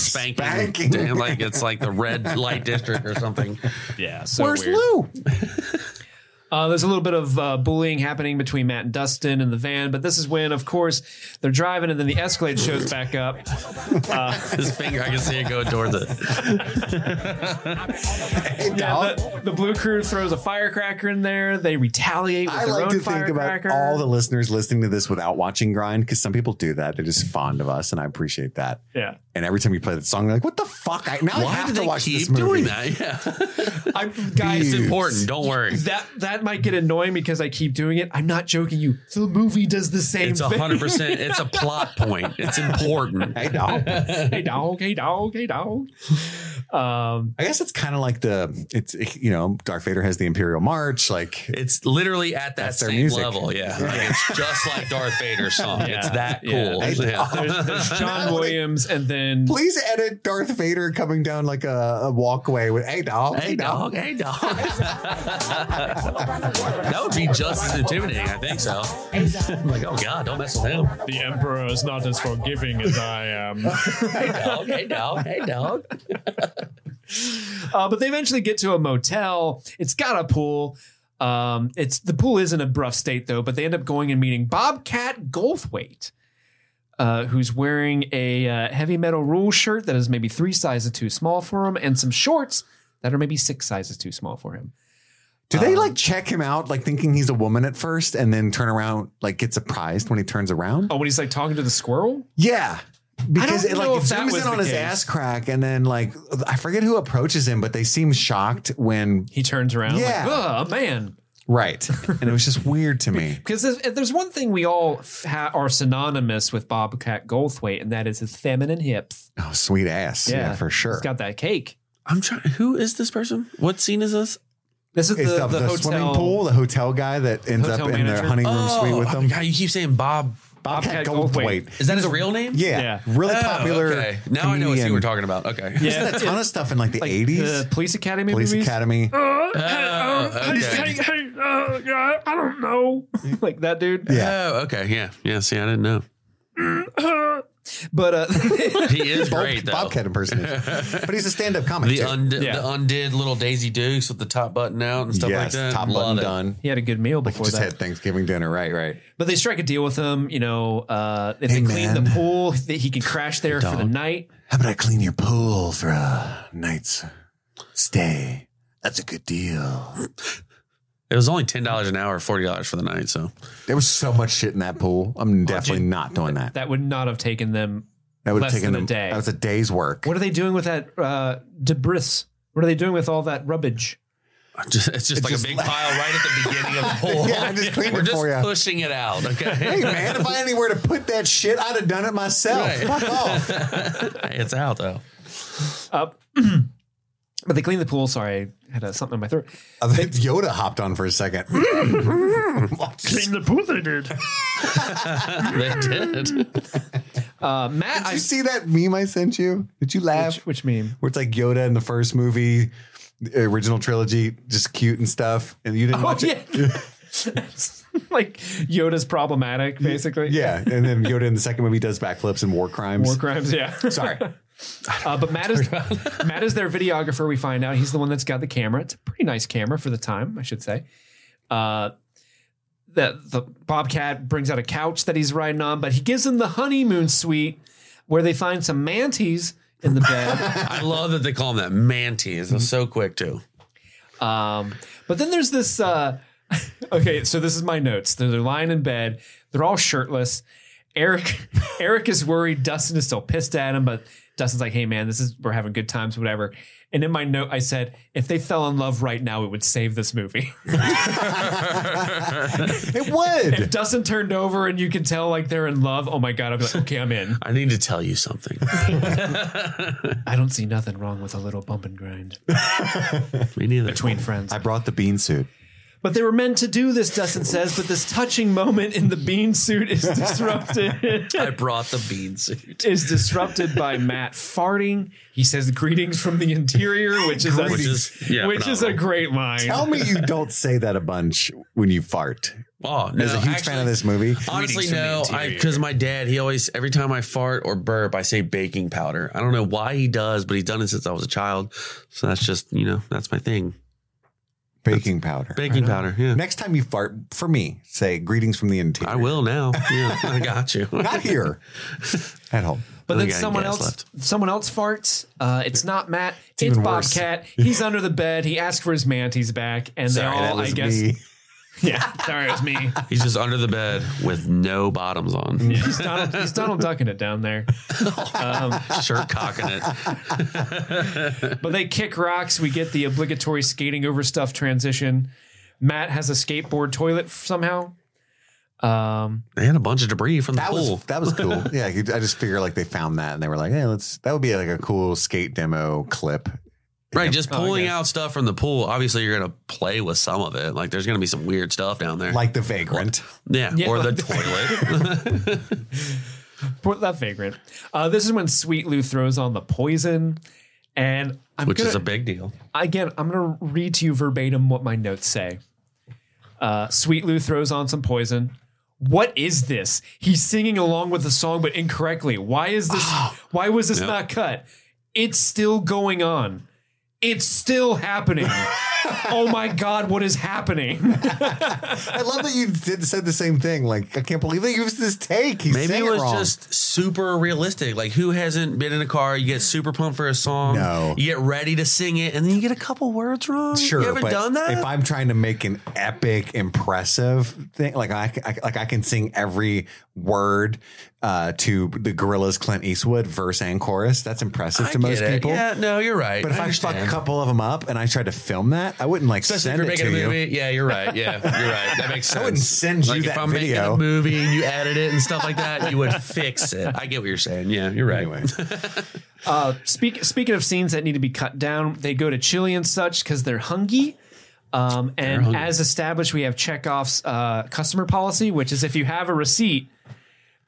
Speaker 2: Spanking.
Speaker 3: Damn, like it's like the red light district or something.
Speaker 1: Yeah. So
Speaker 2: Where's
Speaker 1: weird.
Speaker 2: Lou?
Speaker 1: Uh, there's a little bit of uh, bullying happening between Matt and Dustin in the van, but this is when, of course, they're driving and then the Escalade shows back up.
Speaker 3: His finger, I can see it going towards it.
Speaker 2: Hey,
Speaker 1: Yeah,
Speaker 2: dog.
Speaker 1: the, the blue crew throws a firecracker in there. They retaliate with
Speaker 2: I
Speaker 1: their
Speaker 2: like
Speaker 1: own
Speaker 2: to think about
Speaker 1: firecracker.
Speaker 2: all the listeners listening to this without watching Grind because some people do that. They're just fond of us, and I appreciate that.
Speaker 1: yeah.
Speaker 2: And every time you play that song, they're like, "What the fuck?" I now I
Speaker 3: Why
Speaker 2: have
Speaker 3: do
Speaker 2: to
Speaker 3: they
Speaker 2: watch this
Speaker 3: keep
Speaker 2: movie.
Speaker 3: doing that? Yeah.
Speaker 1: I'm, guys,
Speaker 3: It's
Speaker 2: Dudes.
Speaker 3: important. Don't worry.
Speaker 1: that that might get annoying because I keep doing it. I'm not joking you. The movie does the same
Speaker 3: It's a
Speaker 1: thing.
Speaker 3: hundred percent. It's a plot point. It's important.
Speaker 2: Hey, dog.
Speaker 1: hey dog, hey dog, hey dog. Um,
Speaker 2: I guess it's kind of like the it's you know Darth Vader has the Imperial March like
Speaker 3: It's literally at that
Speaker 2: That's their
Speaker 3: same
Speaker 2: music.
Speaker 3: level. Yeah. Like, it's just like Darth Vader's song.
Speaker 1: Yeah.
Speaker 3: It's that
Speaker 1: Yeah.
Speaker 3: cool.
Speaker 2: Hey,
Speaker 3: Yeah.
Speaker 2: dog.
Speaker 1: there's, there's John Williams and then
Speaker 2: please edit Darth Vader coming down like a, a walkway with hey dog
Speaker 3: Hey dog, hey dog. that would be just as intimidating, I think so. I'm like, oh god, don't mess with him.
Speaker 1: the Emperor is not as forgiving as I am.
Speaker 3: Hey dog, hey dog, hey dog.
Speaker 1: Uh, but they eventually get to a motel. It's got a pool. Um, it's the pool is in a rough state though. But they end up going and meeting Bobcat Goldthwait, uh, who's wearing a uh, heavy metal rule shirt that is maybe three sizes too small for him, and some shorts that are maybe six sizes too small for him.
Speaker 2: Do they
Speaker 3: Uh-huh.
Speaker 1: Um,
Speaker 2: like check him out like thinking he's a woman at first and then turn around like get surprised when he turns around?
Speaker 1: Oh, when he's like talking to the squirrel.
Speaker 2: Yeah. Because
Speaker 1: I
Speaker 2: it
Speaker 1: don't
Speaker 2: like
Speaker 1: know
Speaker 2: it
Speaker 1: if that
Speaker 2: zooms
Speaker 1: was
Speaker 2: in on
Speaker 1: the
Speaker 2: his
Speaker 1: case.
Speaker 2: ass crack and then like I forget who approaches him, but they seem shocked when
Speaker 1: He turns around.
Speaker 2: Yeah.
Speaker 1: like, "Ugh, a man.
Speaker 2: Right. and it was just weird to me.
Speaker 1: Because if, if there's one thing we all f- ha- are synonymous with Bobcat Goldthwait, and that is his feminine hips.
Speaker 2: Oh, sweet ass. Yeah, for sure.
Speaker 1: He's got that cake.
Speaker 3: I'm trying who is this person? What scene is this?
Speaker 1: This is
Speaker 2: It's
Speaker 1: the,
Speaker 2: the,
Speaker 1: the
Speaker 2: the
Speaker 1: hotel.
Speaker 2: swimming pool, the hotel guy that ends
Speaker 1: Hotel
Speaker 2: up in
Speaker 1: manager?
Speaker 2: the hunting room suite with them.
Speaker 3: Oh, God, you keep saying Bob.
Speaker 2: Bobcat
Speaker 1: Bobcat
Speaker 2: Goldthwait.
Speaker 1: Goldthwait.
Speaker 3: Is that his real name?
Speaker 2: Yeah,
Speaker 1: Yeah.
Speaker 2: really
Speaker 3: Oh,
Speaker 2: popular.
Speaker 3: okay. Now I know what you
Speaker 2: comedian.
Speaker 3: were talking about. Okay.
Speaker 1: Yeah,
Speaker 2: Did a
Speaker 1: it's
Speaker 2: ton of stuff in like the
Speaker 1: like
Speaker 2: 80s.
Speaker 1: the police academy
Speaker 2: Police
Speaker 1: movies. Uh,
Speaker 2: Academy.
Speaker 3: Oh, okay.
Speaker 1: I don't know, like that dude.
Speaker 2: Yeah.
Speaker 3: Oh, okay. Yeah. Yeah. See, I didn't know.
Speaker 1: But uh,
Speaker 3: He is
Speaker 2: Bob-
Speaker 3: great though.
Speaker 2: Bobcat impersonation. but he's a stand-up comic.
Speaker 3: The,
Speaker 2: too.
Speaker 3: und-
Speaker 1: Yeah.
Speaker 3: the undid little Daisy Dukes with the top button out and stuff like
Speaker 2: yes,
Speaker 3: that.
Speaker 2: top
Speaker 3: Love
Speaker 2: button
Speaker 3: it.
Speaker 2: done.
Speaker 1: he had a good meal before
Speaker 2: Just
Speaker 1: that.
Speaker 2: had Thanksgiving dinner. Right, right.
Speaker 1: But they strike a deal with him. You know, uh, if
Speaker 2: Hey,
Speaker 1: they clean
Speaker 2: man.
Speaker 1: the pool, that he can crash there for the
Speaker 3: Dog.
Speaker 1: night.
Speaker 2: How about I clean your pool for a night's stay? That's a good deal.
Speaker 3: It was only ten dollars an hour, forty dollars for the night. So
Speaker 2: There was so much shit in that pool. I'm definitely not doing that.
Speaker 1: That would not have taken them.
Speaker 2: That would have
Speaker 1: less
Speaker 2: taken
Speaker 1: than a
Speaker 2: them.
Speaker 1: day.
Speaker 2: That was a day's work.
Speaker 1: What are they doing with that uh, debris? What are they doing with all that rubbish?
Speaker 3: I just, it's just like
Speaker 2: just
Speaker 3: a big
Speaker 2: like-
Speaker 3: pile right at the beginning of the pool.
Speaker 2: Yeah, I just cleaned
Speaker 3: We're
Speaker 2: it
Speaker 3: just
Speaker 2: for ya.
Speaker 3: pushing it out.
Speaker 2: Hey
Speaker 3: Okay,
Speaker 2: man, if I had anywhere to put that shit, I'd have done it myself.
Speaker 3: Right.
Speaker 2: Fuck off.
Speaker 3: it's out though.
Speaker 1: Uh, But they clean the pool. Sorry, I had uh, something in my throat.
Speaker 2: I think Yoda hopped on for a second. Did
Speaker 1: the pool, they did.
Speaker 3: They did.
Speaker 1: Uh, Matt, I
Speaker 2: you see that meme I sent you? Did you laugh?
Speaker 1: which, which meme?
Speaker 2: Where it's like Yoda in the first movie, the original trilogy, just cute and stuff, and you didn't
Speaker 1: Oh,
Speaker 2: watch it.
Speaker 1: yeah. like Yoda's problematic, basically.
Speaker 2: Yeah, and then Yoda in the second movie does backflips and war crimes.
Speaker 1: War crimes, yeah.
Speaker 2: Sorry,
Speaker 1: Uh, but Matt is Matt is their videographer. We find out he's the one that's got the camera. It's a pretty nice camera for the time, I should say. Uh, the the Bobcat brings out a couch that he's riding on, but he gives them the honeymoon suite where they find some manties in the bed.
Speaker 3: I love that they call him that mantis.
Speaker 2: Mm-hmm.
Speaker 3: It's so quick too.
Speaker 1: um, but then there's this. Uh, okay, so this is my notes. They're, they're lying in bed. They're all shirtless. Eric Eric is worried. Dustin is still pissed at him, but Dustin's like, "Hey man, this is we're having good times, whatever." And in my note, I said, "If they fell in love right now, it would save this movie."
Speaker 2: it would.
Speaker 1: if Dustin turned over and you can tell like they're in love, oh my god, I'd be like, "Okay, I'm in."
Speaker 3: I need to tell you something.
Speaker 1: I don't see nothing wrong with a little bump and grind
Speaker 3: Me neither.
Speaker 1: between friends.
Speaker 2: I brought the bean suit.
Speaker 1: But they were meant to do this, Dustin says, but this touching moment in the bean suit is disrupted.
Speaker 3: I brought the bean suit.
Speaker 1: is disrupted by Matt farting. He says greetings from the interior, which is a,
Speaker 3: Which is yeah,
Speaker 1: which is a
Speaker 3: phenomenal.
Speaker 1: great line.
Speaker 2: Tell me you don't say that a bunch when you fart.
Speaker 3: oh, no, uh,
Speaker 2: As a huge fan of this movie,
Speaker 3: Honestly,
Speaker 1: Greetings from the
Speaker 3: no,
Speaker 1: interior.
Speaker 3: because my dad, he always every time I fart or burp, I say baking powder. I don't know why he does, but he's done it since I was a child. So that's just you know that's my thing.
Speaker 2: baking powder.
Speaker 3: Baking powder. Yeah,
Speaker 2: Next time you fart, for me, say greetings from the interior.
Speaker 3: I will now. Yeah, I got you.
Speaker 2: Not here. At home.
Speaker 1: But
Speaker 3: I
Speaker 1: then
Speaker 3: think I had
Speaker 1: someone
Speaker 3: gas
Speaker 1: else,
Speaker 3: left.
Speaker 1: someone else farts. Uh, it's not Matt. It's,
Speaker 2: even worse.
Speaker 1: Bobcat. He's under the bed. He asked for his mantis back, and
Speaker 2: Sorry,
Speaker 1: they
Speaker 2: that
Speaker 1: all, I
Speaker 2: was
Speaker 1: guess,
Speaker 2: me.
Speaker 1: yeah. Sorry, it was me.
Speaker 3: He's just under the bed with no bottoms on,
Speaker 1: He's Donald, he's Donald ducking it down there. Um,
Speaker 3: shirt cocking it.
Speaker 1: but they kick rocks. We get the obligatory skating over stuff transition. Matt has a skateboard toilet somehow. Um,
Speaker 3: They had a bunch of debris from the
Speaker 2: That
Speaker 3: pool.
Speaker 2: was that was cool. yeah, you- I just figure like they found that and they were like, "Hey, let's." That would be like a cool skate demo clip.
Speaker 3: Right, just
Speaker 1: Oh, I
Speaker 3: pulling
Speaker 1: guess.
Speaker 3: out stuff from the pool. Obviously, you're gonna play with some of it. Like, there's gonna be some weird stuff down there.
Speaker 2: Like the vagrant.
Speaker 3: yeah,
Speaker 1: Yeah,
Speaker 3: or
Speaker 1: like
Speaker 3: the toilet.
Speaker 1: poor- that vagrant. Uh, this is when Sweet Lou throws on the poison, and I'm
Speaker 3: which
Speaker 1: gonna,
Speaker 3: is a big deal.
Speaker 1: again, I'm going to read to you verbatim what my notes say. Uh, Sweet Lou throws on some poison. What is this? He's singing along with the song, but incorrectly. Why is this?
Speaker 3: Ah.
Speaker 1: why was this not cut? It's still going on. It's still happening. oh my God, what is happening?
Speaker 2: I love that you did said the same thing. Like, I can't believe they used this take. He
Speaker 3: Maybe
Speaker 2: sang
Speaker 3: it was
Speaker 2: wrong.
Speaker 3: just super realistic. Like, who hasn't been in a car? You get super pumped for a song.
Speaker 2: No.
Speaker 3: You get ready to sing it, and then you get a couple words wrong.
Speaker 2: sure.
Speaker 3: You haven't
Speaker 2: but
Speaker 3: done that?
Speaker 2: If I'm trying to make an epic, impressive thing, like I, I like I can sing every word uh, to the Gorillas' Clint Eastwood verse and chorus. That's impressive
Speaker 3: I
Speaker 2: to most
Speaker 3: get it.
Speaker 2: people.
Speaker 3: Yeah, no, you're right.
Speaker 2: But if I, fuck a
Speaker 3: understand.
Speaker 2: couple of them up and I tried to film that, I wouldn't like
Speaker 3: Especially if
Speaker 2: send
Speaker 3: you're
Speaker 2: it
Speaker 3: making
Speaker 2: to
Speaker 3: a
Speaker 2: you.
Speaker 3: movie. Yeah, you're right. Yeah, you're right. That makes sense.
Speaker 2: I wouldn't send you
Speaker 3: like
Speaker 2: that
Speaker 3: if I'm making
Speaker 2: video.
Speaker 3: a movie and you edit it and stuff like that, you would fix it. I get what you're saying. Yeah, you're right.
Speaker 2: Anyway,
Speaker 1: Uh, speak, speaking of scenes that need to be cut down, they go to Chile and such because they're hungry. Um, and
Speaker 3: hungry.
Speaker 1: as established, we have Chekhov's uh, customer policy, which is if you have a receipt,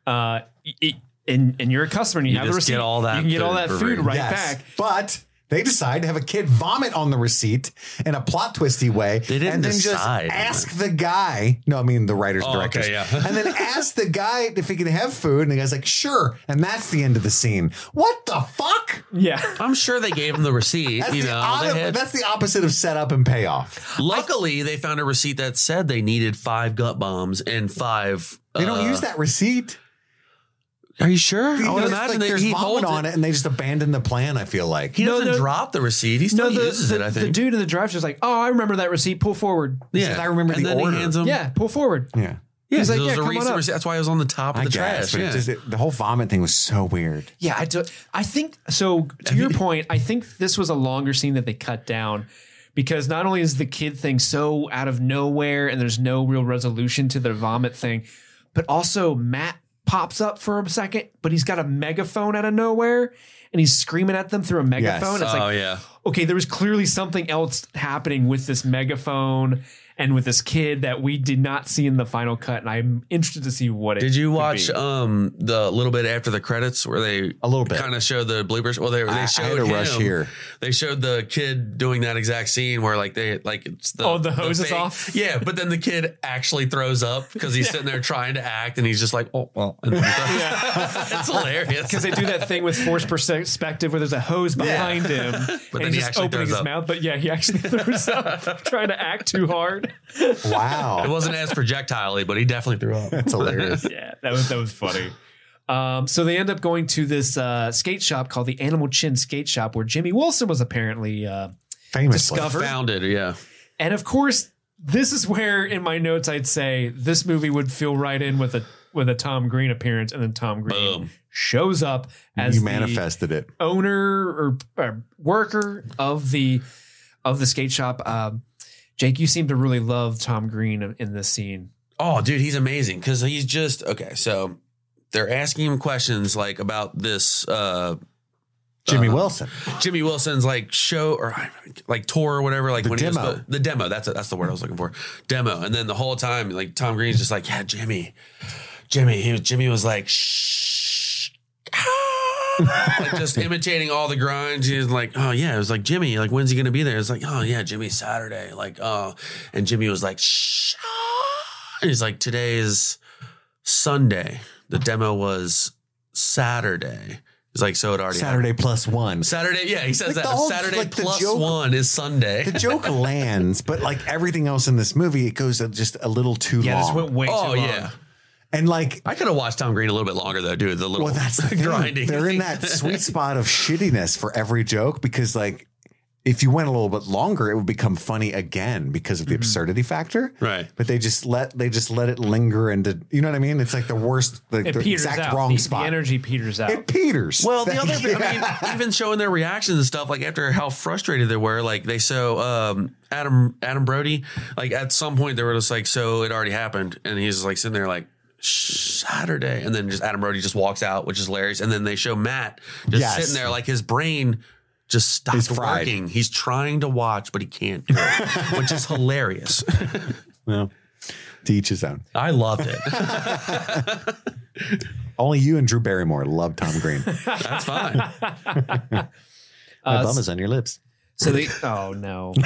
Speaker 1: uh, y- y- and, and you're a customer and you, have a
Speaker 3: just
Speaker 1: receipt,
Speaker 3: get all that
Speaker 1: you can get all
Speaker 3: food
Speaker 1: that
Speaker 3: for
Speaker 1: food
Speaker 3: free.
Speaker 1: right
Speaker 2: yes.
Speaker 1: back.
Speaker 2: But they decide to have a kid vomit on the receipt in a plot twisty way. They
Speaker 3: didn't
Speaker 2: and then
Speaker 3: decide.
Speaker 2: just ask the guy. No, I mean the writers, and
Speaker 3: Oh,
Speaker 2: directors.
Speaker 3: okay, yeah.
Speaker 2: and then ask the guy if he can have food, and the guy's like, "Sure." And that's the end of the scene. What the fuck?
Speaker 1: Yeah.
Speaker 3: I'm sure they gave him the receipt.
Speaker 2: That's,
Speaker 3: you
Speaker 2: the,
Speaker 3: know,
Speaker 2: odd-
Speaker 3: they had-
Speaker 2: that's the opposite of setup and payoff.
Speaker 3: luckily they found a receipt that said they needed five gut bombs and five. uh,
Speaker 2: They don't use that receipt.
Speaker 3: Are you sure?
Speaker 2: You
Speaker 3: I
Speaker 2: know,
Speaker 3: would
Speaker 2: it's
Speaker 3: imagine
Speaker 2: like
Speaker 3: that
Speaker 2: there's
Speaker 3: he
Speaker 2: vomit
Speaker 3: holds
Speaker 2: on
Speaker 3: it.
Speaker 2: it, and they just abandon the plan. I feel like
Speaker 3: He doesn't
Speaker 1: no.
Speaker 3: drop the receipt.
Speaker 1: No,
Speaker 3: He still
Speaker 1: the,
Speaker 3: uses
Speaker 1: the,
Speaker 3: it. I
Speaker 1: the
Speaker 3: think.
Speaker 1: dude in the driver's just like, oh, I remember that receipt. Pull forward.
Speaker 2: says, "I remember
Speaker 3: and
Speaker 2: the
Speaker 3: then
Speaker 2: order."
Speaker 3: He hands him,
Speaker 1: Yeah, pull forward.
Speaker 2: yeah.
Speaker 3: Yeah,
Speaker 1: He's like,
Speaker 3: it was
Speaker 1: "Yeah,
Speaker 3: a
Speaker 1: come on
Speaker 3: receipt-
Speaker 1: up."
Speaker 3: receipt. That's why it was on the top of
Speaker 2: I
Speaker 3: the
Speaker 2: guess,
Speaker 3: trash.
Speaker 2: but it
Speaker 3: yeah.
Speaker 2: just- it- the whole vomit thing was so weird.
Speaker 1: Yeah, I do. I think so. To your point, I think this was a longer scene that they cut down because not only is the kid thing so out of nowhere and there's no real resolution to the vomit thing, but also Matt pops up for a second, but he's got a megaphone out of nowhere and he's screaming at them through a megaphone. It's
Speaker 3: oh
Speaker 1: like,
Speaker 3: yeah.
Speaker 1: okay, there was clearly something else happening with this megaphone and with this kid that we did not see in the final cut, and I'm interested to see what it.
Speaker 3: Did you
Speaker 1: could
Speaker 3: watch
Speaker 1: be.
Speaker 3: um the little bit after the credits where they
Speaker 2: A little bit.
Speaker 3: kind of showed the bloopers? Well, they
Speaker 2: I- I
Speaker 3: they
Speaker 2: had
Speaker 3: showed
Speaker 2: to
Speaker 3: him,
Speaker 2: rush here.
Speaker 3: They showed the kid doing that exact scene where like they like it's the
Speaker 1: Oh, the hose is
Speaker 3: fake-
Speaker 1: off?
Speaker 3: Yeah, but then the kid actually throws up because he's sitting there trying to act and he's just like, oh well, and then he throws- it's hilarious.
Speaker 1: because they do that thing with forced perspective where there's a hose behind him, but
Speaker 3: then
Speaker 1: and
Speaker 3: he
Speaker 1: he's just
Speaker 3: actually
Speaker 1: opening
Speaker 3: throws
Speaker 1: his
Speaker 3: up.
Speaker 1: mouth. But yeah, he actually throws up, trying to act too hard.
Speaker 3: It
Speaker 2: Wow.
Speaker 3: wasn't as projectile but he definitely threw up.
Speaker 2: That's hilarious.
Speaker 1: Yeah, that was that was funny. Um, so they end up going to this uh, skate shop called the Animal Chin Skate Shop, where Jimmy Wilson was apparently, uh,
Speaker 2: Famously.
Speaker 1: Discover-
Speaker 3: Founded, yeah.
Speaker 1: and of course, this is where in my notes I'd say this movie would feel right in with a with a Tom Green appearance, and then Tom Green
Speaker 3: Boom.
Speaker 1: shows up as
Speaker 2: You
Speaker 1: the-
Speaker 2: manifested it.
Speaker 1: owner or, or worker of the of the skate shop. Um, Jake, you seem to really love Tom Green in this scene.
Speaker 3: Oh, dude, he's amazing because he's just okay. So they're asking him questions like about this uh
Speaker 2: Jimmy
Speaker 1: Uh-huh.
Speaker 2: Wilson.
Speaker 3: Jimmy Wilson's like show or like tour or whatever. Like
Speaker 2: The
Speaker 3: when he
Speaker 2: demo.
Speaker 3: was the, the demo. That's that's the word I was looking for. Demo. And then the whole time, like Tom Green's just like, yeah, Jimmy, Jimmy. He was Jimmy was like, shh. ah," like just imitating all the grinds. He's like, oh yeah, it was like Jimmy. Like when's he gonna be there? It's like, oh yeah, Jimmy Saturday. Like oh, and Jimmy was like, shh. ah." And he's like, today is Sunday. The demo was Saturday. He's like, so it already happened.
Speaker 2: Saturday plus one.
Speaker 3: Saturday, yeah, he says
Speaker 2: Like,
Speaker 3: that.
Speaker 2: the whole-
Speaker 3: Saturday
Speaker 2: like, the
Speaker 3: plus
Speaker 2: joke-
Speaker 3: one is Sunday.
Speaker 2: The joke lands, but like everything else in this movie, it goes just a little too
Speaker 1: Yeah, this
Speaker 2: long.
Speaker 1: went way
Speaker 3: oh
Speaker 1: too long.
Speaker 3: yeah,
Speaker 2: and like
Speaker 3: I could have watched Tom Green a little bit longer though, dude. The little
Speaker 2: Well, that's the thing.
Speaker 3: grinding.
Speaker 2: They're in that sweet spot of shittiness for every joke because, like, if you went a little bit longer, it would become funny again because
Speaker 1: Mm-hmm.
Speaker 2: of the absurdity factor.
Speaker 3: Right.
Speaker 2: But they just let they just let it linger into you know what I mean. It's like the worst, like
Speaker 1: It
Speaker 2: the
Speaker 1: peters
Speaker 2: exact
Speaker 1: out.
Speaker 2: wrong
Speaker 1: the,
Speaker 2: spot.
Speaker 1: The energy peters out.
Speaker 2: it peters.
Speaker 3: Well, the
Speaker 2: That-
Speaker 3: other,
Speaker 2: yeah.
Speaker 3: I mean, even showing their reactions and stuff, like after how frustrated they were, like they so um, Adam Adam Brody, like at some point they were just like, so it already happened, and he's like sitting there like. Saturday, and then just Adam Brody just walks out, which is hilarious. And then they show Matt just
Speaker 2: Yes.
Speaker 3: sitting there, like his brain just
Speaker 2: He's
Speaker 3: stopped
Speaker 2: fried.
Speaker 3: working. He's trying to watch, but he can't do it, which is hilarious.
Speaker 2: Well, to each his own.
Speaker 3: I loved it.
Speaker 2: Only you and Drew Barrymore love Tom Green. My
Speaker 3: That's fine.
Speaker 1: Uh,
Speaker 2: bum is on your lips.
Speaker 1: So they oh no,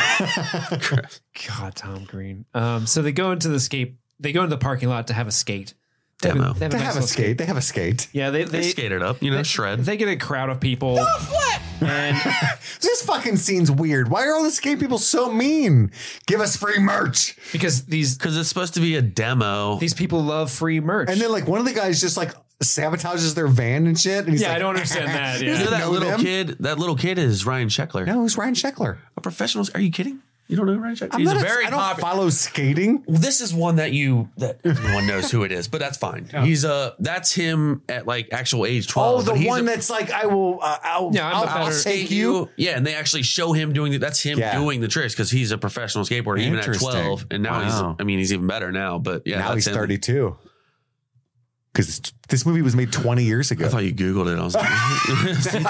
Speaker 1: God Tom Green. Um, so they go into the skate. They go into the parking lot to have a skate. They
Speaker 3: Demo.
Speaker 1: have a, they have a
Speaker 2: They
Speaker 1: nice
Speaker 2: have a
Speaker 1: little
Speaker 2: skate. They have a skate.
Speaker 1: Yeah, they they,
Speaker 3: They skated up, you know, shred.
Speaker 1: they get a crowd of people. And
Speaker 2: This fucking scene's weird. Why are all the skate people so mean? Give us free merch.
Speaker 1: because these
Speaker 3: Because it's supposed to be a demo.
Speaker 1: these people love free merch.
Speaker 2: And then like one of the guys just like sabotages their van and shit. And he's
Speaker 1: yeah,
Speaker 2: like,
Speaker 1: I don't understand that.
Speaker 3: you
Speaker 1: Yeah.
Speaker 3: know that
Speaker 2: know
Speaker 3: little
Speaker 2: them?
Speaker 3: kid? That little kid is Ryan Scheckler.
Speaker 2: No, it's Ryan Scheckler.
Speaker 3: A professional. Are you kidding? You don't know Ryan Scheckler? He's
Speaker 2: not a-
Speaker 3: very
Speaker 2: I don't
Speaker 3: popular.
Speaker 2: follow skating.
Speaker 3: this is one that you that everyone knows who it is, but that's fine. He's uh that's him at like actual age twelve.
Speaker 2: Oh, the
Speaker 3: but he's
Speaker 2: one
Speaker 3: a-
Speaker 2: that's like, I will, uh, I'll,
Speaker 1: Yeah, I'm
Speaker 2: I'll,
Speaker 1: a
Speaker 2: I'll
Speaker 1: better-
Speaker 2: take you.
Speaker 3: Yeah, and they actually show him doing the, that's him
Speaker 2: Yeah.
Speaker 3: doing the tricks because he's a professional skateboarder even at
Speaker 2: Interesting.
Speaker 3: twelve, and now
Speaker 2: Wow.
Speaker 3: he's I mean he's even better now, but yeah,
Speaker 2: now
Speaker 3: that's
Speaker 2: he's
Speaker 3: him.
Speaker 2: 32. Because this, this movie was made 20 years
Speaker 3: I
Speaker 2: ago.
Speaker 3: thought you googled it. I was like,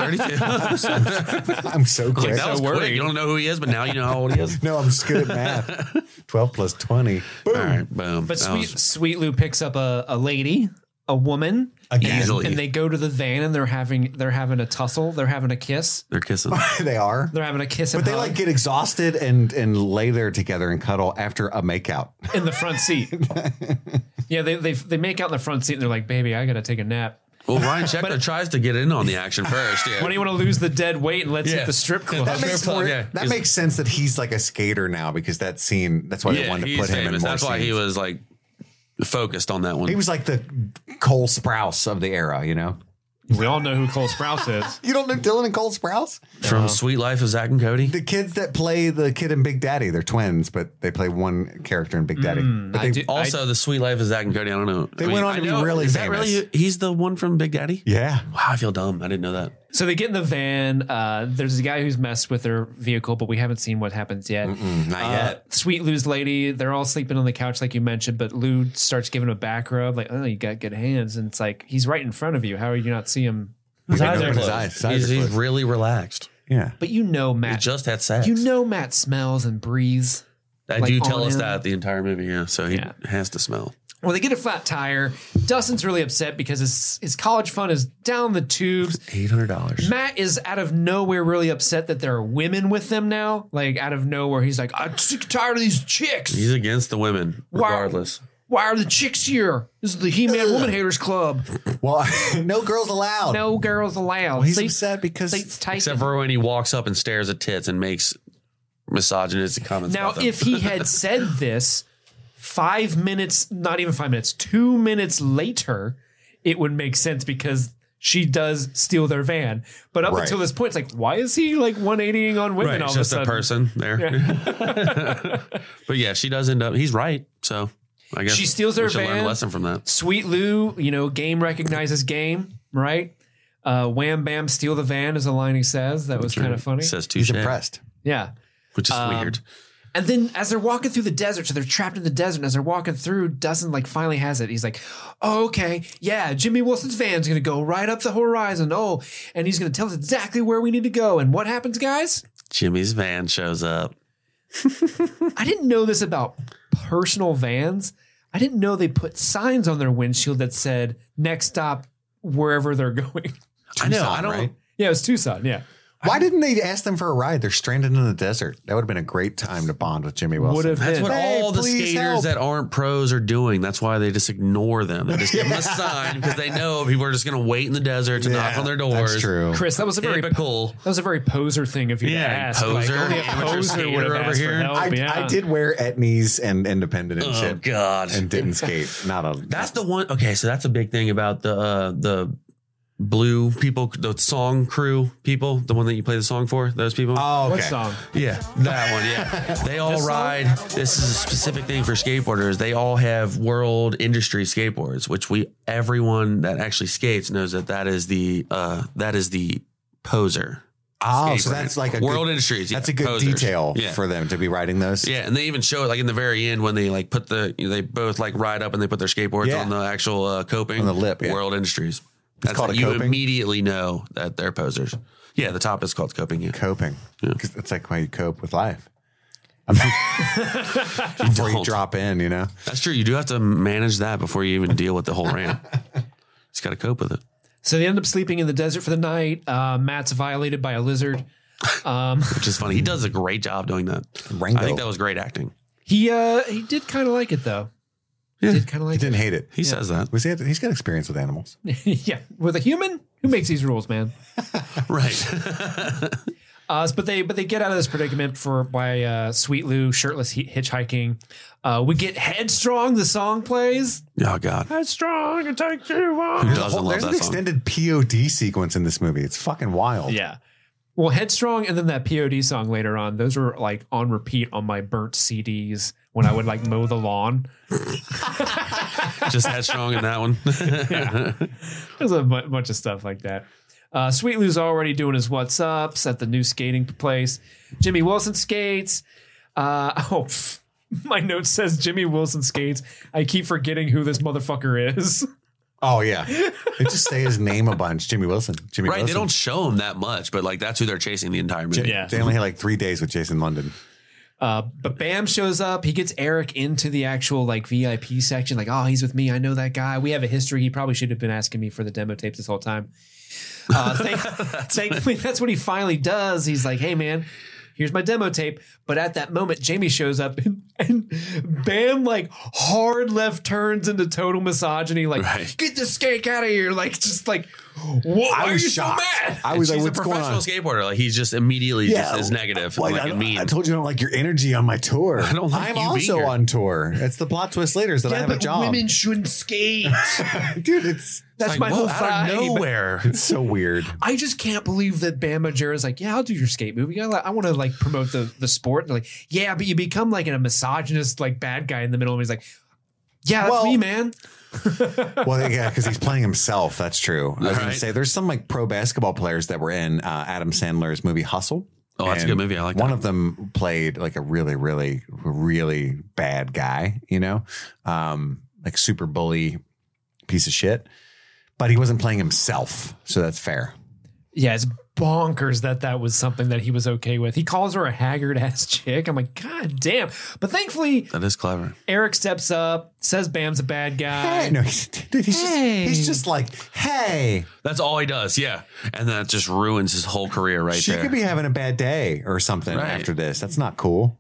Speaker 3: thirty-two.
Speaker 2: I'm so
Speaker 3: Like,
Speaker 2: quick.
Speaker 3: that was
Speaker 1: worried.
Speaker 3: quick. You don't know who he is, but now you know how old he is.
Speaker 2: no, I'm just good at math. 12 plus 20. Boom.
Speaker 3: All right, boom.
Speaker 1: But
Speaker 3: That
Speaker 1: sweet
Speaker 3: was-
Speaker 1: sweet Lou picks up a, a lady, a woman,
Speaker 2: Again.
Speaker 3: Easily.
Speaker 1: and they go to the van and they're having they're having a tussle. They're having a kiss.
Speaker 3: they're kissing.
Speaker 2: they are.
Speaker 1: They're having a kiss.
Speaker 2: But
Speaker 1: and
Speaker 2: they
Speaker 1: hug
Speaker 2: like get exhausted and and lay there together and cuddle after a makeout.
Speaker 1: in the front seat. yeah, they, they they make out in the front seat and they're like, "Baby, I gotta take a nap."
Speaker 3: Well, Ryan Schechter tries to get in on the action first. Yeah.
Speaker 1: Why do you want to lose the dead weight and let's
Speaker 3: Yeah.
Speaker 1: hit the strip club?
Speaker 2: That makes,
Speaker 3: Fair play,
Speaker 2: more-
Speaker 3: yeah.
Speaker 2: that
Speaker 3: He's-
Speaker 2: makes sense that he's like a skater now because that scene. That's why they
Speaker 3: yeah,
Speaker 2: wanted to
Speaker 3: he's
Speaker 2: put him in
Speaker 3: famous.
Speaker 2: more.
Speaker 3: That's why he
Speaker 2: scenes.
Speaker 3: was like focused on that one.
Speaker 2: He was like the Cole Sprouse of the era. You know,
Speaker 1: we all know who Cole Sprouse is.
Speaker 2: you don't know Dylan and Cole Sprouse,
Speaker 3: From Sweet Life of Zach and Cody.
Speaker 2: the kids that play the kid in Big Daddy. They're twins, but they play one character in Big Daddy.
Speaker 3: Mm,
Speaker 2: but they,
Speaker 1: I do-
Speaker 3: Also, the Sweet Life of Zach and Cody. I don't know.
Speaker 2: They went on to
Speaker 3: I
Speaker 2: be really
Speaker 3: is that
Speaker 2: famous.
Speaker 3: really- he's the one from Big Daddy.
Speaker 2: yeah,
Speaker 3: Wow, I feel dumb. I didn't know that.
Speaker 1: so they get in the van. Uh, there's a guy who's messed with their vehicle, but we haven't seen what happens yet.
Speaker 2: not
Speaker 1: Uh,
Speaker 2: yet.
Speaker 1: Sweet Lou's lady, they're all sleeping on the couch, like you mentioned, but Lou starts giving him a back rub, like, oh, you got good hands. And it's like, he's right in front of you. How are you not seeing him?
Speaker 2: His
Speaker 3: Eyes are
Speaker 2: "Oh, his
Speaker 3: closed.
Speaker 2: eyes. His eyes
Speaker 3: he's,
Speaker 2: are
Speaker 3: he's
Speaker 2: closed.
Speaker 3: really relaxed.
Speaker 2: Yeah,
Speaker 1: But you know,
Speaker 3: He
Speaker 1: Matt.
Speaker 3: just had sex.
Speaker 1: You know, Matt smells and breathes.
Speaker 3: I
Speaker 1: like,
Speaker 3: do
Speaker 1: on
Speaker 3: tell us
Speaker 1: him.
Speaker 3: that the entire movie. Yeah, so he
Speaker 1: Yeah.
Speaker 3: has to smell.
Speaker 1: Well, they get a flat tire. Dustin's really upset because his his college fund is down the tubes.
Speaker 3: Eight hundred dollars.
Speaker 1: Matt is out of nowhere really upset that there are women with them now. Like out of nowhere, he's like, "I'm sick and tired of these chicks.
Speaker 3: He's against the women,
Speaker 1: Wow.
Speaker 3: regardless.
Speaker 1: Why are the chicks here? This is the He-Man Woman Haters Club.
Speaker 2: well, no girls allowed.
Speaker 1: No girls allowed.
Speaker 2: he's
Speaker 1: Seats-
Speaker 2: upset because
Speaker 1: seats taken.
Speaker 3: Except for when he walks up and stares at tits and makes misogynistic comments.
Speaker 1: now,
Speaker 3: about them.
Speaker 1: if he had said this five minutes, not even five minutes, two minutes later, it would make sense because. She does steal their van, but up
Speaker 2: Right.
Speaker 1: until this point, it's like, why is he like 180ing on women
Speaker 3: right,
Speaker 1: all
Speaker 3: it's
Speaker 1: of a
Speaker 3: just a,
Speaker 1: sudden?
Speaker 3: person there. but yeah, she does end up. He's right. So I guess
Speaker 1: She steals
Speaker 3: we
Speaker 1: her
Speaker 3: should Learn
Speaker 1: van.
Speaker 3: a lesson from that.
Speaker 1: Sweet Lou, you know, game recognizes game, right? Uh, wham bam, steal the van is a line he says. That was kind of funny. Um,
Speaker 3: Says
Speaker 2: he's
Speaker 3: touche,
Speaker 2: impressed.
Speaker 1: Yeah.
Speaker 3: which is weird.
Speaker 1: And then as they're walking through the desert, so they're trapped in the desert. And as they're walking through, Dustin like finally has it. He's like, oh, okay, yeah, Jimmy Wilson's van's gonna go right up the horizon. Oh, and he's gonna tell us exactly where we need to go. And what happens, guys?
Speaker 3: Jimmy's van shows up.
Speaker 1: I didn't know this about personal vans. I didn't know they put signs on their windshield that said next stop wherever they're going.
Speaker 3: I know. I
Speaker 2: Tucson,
Speaker 3: don't.
Speaker 2: right?
Speaker 1: yeah, it was Tucson. Yeah.
Speaker 2: Why didn't they ask them for a ride? They're stranded in the desert. That would have been a great time to bond with Jimmy Wilson.
Speaker 1: Would have
Speaker 3: That's
Speaker 1: been.
Speaker 3: what
Speaker 2: Hey,
Speaker 3: all the
Speaker 2: please
Speaker 3: skaters
Speaker 2: help.
Speaker 3: that aren't pros are doing. That's why they just ignore them. They just give them a sign because they know people are just going to wait in the desert to
Speaker 2: Yeah,
Speaker 3: knock on their doors.
Speaker 2: That's true.
Speaker 1: Chris, that was a very
Speaker 3: Typical.
Speaker 1: That was a very poser thing of you
Speaker 3: Yeah,
Speaker 1: to ask.
Speaker 3: poser,
Speaker 1: like, only a
Speaker 3: amateur
Speaker 1: poser would
Speaker 3: skater
Speaker 1: have
Speaker 3: over
Speaker 1: asked
Speaker 3: here.
Speaker 1: for help.
Speaker 2: I,
Speaker 1: Oh, yeah.
Speaker 2: I did wear etnies and independent and
Speaker 3: Oh
Speaker 2: shit
Speaker 3: God.
Speaker 2: and didn't skate. Not a.
Speaker 3: That's the one. Okay, so that's a big thing about the uh, the blue people, the song crew people, the one that you play the song for. Those people.
Speaker 2: oh, okay.
Speaker 1: What song?
Speaker 3: Yeah, that one. Yeah, they all ride. This is a specific thing for skateboarders. They all have world industry skateboards, which we everyone that actually skates knows that that is the uh, that is the poser.
Speaker 2: Oh,
Speaker 3: skateboard.
Speaker 2: so that's like a
Speaker 3: world
Speaker 2: good,
Speaker 3: industries. yeah,
Speaker 2: that's a good
Speaker 3: posers.
Speaker 2: detail
Speaker 3: Yeah.
Speaker 2: for them to be riding those.
Speaker 3: yeah, and they even show it like in the very end when they like put the they both like ride up and they put their skateboards
Speaker 2: Yeah.
Speaker 3: on the actual uh, coping
Speaker 2: On the lip, yeah.
Speaker 3: World Industries. That's
Speaker 2: called
Speaker 3: how
Speaker 2: a
Speaker 3: you
Speaker 2: coping?
Speaker 3: immediately know that they're posers. Yeah, the top is called coping. Yeah.
Speaker 2: Coping. 'Cause that's like how you cope with life. I'm before you
Speaker 3: don't.
Speaker 2: drop in, you know?
Speaker 3: That's true. You do have to manage that before you even deal with the whole ramp. Just got to cope with it.
Speaker 1: So they end up sleeping in the desert for the night. Uh, Matt's violated by a lizard. Um,
Speaker 3: Which is funny. He does a great job doing that.
Speaker 2: Rango.
Speaker 3: I think that was great acting.
Speaker 1: he uh, he did kind of like it though.
Speaker 3: Yeah.
Speaker 1: Did kind of
Speaker 2: He
Speaker 1: like
Speaker 2: didn't hate it.
Speaker 3: He says that.
Speaker 2: Was he, he's got experience with animals.
Speaker 1: it. yeah, with a human who makes these rules, man.
Speaker 3: Right.
Speaker 1: Uh, but they but they get out of this predicament for by uh, Sweet Lou shirtless he- hitchhiking. Uh, we get headstrong. The song plays
Speaker 3: oh, God.
Speaker 1: headstrong and take you on.
Speaker 3: Who
Speaker 2: There's, a
Speaker 3: doesn't
Speaker 2: whole-
Speaker 3: love
Speaker 2: there's
Speaker 3: that
Speaker 2: an
Speaker 3: song?
Speaker 2: extended POD sequence in this movie. It's fucking wild.
Speaker 1: Yeah. Well, Headstrong and then that POD song later on, those were like on repeat on my burnt CDs when I would like mow the lawn.
Speaker 3: Just headstrong in that one.
Speaker 1: There's a bu- bunch of stuff like that. Uh, Sweet Lou's already doing his what's ups at the new skating place. Jimmy Wilson skates. Uh, oh, pff, my note says Jimmy Wilson skates. I keep forgetting who this motherfucker is.
Speaker 2: Oh, yeah. They just say his name a bunch Jimmy Wilson. Jimmy
Speaker 3: right. They
Speaker 2: Wilson.
Speaker 3: don't show him that much, but like that's who they're chasing the entire movie.
Speaker 1: Yeah.
Speaker 2: They only had like three days with Jason London.
Speaker 1: Uh, but Bam shows up. He gets Eric into the actual like VIP section. Like, oh, he's with me. I know that guy. We have a history. He probably should have been asking me for the demo tapes this whole time. Uh, thank, thankfully, that's what he finally does. He's like, hey, man, here's my demo tape. But at that moment, Jamie shows up and, and Bam like hard left turns into total misogyny. Like,
Speaker 3: Right.
Speaker 1: get this skank out of here. Like, just like, what?
Speaker 2: I
Speaker 1: Why are
Speaker 2: was
Speaker 1: you
Speaker 2: shocked.
Speaker 1: so mad?
Speaker 2: I
Speaker 3: And
Speaker 2: was like,
Speaker 3: she's
Speaker 2: what's
Speaker 3: a
Speaker 2: going on?
Speaker 3: professional skateboarder. Like he's just immediately just is negative.
Speaker 2: Well,
Speaker 3: and, like
Speaker 2: I,
Speaker 3: and mean.
Speaker 2: I told you I don't like your energy on my tour. I
Speaker 3: don't like
Speaker 2: I'm
Speaker 3: you
Speaker 2: also
Speaker 3: either.
Speaker 2: on tour. That's the plot twist later is that I have a job.
Speaker 1: shouldn't skate.
Speaker 2: Dude, it's
Speaker 1: That's
Speaker 3: Like,
Speaker 1: my
Speaker 3: whoa,
Speaker 1: whole
Speaker 3: out
Speaker 1: Friday.
Speaker 3: of
Speaker 1: but-
Speaker 3: nowhere.
Speaker 2: it's so weird.
Speaker 1: I just can't believe that Bam Majera is like, yeah, I'll do your skate movie. I, li- I want to like promote the the sport. And they're like, yeah, but you become like a misogynist, like bad guy in the middle. And he's like, yeah, that's
Speaker 2: Well-
Speaker 1: me, man.
Speaker 2: Well, yeah, because he's playing himself. That's true. I was going
Speaker 3: Right.
Speaker 2: to say there's some like pro basketball players that were in uh, Adam Sandler's movie Hustle.
Speaker 3: Oh, that's a
Speaker 2: And
Speaker 3: good movie. I like
Speaker 2: One
Speaker 3: that.
Speaker 2: of them played like a really, really, really bad guy. You know, um, like super bully, piece of shit. But he wasn't playing himself, so that's fair.
Speaker 1: Yeah, it's bonkers that that was something that he was okay with. He calls her a haggard ass chick. I'm like, god damn. But thankfully,
Speaker 3: That is clever.
Speaker 1: Eric steps up, says Bam's a bad guy.
Speaker 2: Hey, no, he's, dude, he's
Speaker 1: Hey.
Speaker 2: just he's just like, hey,
Speaker 3: That's all he does. Yeah. And that just ruins his whole career right
Speaker 2: she
Speaker 3: there.
Speaker 2: could be having a bad day or something
Speaker 3: Right.
Speaker 2: after this. That's not cool.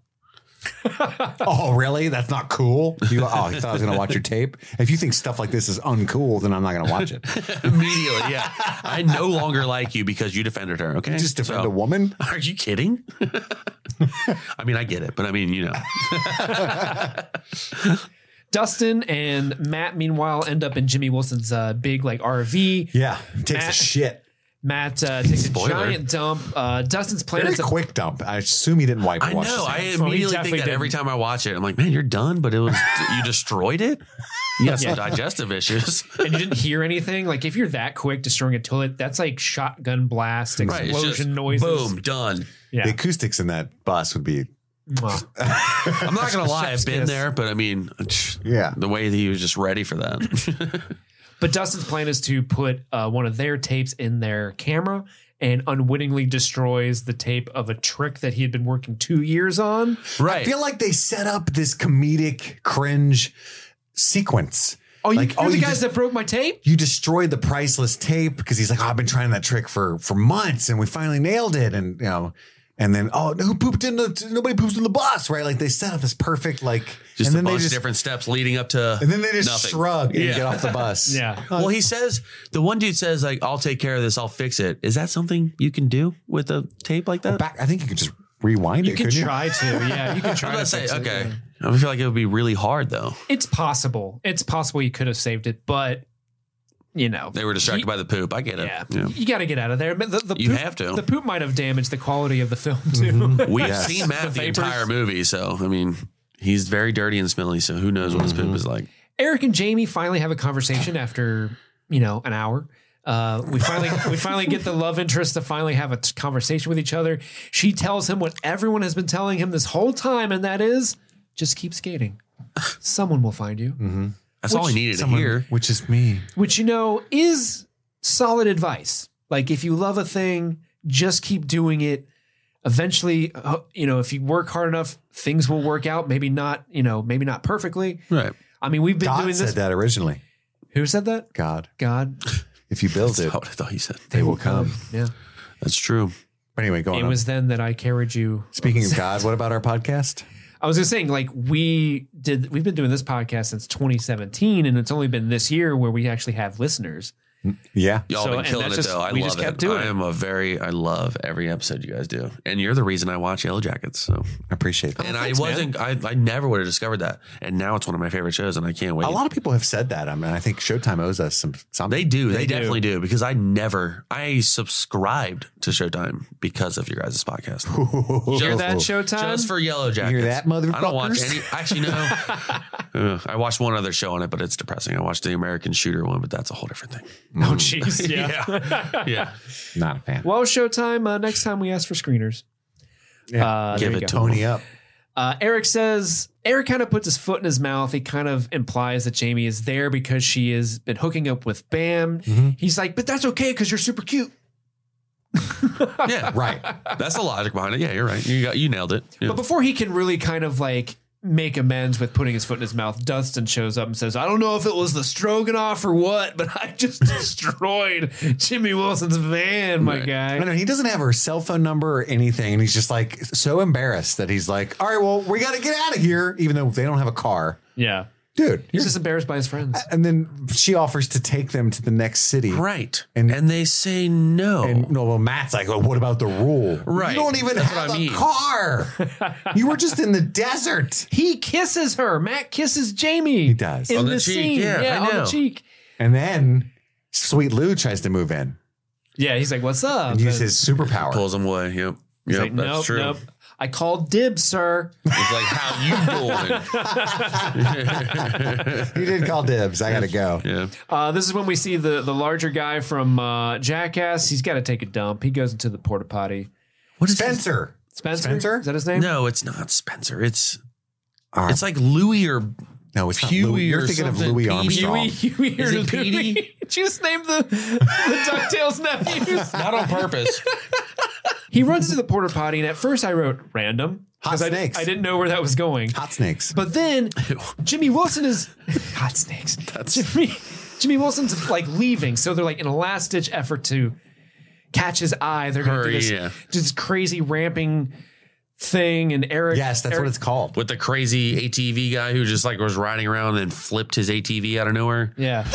Speaker 2: oh, really? That's not cool. You, oh, you thought I was going to watch your tape. If you think stuff like this is uncool, then I'm not going to watch it.
Speaker 3: Immediately, yeah. I no longer like you because you defended her. Okay,
Speaker 2: You just defend
Speaker 3: So-
Speaker 2: a woman.
Speaker 3: Are you kidding? I mean, I get it, but I mean, you know,
Speaker 1: Dustin and Matt, meanwhile, end up in Jimmy Wilson's uh, big like RV.
Speaker 2: Yeah, takes a
Speaker 1: Matt-
Speaker 2: shit.
Speaker 1: Matt uh, takes a
Speaker 3: Spoiler.
Speaker 1: giant dump. Uh, Dustin's
Speaker 2: Very
Speaker 1: planet's a
Speaker 2: quick dump. I assume he didn't wipe.
Speaker 3: I
Speaker 2: wash
Speaker 3: know.
Speaker 2: his
Speaker 3: I
Speaker 2: hands.
Speaker 1: Well, he
Speaker 3: immediately think
Speaker 1: definitely
Speaker 3: that every
Speaker 1: didn't.
Speaker 3: time I watch it, I'm like, man, you're done, but it was you destroyed it. You got some digestive issues,
Speaker 1: and you didn't hear anything. Like if you're that quick destroying a toilet, that's like shotgun blast,
Speaker 3: right?
Speaker 1: explosion
Speaker 3: it's just
Speaker 1: noises.
Speaker 3: Boom, done.
Speaker 1: Yeah.
Speaker 2: The acoustics in that bus would be
Speaker 3: I'm not gonna lie, I've been there, but I mean,
Speaker 2: Yeah.
Speaker 3: the way that he was just ready for that.
Speaker 1: But Dustin's plan is to put uh, one of their tapes in their camera and unwittingly destroys the tape of a trick that he had been working two years on.
Speaker 3: right.
Speaker 2: I feel like they set up this comedic cringe sequence.
Speaker 1: Oh, you,
Speaker 2: Like,
Speaker 1: you're
Speaker 2: oh,
Speaker 1: the
Speaker 2: you
Speaker 1: guys
Speaker 2: just-
Speaker 1: that broke my tape?
Speaker 2: You destroyed the priceless tape because he's like, oh, I've been trying that trick for for months, and we finally nailed it. And you know, and then oh, who pooped in the? Nobody poops in the bus, right? Like they set up this perfect like, and
Speaker 3: just a
Speaker 2: then they
Speaker 3: bunch of
Speaker 2: just
Speaker 3: different steps leading up to
Speaker 2: and then they just
Speaker 3: nothing.
Speaker 2: shrug and
Speaker 3: Yeah.
Speaker 2: get off the bus.
Speaker 1: Yeah.
Speaker 3: Well, he says the one dude says like, "I'll take care of this. I'll fix it." Is that something you can do with a tape like that?
Speaker 2: back. I think you could just rewind
Speaker 1: You
Speaker 2: it.
Speaker 1: can
Speaker 2: couldn't you?
Speaker 1: try to. Yeah, you can
Speaker 3: I
Speaker 1: try to.
Speaker 3: was gonna
Speaker 1: fix
Speaker 3: say,
Speaker 1: it,
Speaker 3: okay.
Speaker 1: yeah.
Speaker 3: I feel like it would be really hard though.
Speaker 1: It's possible. It's possible you could have saved it, but, you know.
Speaker 3: They were distracted
Speaker 1: He-
Speaker 3: by the poop. I get it.
Speaker 1: Yeah. You got to get out of there. But The, the
Speaker 3: You
Speaker 1: poop,
Speaker 3: have to.
Speaker 1: The poop might have damaged the quality of the film, too.
Speaker 3: We've
Speaker 2: Yes.
Speaker 3: seen Matt the,
Speaker 1: The vapors.
Speaker 3: entire movie, so I mean, he's very dirty and smelly. So who knows what his poop is like?
Speaker 1: Eric and Jamie finally have a conversation after you know an hour. Uh, we finally we finally get the love interest to finally have a t- conversation with each other. She tells him what everyone has been telling him this whole time, and that is just keep skating. Someone will find you,
Speaker 3: That's all
Speaker 1: Which
Speaker 3: I needed
Speaker 2: Someone-
Speaker 3: to hear.
Speaker 2: which is me.
Speaker 1: which you know is solid advice. Like if you love a thing, just keep doing it. Eventually, uh, you know, if you work hard enough, things will work out. Maybe not, you know, maybe not perfectly.
Speaker 3: Right.
Speaker 1: I mean, we've been
Speaker 2: God
Speaker 1: doing
Speaker 2: said
Speaker 1: this.
Speaker 2: that originally.
Speaker 1: Who said that?
Speaker 2: God,
Speaker 1: God,
Speaker 2: if you build it,
Speaker 3: That's what I thought he said.
Speaker 2: they will come.
Speaker 1: yeah.
Speaker 3: That's true.
Speaker 2: But anyway, going
Speaker 1: It
Speaker 2: on.
Speaker 1: was then that I carried you.
Speaker 2: Speaking of God, what about our podcast?
Speaker 1: I was just saying, like we did, we've been doing this podcast since 2017, and it's only been this year where we actually have listeners.
Speaker 2: Yeah.
Speaker 3: Y'all
Speaker 1: So,
Speaker 3: been
Speaker 1: and
Speaker 3: killing it
Speaker 1: that's just-
Speaker 3: though. I
Speaker 1: we
Speaker 3: love
Speaker 1: just
Speaker 3: it.
Speaker 1: kept doing
Speaker 3: I
Speaker 1: it.
Speaker 3: am a very I love every episode you guys do, and you're the reason I watch Yellow Jackets. So,
Speaker 2: I appreciate that.
Speaker 3: and
Speaker 1: Oh, thanks,
Speaker 3: I wasn't. I, I never would have discovered that, and now it's one of my favorite shows, and I can't wait.
Speaker 2: A lot of people have said that. I mean, I think Showtime owes us some something.
Speaker 3: They do. They,
Speaker 1: do.
Speaker 3: definitely do. because I never I subscribed to Showtime because of your guys' podcast.
Speaker 1: Hear
Speaker 3: Oh.
Speaker 1: that, Showtime?
Speaker 3: Just for Yellow Jackets.
Speaker 2: that,
Speaker 3: I don't watch any.
Speaker 2: motherfuckers?
Speaker 3: Actually, no. Ugh, I watched one other show on it, but it's depressing. I watched the American Shooter one, but that's a whole different thing.
Speaker 1: oh, jeez. Yeah.
Speaker 3: Yeah.
Speaker 2: Not a fan.
Speaker 1: Well, Showtime. Uh, next time we ask for screeners.
Speaker 2: Yeah.
Speaker 1: Uh,
Speaker 3: Give
Speaker 1: there
Speaker 3: it
Speaker 1: you
Speaker 3: to
Speaker 1: go.
Speaker 2: Pony up.
Speaker 1: Uh, Eric says Eric kind of puts his foot in his mouth. He kind of implies that Jamie is there because she has been hooking up with Bam.
Speaker 3: Mm-hmm.
Speaker 1: He's like, but that's okay because you're super cute.
Speaker 3: Yeah.
Speaker 2: Right.
Speaker 3: That's the logic behind it. Yeah, you're right. You got you nailed it. Yeah.
Speaker 1: But before he can really kind of like make amends with putting his foot in his mouth, Dustin shows up and says, I don't know if it was the stroganoff or what, but I just destroyed Jimmy Wilson's van, my
Speaker 3: Right.
Speaker 1: guy.
Speaker 2: I know he doesn't have her cell phone number or anything, and he's just like so embarrassed that he's like, "All right, well, we got to get out of here," even though they don't have a car,
Speaker 1: Yeah.
Speaker 2: dude.
Speaker 1: He's
Speaker 2: you're-
Speaker 1: just embarrassed by his friends.
Speaker 2: And then she offers to take them to the next city,
Speaker 3: Right.
Speaker 2: And-
Speaker 3: And, they say no.
Speaker 2: And no, well, Matt's like, well, what about the rule?
Speaker 3: Oh. Right.
Speaker 2: You don't even
Speaker 3: That's what
Speaker 2: have
Speaker 3: I
Speaker 2: a
Speaker 3: mean.
Speaker 2: car. you were just in the desert.
Speaker 1: He kisses her. Matt kisses Jamie. He
Speaker 2: does.
Speaker 1: In
Speaker 3: On the
Speaker 1: the
Speaker 3: cheek,
Speaker 1: scene.
Speaker 3: yeah,
Speaker 1: Yeah,
Speaker 3: I
Speaker 1: on
Speaker 3: know.
Speaker 1: the cheek.
Speaker 2: And then Sweet Lou tries to move in
Speaker 1: Yeah, he's like, What's up?
Speaker 2: and use
Speaker 1: And
Speaker 2: his superpower.
Speaker 3: Pulls them away. Yep.
Speaker 1: he's
Speaker 3: Yep.
Speaker 1: like,
Speaker 3: that's
Speaker 1: nope,
Speaker 3: true.
Speaker 1: nope. I called dibs, sir.
Speaker 3: It's like how you doing?
Speaker 2: he did call dibs. I got to go.
Speaker 3: Yeah.
Speaker 1: Uh, this is when we see the, the larger guy from uh, Jackass. He's got to take a dump. He goes into the porta potty.
Speaker 3: What is
Speaker 2: Spencer.
Speaker 1: Spencer?
Speaker 2: Spencer?
Speaker 1: Is that his name?
Speaker 3: No, it's not Spencer. It's
Speaker 2: Arm-
Speaker 3: it's like Louis or
Speaker 2: no, it's
Speaker 3: Huey
Speaker 2: not Louis. You're
Speaker 3: or
Speaker 2: thinking of
Speaker 3: something.
Speaker 2: Louis
Speaker 3: Petey.
Speaker 2: Armstrong.
Speaker 1: Huey, Huey,
Speaker 3: Is
Speaker 1: or
Speaker 3: it Petey?
Speaker 1: Louie? Just name the, the DuckTales nephews.
Speaker 3: not on purpose.
Speaker 1: He runs into the porta potty, and at first I wrote random. 'cause
Speaker 2: Hot
Speaker 1: I-
Speaker 2: snakes.
Speaker 1: I, didn't know where that was going.
Speaker 2: Hot snakes.
Speaker 1: But then Jimmy Wilson is hot snakes. Jimmy Jimmy Wilson's like leaving, so they're like in a last ditch effort to catch his eye. They're gonna do
Speaker 3: Hurry,
Speaker 1: this,
Speaker 3: yeah.
Speaker 1: do this crazy ramping thing, and Eric.
Speaker 2: yes, that's
Speaker 1: Eric,
Speaker 2: what it's called.
Speaker 3: With the crazy ATV guy who just like was riding around and flipped his ATV out of nowhere.
Speaker 1: yeah.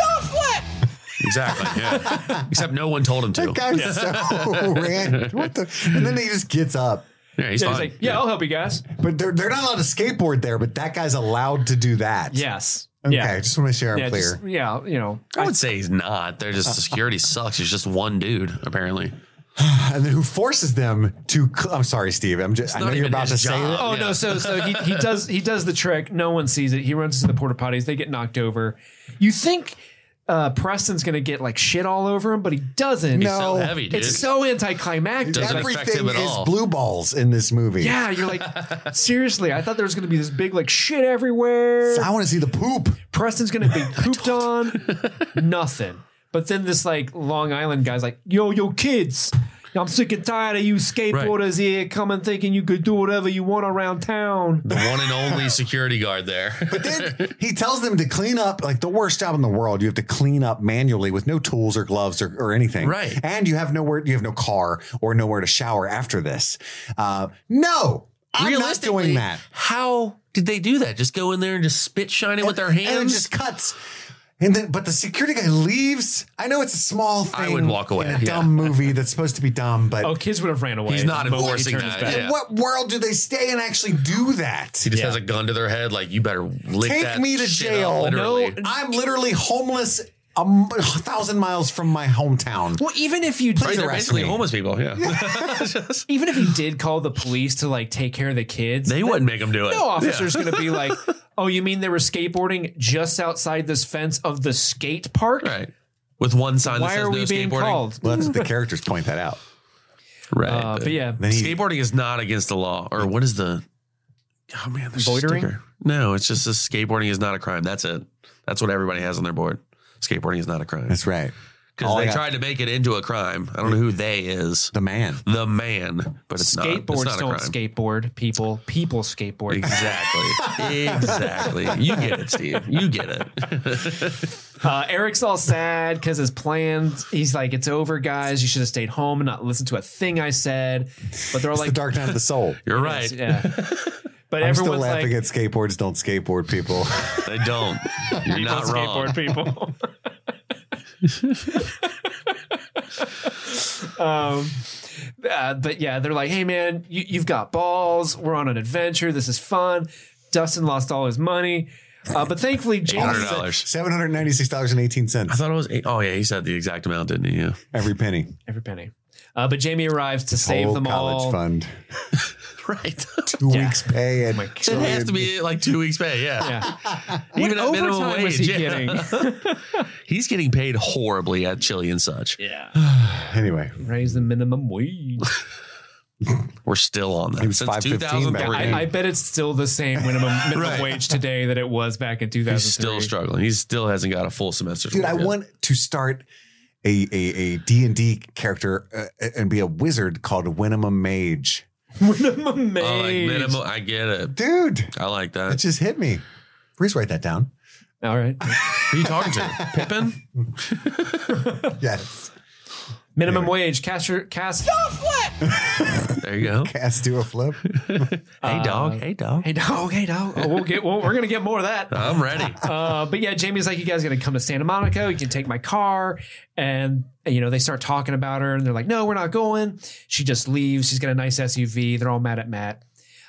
Speaker 3: Exactly. Yeah. Except no one told him to.
Speaker 2: That guy's so random. What the? And then he just gets up.
Speaker 3: Yeah, he's
Speaker 1: Yeah,
Speaker 3: fine.
Speaker 1: he's like, yeah, I'll help you guys.
Speaker 2: But they're, they're not allowed to skateboard there, but that guy's allowed to do that.
Speaker 1: Yes.
Speaker 2: Okay.
Speaker 1: Yeah.
Speaker 2: Just want to make sure I'm
Speaker 1: Yeah,
Speaker 2: clear.
Speaker 1: just- yeah, you know.
Speaker 3: I would say he's not. They're just the security sucks. It's just one dude, apparently.
Speaker 2: and then who forces them to? Cl- I'm sorry, Steve. I'm just. I know
Speaker 3: not
Speaker 2: you're
Speaker 3: even
Speaker 2: about to
Speaker 3: his
Speaker 2: say
Speaker 3: job.
Speaker 2: it.
Speaker 1: Oh
Speaker 3: Yeah.
Speaker 1: no! So so he, he does he does the trick. No one sees it. He runs into the porta potties. They get knocked over. You think uh, Preston's gonna get like shit all over him, but he doesn't.
Speaker 2: No.
Speaker 1: So-
Speaker 2: Oh,
Speaker 3: Heavy, dude.
Speaker 1: It's so anticlimactic.
Speaker 3: Doesn't affect
Speaker 2: Everything
Speaker 3: him at
Speaker 2: is
Speaker 3: all.
Speaker 2: blue balls in this movie.
Speaker 1: Yeah, you're like, seriously, I thought there was gonna be this big like shit everywhere.
Speaker 2: So I want to see the poop.
Speaker 1: Preston's gonna be pooped on. Nothing. But then this like Long Island guy's like, yo, yo, kids. I'm sick and tired of you skateboarders here coming thinking you could do whatever you want around town.
Speaker 3: the one and only security guard there.
Speaker 2: Then he tells them to clean up like the worst job in the world. You have to clean up manually with no tools or gloves or, or anything.
Speaker 3: Right.
Speaker 2: And you have nowhere you have no car or nowhere to shower after this. Uh, no, I'm not
Speaker 3: Realistically,
Speaker 2: doing that.
Speaker 3: How did they do that? Just go in there and just spit shine it with their hands?
Speaker 2: And it just cuts. And then, but the security guy leaves. I know it's a small thing.
Speaker 3: I would walk away,
Speaker 2: In a
Speaker 3: yeah.
Speaker 2: dumb movie that's supposed to be dumb, but
Speaker 1: Oh, kids would have ran away.
Speaker 3: He's not
Speaker 1: the moment he
Speaker 3: enforcing
Speaker 1: turned his
Speaker 3: that,
Speaker 1: back.
Speaker 2: in
Speaker 3: yeah.
Speaker 2: what world do they stay and actually do that?
Speaker 3: he just has a gun to their head, like you better lick
Speaker 2: Take
Speaker 3: that
Speaker 2: me to
Speaker 3: shit
Speaker 2: jail.
Speaker 3: Up, literally.
Speaker 1: No,
Speaker 2: I'm literally homeless a m- a thousand miles from my hometown.
Speaker 1: Well, even if you
Speaker 2: Please
Speaker 3: Right, they're
Speaker 2: arrest
Speaker 3: basically
Speaker 2: me.
Speaker 3: homeless people. Yeah,
Speaker 1: even if you did call the police to like take care of the kids,
Speaker 3: they wouldn't make them do it.
Speaker 1: no officer's going to be like, "Oh, you mean they were skateboarding just outside this fence of the skate park?
Speaker 3: Yeah. right. With one sign
Speaker 1: Why
Speaker 3: that says
Speaker 1: are
Speaker 3: no
Speaker 1: we being
Speaker 3: skateboarding.
Speaker 1: called?"
Speaker 2: Well, that's the characters point that out.
Speaker 3: Right,
Speaker 1: Uh, but yeah,
Speaker 2: Then he,
Speaker 3: skateboarding is not against the law. Or what is the? Oh man, there's a
Speaker 1: Loitering?
Speaker 3: sticker. No, it's just this skateboarding is not a crime. That's it. That's what everybody has on their board. Skateboarding is not a crime
Speaker 2: that's right.
Speaker 3: because
Speaker 2: all I
Speaker 3: they
Speaker 2: got-
Speaker 3: tried to make it into a crime. I don't know who they is.
Speaker 2: The man.
Speaker 3: The man, but it's not. It's
Speaker 1: skateboards
Speaker 3: not a
Speaker 1: don't
Speaker 3: crime.
Speaker 1: skateboard. People, people skateboard.
Speaker 3: Exactly. exactly. You get it, Steve. You get it.
Speaker 1: Uh, Eric's all sad because his plans. He's like, "It's over, guys. You should have stayed home and not listened to a thing I said." But they're all
Speaker 2: It's
Speaker 1: like,
Speaker 2: the dark night of the soul.
Speaker 3: You're right.
Speaker 1: "Yeah." But
Speaker 2: I'm still
Speaker 1: everyone's
Speaker 2: laughing
Speaker 1: like,
Speaker 2: at skateboards don't skateboard people.
Speaker 3: They don't. You're not wrong.
Speaker 1: skateboard people. um, uh, but yeah, they're like, hey man, you, you've got balls. We're on an adventure. This is fun. Dustin lost all his money, uh, but thankfully,
Speaker 3: Hundred
Speaker 1: James.
Speaker 3: dollars.
Speaker 2: Seven hundred ninety-six dollars and eighteen
Speaker 3: I
Speaker 2: cents
Speaker 3: thought it was eight. Oh yeah, he said the exact amount, didn't he? Yeah.
Speaker 2: every penny.
Speaker 1: every penny. Uh, but Jamie arrives to save
Speaker 2: Whole
Speaker 1: them
Speaker 2: college
Speaker 1: all.
Speaker 2: fund,
Speaker 3: Right.
Speaker 2: two
Speaker 1: Yeah.
Speaker 2: weeks pay, and
Speaker 3: it has to be like two weeks pay. Yeah.
Speaker 1: Yeah.
Speaker 3: Even at
Speaker 1: What
Speaker 3: minimum
Speaker 1: overtime
Speaker 3: wage.
Speaker 1: was he
Speaker 3: yeah.
Speaker 1: getting?
Speaker 3: He's getting paid horribly at Chili and such.
Speaker 1: yeah,
Speaker 2: anyway,
Speaker 1: raise the minimum wage.
Speaker 3: We're still on
Speaker 2: It
Speaker 3: that
Speaker 2: was
Speaker 3: since
Speaker 2: 5.15 back
Speaker 3: 2003.
Speaker 2: then.
Speaker 1: I, I bet it's still the same minimum, minimum wage today that it was back in 2003.
Speaker 3: He's still struggling. He still hasn't got a full semester.
Speaker 2: dude, I want to start a a, a D and D character uh, and be a wizard called Winnemem Mage.
Speaker 1: minimum wage.
Speaker 3: Oh, like minimum. I get it.
Speaker 2: Dude,
Speaker 3: I like
Speaker 2: that
Speaker 3: that.
Speaker 2: just hit me. Please write that down.
Speaker 1: All right.
Speaker 3: Who are you talking to? Pippin?
Speaker 2: Yes,
Speaker 1: Minimum wage. Caster, cast.
Speaker 3: There you go.
Speaker 2: cast do a flip.
Speaker 3: Hey dog. Hey dog.
Speaker 1: Uh, Hey dog. Hey dog. Oh, we'll get. Well, we're gonna get more of that.
Speaker 3: I'm ready.
Speaker 1: Uh, but yeah, Jamie's like, you guys gonna come to Santa Monica? You can take my car. And you know they start talking about her, and they're like, no, we're not going. She just leaves. She's got a nice SUV. They're all mad at Matt.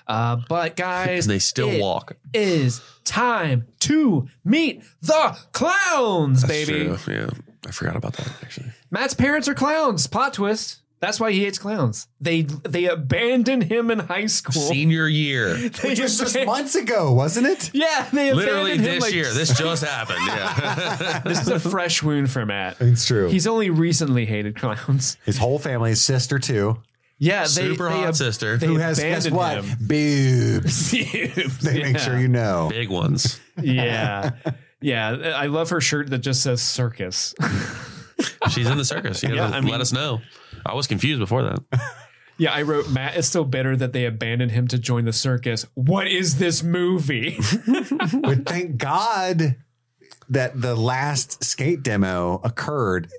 Speaker 1: Uh, but guys,
Speaker 3: And they still
Speaker 1: it
Speaker 3: walk.
Speaker 1: Is time to meet the clowns, baby.
Speaker 3: True, Yeah. I forgot about that actually.
Speaker 1: Matt's parents are clowns. Plot twist. That's why he hates clowns. They they abandoned him in high school.
Speaker 3: Senior year.
Speaker 1: They
Speaker 2: Which was just
Speaker 1: aban-
Speaker 2: months ago, wasn't it?
Speaker 1: Yeah, they abandoned
Speaker 3: Literally
Speaker 1: him
Speaker 3: this
Speaker 1: like-
Speaker 3: year. This just happened. Yeah.
Speaker 1: This is a fresh wound for Matt.
Speaker 2: It's true.
Speaker 1: He's only recently hated clowns.
Speaker 2: His whole family, his sister too,
Speaker 1: Yeah, they,
Speaker 3: Super
Speaker 1: they
Speaker 3: hot
Speaker 1: ab-
Speaker 3: sister.
Speaker 1: they
Speaker 2: who has guess
Speaker 1: abandoned
Speaker 2: what?
Speaker 1: him.
Speaker 2: Boobs. They
Speaker 1: yeah.
Speaker 2: make sure you know.
Speaker 3: Big ones.
Speaker 1: yeah, yeah. I love her shirt that just says circus.
Speaker 3: She's in the circus. You know,
Speaker 1: Yeah, I mean-
Speaker 3: let us know. I was confused before that.
Speaker 1: Yeah, I wrote Matt is so bitter that they abandoned him to join the circus. What is this movie?
Speaker 2: But thank God that the last skate demo occurred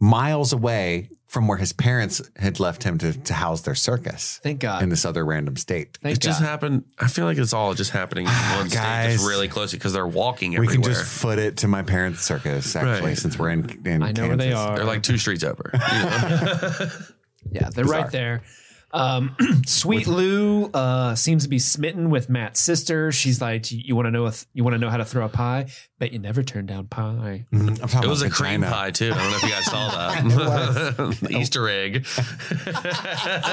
Speaker 2: miles away from where his parents had left him to, to house their circus
Speaker 1: Thank
Speaker 2: in
Speaker 1: God.
Speaker 2: this other random state.
Speaker 1: Thank
Speaker 3: It just
Speaker 1: God. Ah,
Speaker 3: happened. I feel like it's all just happening in one state,
Speaker 2: Guys.
Speaker 3: just really close because they're walking
Speaker 2: We
Speaker 3: everywhere.
Speaker 2: can just foot it to my parents' circus, actually,
Speaker 3: Right.
Speaker 2: since we're in, in
Speaker 1: I know
Speaker 2: Kansas.
Speaker 1: where they are.
Speaker 3: they're like two streets over. you know?
Speaker 1: Yeah, they're
Speaker 2: Bizarre.
Speaker 1: right there. Um, Sweet Lou uh, seems to be smitten with Matt's sister. She's like, "You want to know? A th- you want to know how to throw a pie? Bet you never turn down pie."
Speaker 2: Mm, I'm talking
Speaker 3: It was a
Speaker 2: about
Speaker 3: cream
Speaker 2: vagina.
Speaker 3: pie too. I don't know if you guys saw
Speaker 2: It
Speaker 3: that. The Easter egg.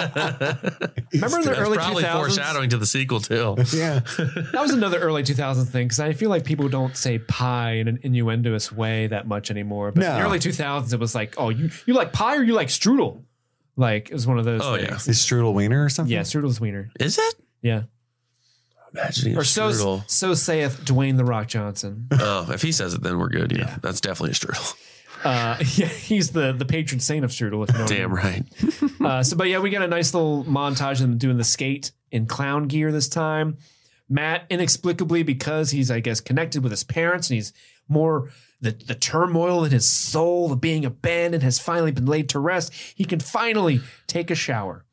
Speaker 1: Remember in the
Speaker 3: That's
Speaker 1: early two
Speaker 3: probably
Speaker 1: thousands?
Speaker 3: foreshadowing to the sequel too.
Speaker 2: Yeah.
Speaker 1: That was another early two thousands thing because I feel like people don't say pie in an innuendoous way that much anymore. But in the
Speaker 2: No.
Speaker 1: early two thousands, it was like, "Oh, you you like pie or you like strudel?" Like it was one of those.
Speaker 3: Oh,
Speaker 1: things.
Speaker 2: Is strudel wiener or something?
Speaker 1: yeah, strudel's wiener.
Speaker 3: Is it?
Speaker 1: Yeah,
Speaker 3: Imagine
Speaker 1: or so so saith Dwayne the Rock Johnson.
Speaker 3: Oh, if he says it, then we're good. Yeah, that's definitely a strudel.
Speaker 1: Uh, yeah, he's the the patron saint of strudel. If you know what I mean.
Speaker 3: Damn right.
Speaker 1: Uh, so, but yeah, we got a nice little montage of them doing the skate in clown gear this time. Matt, inexplicably, because he's, I guess, connected with his parents and he's more the, the turmoil in his soul of being abandoned has finally been laid to rest. He can finally take a shower.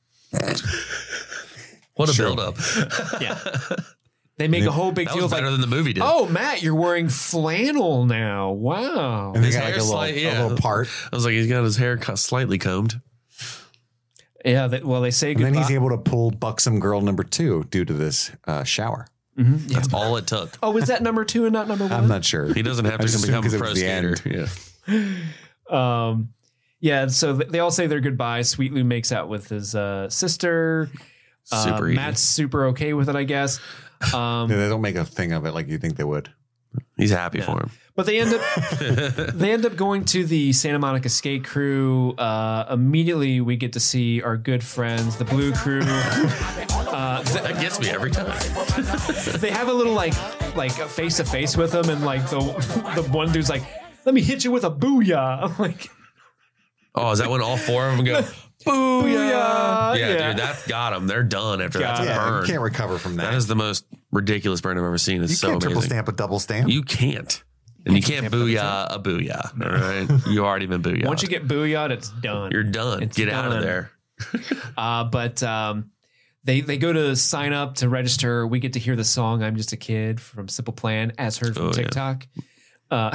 Speaker 3: What a
Speaker 2: Sure.
Speaker 3: buildup. that
Speaker 1: Yeah. They make a whole big deal
Speaker 3: was
Speaker 1: of
Speaker 3: better
Speaker 1: like,
Speaker 3: than the movie did.
Speaker 1: oh, Matt, you're wearing flannel now. Wow.
Speaker 2: And they
Speaker 3: His
Speaker 2: got like a
Speaker 3: hair's
Speaker 2: little,
Speaker 3: like-
Speaker 2: a
Speaker 3: yeah.
Speaker 2: little part.
Speaker 3: I was like, he's got his hair cut slightly combed.
Speaker 1: Yeah. They, well, they say
Speaker 2: And
Speaker 1: goodbye.
Speaker 2: then he's able to pull buxom girl number two due to this uh, shower.
Speaker 1: Mhm, yeah.
Speaker 3: That's all it took.
Speaker 1: Oh, is that number two and not number one?
Speaker 2: I'm not sure.
Speaker 3: He doesn't have
Speaker 2: I
Speaker 3: to
Speaker 2: just
Speaker 3: become
Speaker 2: assumed 'cause
Speaker 3: a
Speaker 2: it
Speaker 3: pro
Speaker 2: was the
Speaker 3: skater.
Speaker 2: end.
Speaker 3: Yeah.
Speaker 1: um yeah so th- they all say their goodbyes sweet lou makes out with his uh sister Uh,
Speaker 3: Super easy.
Speaker 1: matt's super okay with it i guess um
Speaker 2: Yeah, they don't make a thing of it like you think they would.
Speaker 3: He's happy
Speaker 1: Yeah.
Speaker 3: for him.
Speaker 1: but they end up they end up going to the santa monica skate crew uh immediately we get to see our good friends the blue crew uh th-
Speaker 3: that gets me every time.
Speaker 1: they have a little like like a face to face with them and like the the one dude's like let me hit you with a booyah i'm like
Speaker 3: Oh, is that when all four of them go?
Speaker 1: booyah
Speaker 3: Yeah, dude, that got them. They're done after
Speaker 1: Got
Speaker 3: that
Speaker 1: 'em.
Speaker 2: Yeah, you
Speaker 3: burn.
Speaker 2: can't recover from that.
Speaker 3: that is the most ridiculous burn I've ever seen. It's
Speaker 2: you
Speaker 3: so
Speaker 2: can't
Speaker 3: amazing.
Speaker 2: triple stamp a double stamp.
Speaker 3: You can't. And you can't booyah a booyah. All right. You already been booyah.
Speaker 1: once you get booyah it's done
Speaker 3: you're done.
Speaker 1: It's
Speaker 3: get out
Speaker 1: done.
Speaker 3: of there.
Speaker 1: Uh, but um, they they go to sign up to register. We get to hear the song "I'm Just a Kid" from Simple Plan, as heard from
Speaker 3: Oh, yeah.
Speaker 1: TikTok. Uh,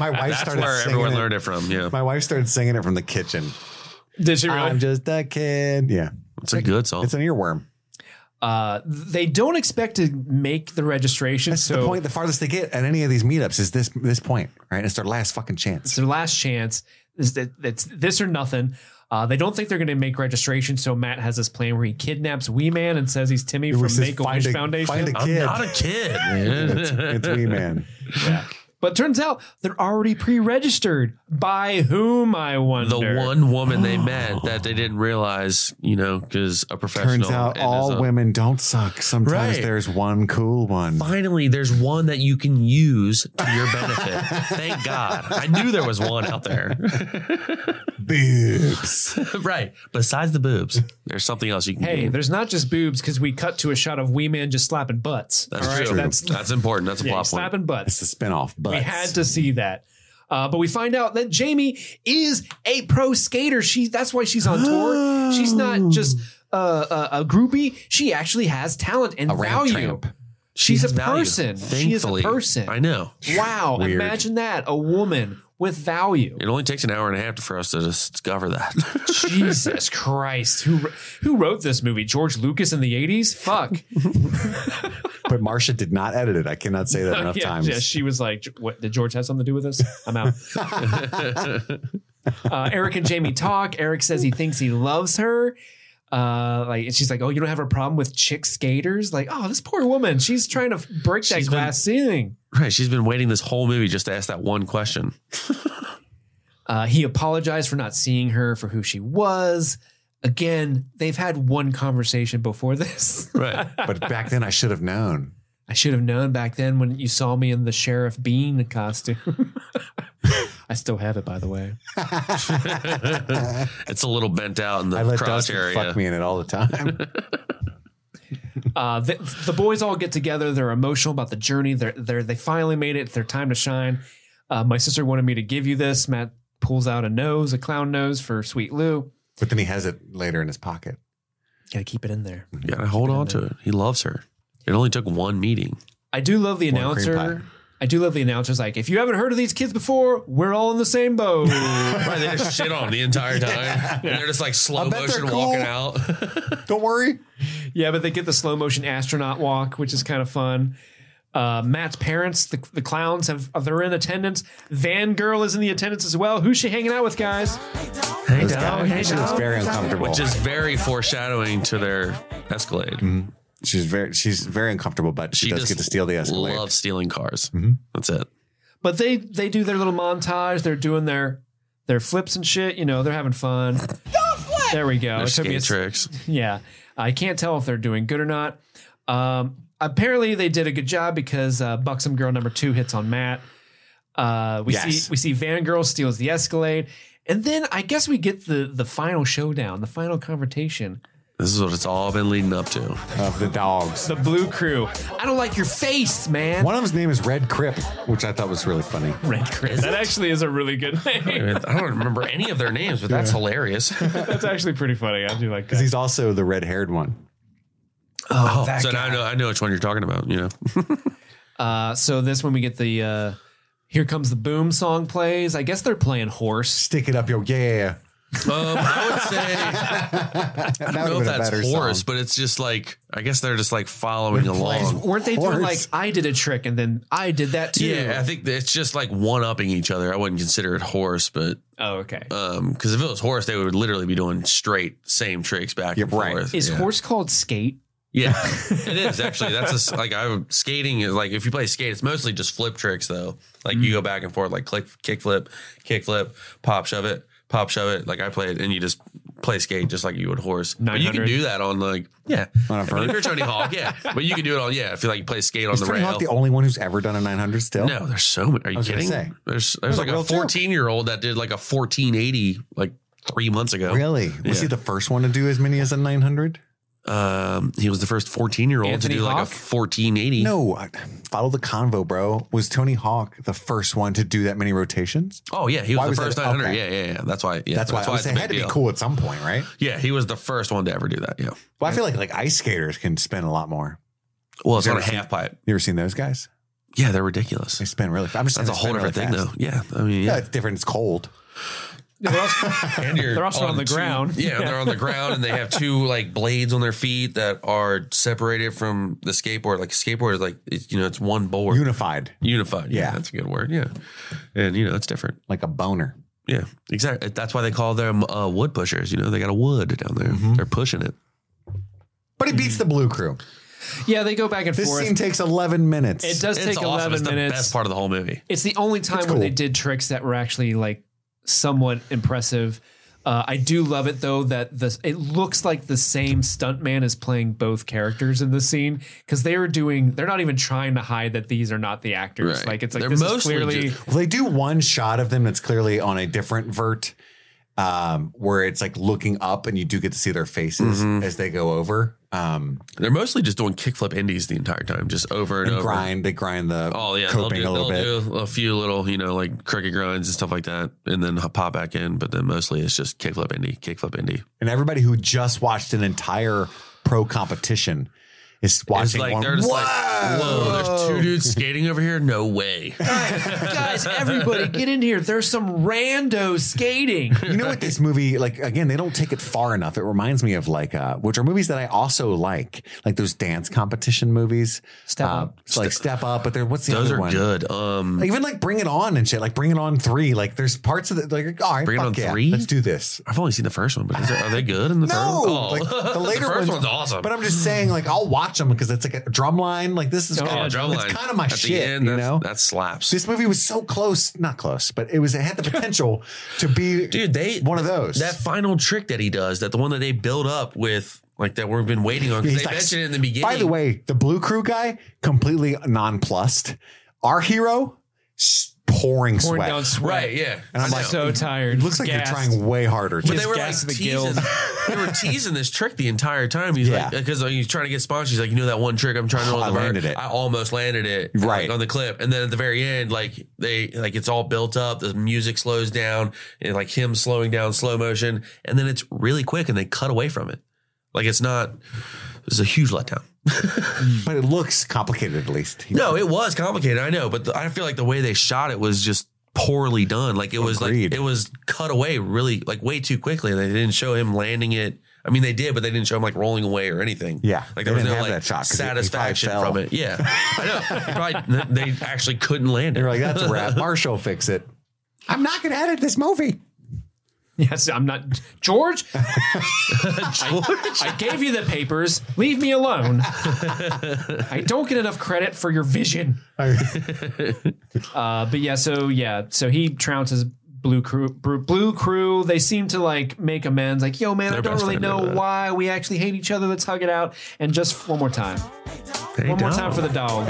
Speaker 2: my wife
Speaker 3: That's
Speaker 2: started
Speaker 3: where
Speaker 2: singing
Speaker 3: everyone
Speaker 2: it.
Speaker 3: learned it from. Yeah.
Speaker 2: My wife started singing it from the kitchen.
Speaker 1: did she
Speaker 2: I'm
Speaker 1: really?
Speaker 2: just a kid. Yeah,
Speaker 3: It's a good song.
Speaker 2: it's an earworm.
Speaker 1: Uh, they don't expect to make the registration,
Speaker 2: That's
Speaker 1: so
Speaker 2: the point. The farthest they get at any of these meetups is this this point, right? It's their last fucking
Speaker 1: it's
Speaker 2: chance.
Speaker 1: their last chance. Is that it's this or nothing? Uh, they don't think they're going to make registration, so Matt has this plan where he kidnaps Wee Man and says he's Timmy
Speaker 2: We
Speaker 1: from
Speaker 2: says,
Speaker 1: Make a Wish
Speaker 2: find a-
Speaker 1: Foundation.
Speaker 2: find a
Speaker 3: I'm
Speaker 2: kid.
Speaker 3: not a kid.
Speaker 2: it's, it's Wee Man.
Speaker 1: but turns out they're already pre-registered by whom I wonder.
Speaker 3: the one woman they met that they didn't realize, you know, because a professional.
Speaker 2: Turns out
Speaker 3: and is
Speaker 2: all
Speaker 3: a-
Speaker 2: women don't suck. Sometimes
Speaker 3: Right.
Speaker 2: there's one cool one.
Speaker 3: Finally, there's one that you can use to your benefit. Thank God. I knew there was one out there.
Speaker 2: Boobs.
Speaker 3: right. Besides the boobs, there's something else you can
Speaker 1: Hey,
Speaker 3: do.
Speaker 1: there's not just boobs because we cut to a shot of Wee Man just slapping butts.
Speaker 3: That's
Speaker 1: All right,
Speaker 3: true.
Speaker 1: That's
Speaker 3: That's, important. That's a
Speaker 1: yeah,
Speaker 3: plot point.
Speaker 1: slapping
Speaker 2: It's
Speaker 1: butts.
Speaker 2: a spinoff, but
Speaker 1: We had to see that. Uh, but we find out that Jamie is a pro skater. She that's why she's on tour. She's not just uh, a, a groupie. She actually has talent and
Speaker 2: A ramp
Speaker 1: value.
Speaker 2: tramp.
Speaker 3: She
Speaker 1: She's
Speaker 3: has
Speaker 1: a
Speaker 3: value,
Speaker 1: person. She is a
Speaker 3: thankfully.
Speaker 1: person.
Speaker 3: I know.
Speaker 1: Wow!
Speaker 2: Weird.
Speaker 1: Imagine that a woman with value.
Speaker 3: It only takes an hour and a half for us to discover that.
Speaker 1: Jesus Christ! Who who wrote this movie? George Lucas in the eighties? Fuck.
Speaker 2: but Marcia did not edit it. I cannot say that enough
Speaker 1: Oh, yeah,
Speaker 2: times.
Speaker 1: yeah, she was like, "What did George have something to do with this?" I'm out. uh, Eric and Jamie talk. Eric says he thinks he loves her. Uh, like and she's like, "Oh, you don't have a problem with chick skaters?" Like, "Oh, this poor woman. She's trying to break that
Speaker 3: She's been-
Speaker 1: glass ceiling."
Speaker 3: right. She's been waiting this whole movie just to ask that one question.
Speaker 1: Uh, he apologized for not seeing her for who she was. Again, they've had one conversation before this.
Speaker 3: Right.
Speaker 2: but back then I should have known.
Speaker 1: I should have known back then when you saw me in the Sheriff Bean costume. I still have it, by the way.
Speaker 3: it's a little bent out in the
Speaker 2: I let
Speaker 3: crotch
Speaker 2: Dustin
Speaker 3: area.
Speaker 2: fuck me in it all the time.
Speaker 1: Uh, the, the boys all get together. They're emotional about the journey. They're, they're they finally made it. It's their time to shine. Uh, my sister wanted me to give you this. Matt pulls out a nose, a clown nose for Sweet Lou.
Speaker 2: but then he has it later in his pocket.
Speaker 1: Gotta keep it in there.
Speaker 3: Yeah, hold on to it. He loves her. It only took one meeting.
Speaker 1: I do love the
Speaker 2: More cream
Speaker 1: announcer I do love the announcers like, if you haven't heard of these kids before, we're all in the same boat.
Speaker 3: Right, they just shit on 'em the entire time. And they're just like slow
Speaker 2: bet they're
Speaker 3: motion
Speaker 2: cool.
Speaker 3: walking out.
Speaker 2: Don't worry.
Speaker 1: yeah, but they get the slow motion astronaut walk, which is kind of fun. Uh, Matt's parents, the, the clowns, have uh, they're in attendance. Van Girl is in the attendance as well. Who's she hanging out with, guys?
Speaker 3: hey,
Speaker 2: Yeah, she was very uncomfortable.
Speaker 3: Oh, Which is very foreshadowing to their Escalade.
Speaker 2: Mm-hmm. she's very she's very uncomfortable, but she, does
Speaker 3: just
Speaker 2: get to steal the Escalade. Mm-hmm.
Speaker 3: Loves stealing cars. That's it.
Speaker 1: But they they do their little montage. They're doing their their flips and shit. You know, they're having fun. There we go.
Speaker 3: Their
Speaker 1: It took me
Speaker 3: skate
Speaker 1: a-
Speaker 3: tricks.
Speaker 1: Yeah, I can't tell if they're doing good or not. Um, apparently, they did a good job because uh, Buxom Girl number two hits on Matt. Uh, we
Speaker 2: Yes.
Speaker 1: see we see Van Girl steals the Escalade, and then I guess we get the the final showdown, the final confrontation.
Speaker 3: This is what it's all been leading up to.
Speaker 2: of the dogs.
Speaker 1: The Blue Crew. I don't like your face, man.
Speaker 2: One of them's name is Red Crip, which I thought was really funny.
Speaker 1: Red Chris. That actually is a really good name.
Speaker 3: I don't remember any of their names, but that's hilarious.
Speaker 1: That's actually pretty funny. I do like that.
Speaker 2: He's also the red haired one.
Speaker 3: Oh, so now I know I know which one you're talking about. You know,
Speaker 1: Uh, so this when we get the uh, "Here Comes the Boom" song plays. I guess they're playing horse.
Speaker 2: Stick it up your yeah.
Speaker 3: um, I would say
Speaker 2: That
Speaker 3: I don't know
Speaker 2: would've
Speaker 3: if
Speaker 2: been a
Speaker 3: that's
Speaker 2: better
Speaker 3: horse,
Speaker 2: song.
Speaker 3: but it's just like I guess they're just like following along.
Speaker 1: Weren't they doing like
Speaker 2: Horse.
Speaker 1: I did a trick and then I did that too?
Speaker 3: Yeah, I think that it's just like one upping each other. I wouldn't consider it horse, but
Speaker 1: Oh, okay.
Speaker 3: um, because if it was horse, they would literally be doing straight same tricks back and
Speaker 2: Yeah, right.
Speaker 3: forth.
Speaker 1: Is
Speaker 3: yeah.
Speaker 1: horse called skate?
Speaker 3: Yeah, it is actually. That's a s like I would skating is like if you play skate, it's mostly just flip tricks though. Like
Speaker 2: Mm-hmm.
Speaker 3: you go back and forth, like click, kick flip, kick flip, pop shove it, pop shove it. Like I play it, and you just play skate just like you would horse. But you can
Speaker 1: 900.
Speaker 3: do that on like yeah,
Speaker 2: On a
Speaker 3: But if
Speaker 2: vert?
Speaker 3: you're Tony Hawk, yeah. But you can do it on yeah. If you like you play skate on
Speaker 2: Is
Speaker 3: the
Speaker 2: Tony
Speaker 3: rail.
Speaker 2: Hawk the only one who's ever done a 900 still?
Speaker 3: no, there's so many. Are you
Speaker 2: was gonna
Speaker 3: kidding?
Speaker 2: say.
Speaker 3: There's there's like
Speaker 2: a
Speaker 3: a
Speaker 2: real joke.
Speaker 3: 14 year old that did like a 1480 like three months ago.
Speaker 2: Really? Was
Speaker 3: Yeah.
Speaker 2: he the first one to do as many as a 900?
Speaker 3: Um, he was the first 14 year old to
Speaker 1: Anthony
Speaker 3: do like a
Speaker 1: Hawk?
Speaker 3: 1480.
Speaker 2: No, I- follow the convo, bro. Was Tony Hawk the first one to do that many rotations?
Speaker 3: Oh yeah, he was
Speaker 2: Why
Speaker 3: the
Speaker 2: was that-
Speaker 3: first 900.
Speaker 2: okay.
Speaker 3: Yeah, yeah, yeah. That's why. Yeah,
Speaker 2: that's, why, I was
Speaker 3: it's a
Speaker 2: saying it
Speaker 3: big
Speaker 2: had to
Speaker 3: deal.
Speaker 2: be cool at some point, right?
Speaker 3: Yeah, he was the first one to ever do that. Yeah.
Speaker 2: Well, I feel like like ice skaters can spin a lot more.
Speaker 3: Well, it's
Speaker 2: You
Speaker 3: on a
Speaker 2: ever seen-
Speaker 3: half pipe.
Speaker 2: You ever seen those guys?
Speaker 3: Yeah, they're ridiculous.
Speaker 2: They spin really fast. I'm just saying
Speaker 3: That's a
Speaker 2: they
Speaker 3: whole
Speaker 2: spin
Speaker 3: different thing,
Speaker 2: really
Speaker 3: though.
Speaker 2: fast.
Speaker 3: Yeah, I mean,
Speaker 2: Yeah.
Speaker 3: yeah.
Speaker 2: it's different. It's cold.
Speaker 1: They're also,
Speaker 3: And you're
Speaker 1: They're also on the
Speaker 3: two-
Speaker 1: ground.
Speaker 3: Yeah,
Speaker 1: Yeah.
Speaker 3: they're on the ground, and they have two like blades on their feet that are separated from the skateboard. Like a skateboard is like it's, you know, it's one board
Speaker 2: Unified,
Speaker 3: unified. Yeah,
Speaker 2: Yeah.
Speaker 3: that's a good word. Yeah, and you know, it's different.
Speaker 2: like a boner.
Speaker 3: Yeah, exactly. That's why they call them uh, wood pushers. You know, they got a wood down there.
Speaker 2: Mm-hmm.
Speaker 3: They're pushing it.
Speaker 2: But it beats the blue crew.
Speaker 1: yeah, they go back and
Speaker 2: This
Speaker 1: forth.
Speaker 2: scene takes 11 minutes.
Speaker 1: it does
Speaker 3: It's
Speaker 1: take
Speaker 3: awesome.
Speaker 1: eleven
Speaker 3: It's the
Speaker 1: minutes.
Speaker 3: best part of the whole movie.
Speaker 1: It's the only time
Speaker 2: It's
Speaker 1: where they
Speaker 2: cool.
Speaker 1: did tricks that were actually like somewhat impressive. Uh, I do love it though that this it looks like the same stuntman is playing both characters in the scene because they are doing they're not even trying to hide that these are not the actors.
Speaker 3: Right.
Speaker 1: Like it's like
Speaker 3: They're
Speaker 1: this is
Speaker 3: mostly
Speaker 1: clearly
Speaker 3: just-
Speaker 2: Well, they do one shot of them that's clearly on a different vert, um, where it's like looking up, and you do get to see their faces
Speaker 3: Mm-hmm.
Speaker 2: as they go over um,
Speaker 3: They're mostly just doing kickflip indies the entire time, just over and,
Speaker 2: and
Speaker 3: over.
Speaker 2: grind. They grind the
Speaker 3: Oh yeah, they'll,
Speaker 2: coping
Speaker 3: do,
Speaker 2: a little bit.
Speaker 3: they'll do a few little, you know, like cricket grinds and stuff like that, and then pop back in. But then mostly it's just kickflip indie, kickflip indie.
Speaker 2: And everybody who just watched an entire pro competition is
Speaker 3: It's
Speaker 2: watching.
Speaker 3: like
Speaker 2: one,
Speaker 3: they're just
Speaker 2: whoa!
Speaker 3: like, whoa, there's two dudes skating over here. No way.
Speaker 1: guys, everybody get in here. There's some rando skating.
Speaker 2: You know what this movie like again they don't take it far enough. It reminds me of like uh which are movies that I also like, like those dance competition movies.
Speaker 1: Step Up.
Speaker 2: It's like Step Up, but there what's the
Speaker 3: Those
Speaker 2: other
Speaker 3: are
Speaker 2: one?
Speaker 3: good. Um,
Speaker 2: Like, even like Bring It On and shit, like Bring It On 3, like there's parts of the like all right,
Speaker 3: Bring It
Speaker 2: fuck
Speaker 3: On
Speaker 2: yeah,
Speaker 3: 3?
Speaker 2: let's do this.
Speaker 3: I've only seen the first one, but is there, are they good in the third?
Speaker 2: No,
Speaker 3: one? Oh.
Speaker 2: like the later
Speaker 3: first
Speaker 2: ones,
Speaker 3: one's awesome.
Speaker 2: But I'm just saying, like I'll watch them because it's like a drumline. Like this is
Speaker 1: Oh,
Speaker 2: kind
Speaker 3: Oh,
Speaker 2: of
Speaker 3: drumline.
Speaker 2: it's kind of my
Speaker 3: At the
Speaker 2: shit,
Speaker 3: end,
Speaker 2: you
Speaker 3: that's-
Speaker 2: know.
Speaker 3: that slaps.
Speaker 2: this movie was so close, not close, but it was it had the potential to be
Speaker 3: dude they
Speaker 2: one of those.
Speaker 3: that final trick that he does that the one that they build up with like that we've been waiting on 'cause
Speaker 2: He's
Speaker 3: they
Speaker 2: like,
Speaker 3: mentioned it in the beginning
Speaker 2: By the way, the blue crew guy completely nonplussed. Our hero s- pouring,
Speaker 1: Pouring
Speaker 2: sweat.
Speaker 1: down sweat.
Speaker 3: right yeah
Speaker 2: And I'm
Speaker 3: I
Speaker 2: like,
Speaker 1: so
Speaker 3: know.
Speaker 1: tired.
Speaker 2: It looks like
Speaker 1: Gassed.
Speaker 2: you're trying way harder.
Speaker 3: But
Speaker 2: To,
Speaker 3: they were like
Speaker 1: gas the
Speaker 3: teasing,
Speaker 1: guild.
Speaker 3: they were teasing this trick the entire time. He's
Speaker 2: Yeah. Oh,
Speaker 3: like, because he's trying to get sponsors. He's like, you know that one trick I'm trying to.
Speaker 2: I
Speaker 3: on the vert?
Speaker 2: landed it.
Speaker 3: I almost landed it.
Speaker 2: Right.
Speaker 3: like, on the clip, and then at the very end, like they like it's all built up. The music slows down, and like him slowing down, slow motion, and then it's really quick, and they cut away from it. Like it's not. It was a huge letdown.
Speaker 2: But it looks complicated, at least.
Speaker 3: No, it was complicated. I know, but the, I feel like the way they shot it was just poorly done. Like it was
Speaker 2: Agreed.
Speaker 3: like it was cut away really like way too quickly. They didn't show him landing it. I mean, they did, but they didn't show him like rolling away or anything.
Speaker 2: Yeah. They
Speaker 3: like there was
Speaker 2: didn't
Speaker 3: no
Speaker 2: have
Speaker 3: like
Speaker 2: that shot 'cause he- he probably
Speaker 3: satisfaction
Speaker 2: fell.
Speaker 3: from it. Yeah, I know. Probably, they actually couldn't land it.
Speaker 2: They're like, that's a wrap. Marshall fix it. I'm not going to edit this movie.
Speaker 1: Yes, I'm not George. I, I gave you the papers. Leave me alone. I don't get enough credit for your vision. Uh, but yeah, so yeah, so he trounces Blue Crew. Bru- Blue Crew. They seem to like make amends. Like, yo, man, I
Speaker 3: They're
Speaker 1: don't
Speaker 3: best
Speaker 1: really
Speaker 3: friend
Speaker 1: know
Speaker 3: over that.
Speaker 1: why we actually hate each other. Let's hug it out. And just one more time,
Speaker 3: They
Speaker 1: one more
Speaker 3: don't.
Speaker 1: time for the dogs.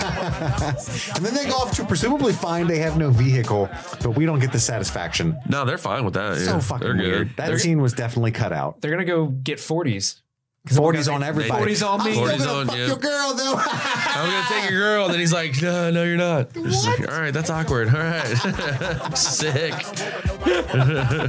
Speaker 2: And then they go off to presumably find they have no vehicle, but we don't get the satisfaction.
Speaker 3: No, they're fine with that.
Speaker 2: So
Speaker 3: yeah.
Speaker 2: fucking
Speaker 3: They're good.
Speaker 2: weird. That
Speaker 3: They're-
Speaker 2: scene was definitely cut out.
Speaker 1: They're gonna go get forties.
Speaker 2: 40s on everybody.
Speaker 1: 40s on me.
Speaker 2: I'm still
Speaker 3: 40s
Speaker 2: gonna
Speaker 3: on
Speaker 2: fuck
Speaker 3: you.
Speaker 2: your girl, though.
Speaker 3: I'm gonna take your girl. And then he's like, No, no, you're not. Just like, All right, that's awkward. All right, sick.
Speaker 2: I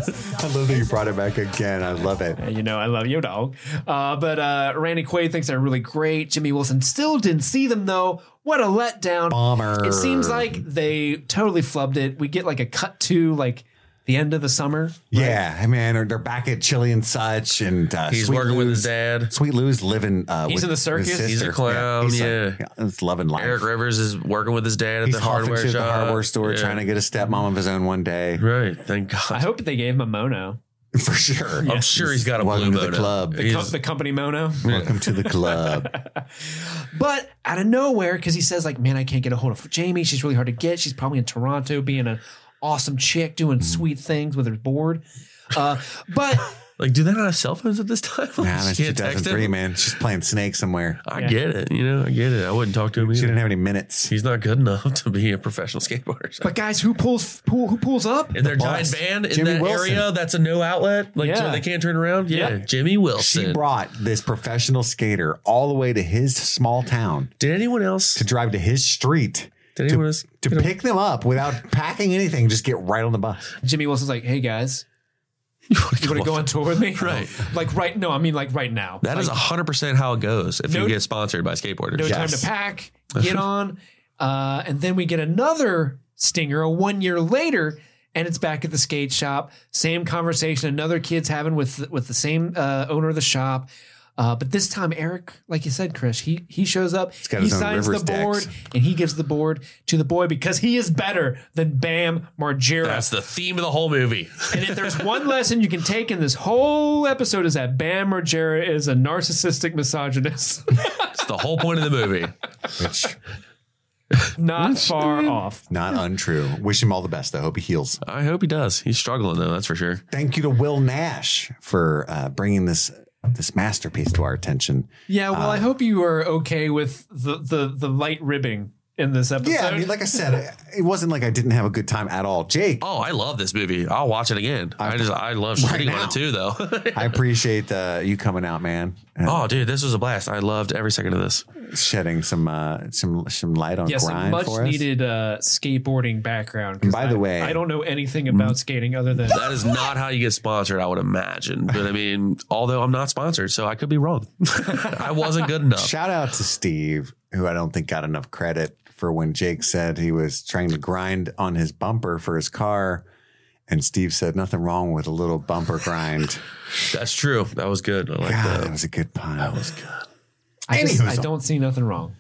Speaker 2: love that you brought it back again. I love it.
Speaker 1: You know, I love your dog. Uh, but uh, Randy Quaid thinks they're really great. Jimmy Wilson still didn't see them though. What a letdown.
Speaker 2: Bomber.
Speaker 1: It seems like they totally flubbed it. We get like a cut to like the end of the summer.
Speaker 2: Yeah, I mean, they're, they're back at Chili and such, and uh,
Speaker 3: He's
Speaker 2: Sweet
Speaker 3: working with his
Speaker 2: Lou's-
Speaker 3: dad.
Speaker 2: Sweet Lou's living. Uh,
Speaker 1: He's
Speaker 2: with
Speaker 1: in the circus?
Speaker 2: his
Speaker 3: He's a
Speaker 2: sister.
Speaker 3: clown,
Speaker 2: he's, uh,
Speaker 3: yeah.
Speaker 2: he's loving life.
Speaker 3: Eric Rivers is working with his dad at
Speaker 2: he's
Speaker 3: the hardware
Speaker 2: shit at
Speaker 3: shop.
Speaker 2: the hardware store,
Speaker 3: Yeah.
Speaker 2: trying to get a stepmom of his own one day
Speaker 3: Right. Thank God.
Speaker 1: I hope they gave him a mono.
Speaker 2: for sure.
Speaker 3: I'm sure he's got a
Speaker 2: Welcome
Speaker 3: blue
Speaker 2: to the
Speaker 3: bow
Speaker 2: club.
Speaker 3: now.
Speaker 2: The
Speaker 1: The,
Speaker 3: He's-
Speaker 1: co- the company mono.
Speaker 2: Welcome to the club.
Speaker 1: But out of nowhere, because he says like, "Man, I can't get a hold of Jamie. She's really hard to get. She's probably in Toronto, being an awesome chick, doing sweet things with her board." Uh, but
Speaker 3: like, do they not have cell phones at this time? Like,
Speaker 2: nah,
Speaker 3: you
Speaker 2: it's
Speaker 3: can't text
Speaker 2: 2003,
Speaker 3: him?
Speaker 2: man. She's playing Snake somewhere.
Speaker 3: I
Speaker 1: Yeah.
Speaker 3: get it. You know, I get it. I wouldn't talk to him
Speaker 2: She
Speaker 3: either.
Speaker 2: didn't have any minutes.
Speaker 3: He's not good enough to be a professional skateboarder. So.
Speaker 1: but guys, who pulls pool, who pulls up?
Speaker 3: And their
Speaker 2: boss,
Speaker 3: giant band in
Speaker 2: Jimmy
Speaker 3: that
Speaker 2: Wilson.
Speaker 3: area that's a no outlet. Like,
Speaker 1: Yeah.
Speaker 3: so they can't turn around. Yeah.
Speaker 1: Yep.
Speaker 3: Jimmy Wilson.
Speaker 2: She brought this professional skater all the way to his small town
Speaker 3: did anyone else?
Speaker 2: to drive to his street
Speaker 3: did anyone else?
Speaker 2: to
Speaker 3: get a-
Speaker 2: pick them up without packing anything. Just get right on the bus.
Speaker 1: Jimmy Wilson's like, "Hey guys,
Speaker 3: you want
Speaker 1: you want to go on tour with me?
Speaker 3: Right.
Speaker 1: Like right? No, I mean like right now.
Speaker 3: That
Speaker 1: like,
Speaker 3: is a hundred percent how it goes. If
Speaker 1: No-
Speaker 3: you get sponsored by skateboarders,
Speaker 1: no time
Speaker 2: Yes.
Speaker 1: to pack. Get on, uh, and then we get another stinger one year later, and it's back at the skate shop. Same conversation another kid's having with with the same uh, owner of the shop. Uh, but this time, Eric, like you said, Chris, he he shows up.
Speaker 2: got
Speaker 1: He
Speaker 2: his own
Speaker 1: signs the
Speaker 2: Rivers
Speaker 1: board,
Speaker 2: decks.
Speaker 1: and he gives the board to the boy because he is better than Bam Margera.
Speaker 3: that's the theme of the whole movie.
Speaker 1: And if there's one lesson you can take in this whole episode is that Bam Margera is a narcissistic misogynist.
Speaker 3: It's the whole point of the movie.
Speaker 2: Which
Speaker 1: Not far off.
Speaker 2: not untrue. Wish him all the best. I hope he heals.
Speaker 3: I hope he does. He's struggling though, that's for sure.
Speaker 2: thank you to Will Nash for uh, bringing this this masterpiece to our attention.
Speaker 1: Yeah, well, I hope you are okay with the the, the light ribbing in this episode.
Speaker 2: Yeah, I mean, like I said, it- it wasn't like I didn't have a good time at all. Jake,
Speaker 3: Oh, I love this movie. I'll watch it again. I, just I love
Speaker 2: Right
Speaker 3: shitting
Speaker 2: now.
Speaker 3: on it too, though.
Speaker 2: I appreciate uh, you coming out, man, and
Speaker 3: oh, dude, this was a blast. I loved every second of this.
Speaker 2: shedding some uh, some some light on
Speaker 1: yes, a
Speaker 2: grind
Speaker 1: much
Speaker 2: for us.
Speaker 1: needed uh, skateboarding background. 'cause
Speaker 2: By the
Speaker 1: I-
Speaker 2: way-
Speaker 1: I don't know anything about skating other than
Speaker 3: That is not how you get sponsored, I would imagine. But I mean, although I'm not sponsored, so I could be wrong. I wasn't good enough.
Speaker 2: Shout out to Steve, who I don't think got enough credit for when Jake said he was trying to grind on his bumper for his car. And Steve said, nothing wrong with a little bumper grind.
Speaker 3: That's true. That was good. I like
Speaker 2: God, that
Speaker 3: that.
Speaker 2: was a good pun. That was good.
Speaker 1: I, just- I
Speaker 2: Anywho.
Speaker 1: don't see nothing wrong.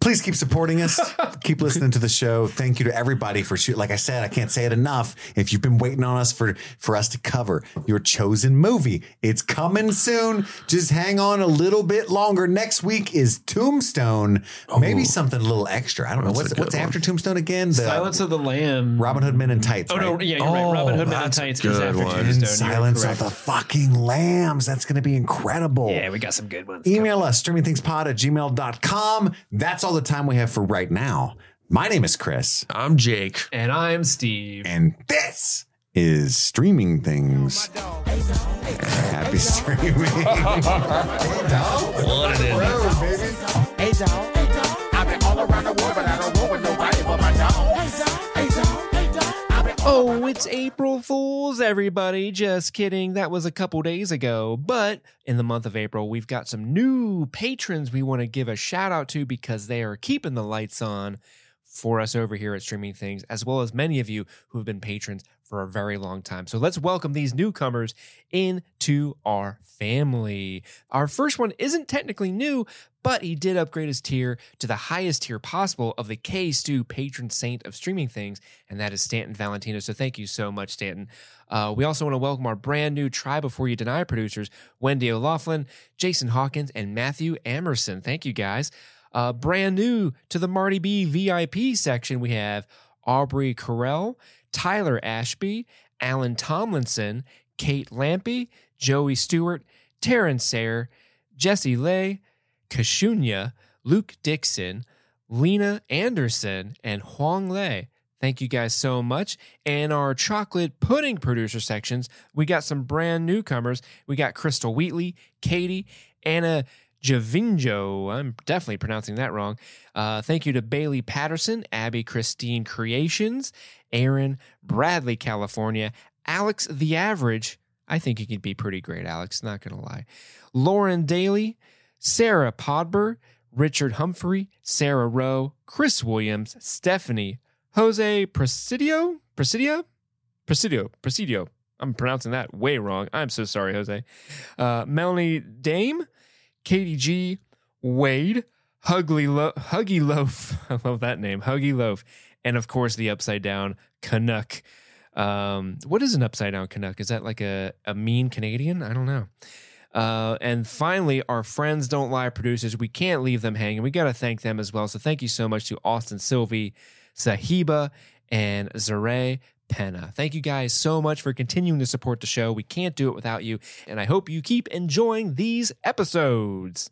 Speaker 2: please keep supporting us. keep listening to the show. Thank you to everybody for shoot. Like I said, I can't say it enough. If you've been waiting on us for for us to cover your chosen movie, it's coming soon. Just hang on a little bit longer. Next week is Tombstone.
Speaker 1: Oh.
Speaker 2: Maybe something a little extra. I don't know
Speaker 3: That's a
Speaker 2: what's
Speaker 3: good
Speaker 2: what's
Speaker 3: one.
Speaker 2: after Tombstone again. The
Speaker 1: Silence of the Lamb.
Speaker 2: Robin Hood Men in Tights.
Speaker 1: oh no,
Speaker 2: right?
Speaker 1: yeah, you're right. Robin
Speaker 3: Oh,
Speaker 1: Hood Man in
Speaker 3: that's a
Speaker 1: Tights is
Speaker 3: good
Speaker 1: after
Speaker 3: one.
Speaker 1: Tombstone. You're
Speaker 2: Silence of
Speaker 1: correct.
Speaker 2: the fucking lambs. That's going to be incredible.
Speaker 1: Yeah, we got some good ones.
Speaker 2: Email us, streamingthingspod at gmail.com. That's all the time we have for right now. My name is Chris.
Speaker 3: I'm Jake.
Speaker 1: And I'm Steve.
Speaker 2: And this is streaming things. Happy streaming.
Speaker 3: Wanted it.
Speaker 5: Hey dog, I've been all around the world, but I don't roll with nobody but my dog. Hey dog, I've been all
Speaker 1: Oh, it's April Fools, everybody. Just kidding. That was a couple days ago. But in the month of April, we've got some new patrons we want to give a shout out to because they are keeping the lights on for us over here at Streaming Things, as well as many of you who have been patrons for a very long time. So let's welcome these newcomers into our family. Our first one isn't technically new, but he did upgrade his tier to the highest tier possible of the K Stu patron saint of streaming things, and that is Stanton Valentino. So thank you so much, Stanton. Uh, we also want to welcome our brand new Try Before You Deny producers, Wendy O'Laughlin, Jason Hawkins, and Matthew Emerson. Thank you guys. Uh, brand new to the Marty B VIP section, we have Aubrey Carell, Tyler Ashby, Alan Tomlinson, Kate Lampy, Joey Stewart, Taryn Sayre, Jesse Lay, Kashunya, Luke Dixon, Lena Anderson, and Huang Lei. Thank you guys so much. And our chocolate pudding producer sections, we got some brand newcomers. We got Crystal Wheatley, Katie, Anna Javinjo. I'm definitely pronouncing that wrong. Uh, thank you to Bailey Patterson, Abby Christine Creations, Aaron Bradley, California, Alex the Average. I think you could be pretty great, Alex, not going to lie. Lauren Daly, Sarah Podber, Richard Humphrey, Sarah Rowe, Chris Williams, Stephanie, Jose Presidio, Presidio, Presidio, Presidio. I'm pronouncing that way wrong. I'm so sorry, Jose. Uh, Melanie Dame, Katie G, Wade, Hugly Lo- Huggy Loaf. I love that name, Huggy Loaf, and of course the upside down Canuck. Um, what is an upside down Canuck? Is that like a, a mean Canadian? I don't know. Uh, and finally, our friends don't lie producers. We can't leave them hanging. We got to thank them as well. So thank you so much to Austin Sylvie, Sahiba, and Zaray Penna. Thank you guys so much for continuing to support the show. We can't do it without you. And I hope you keep enjoying these episodes.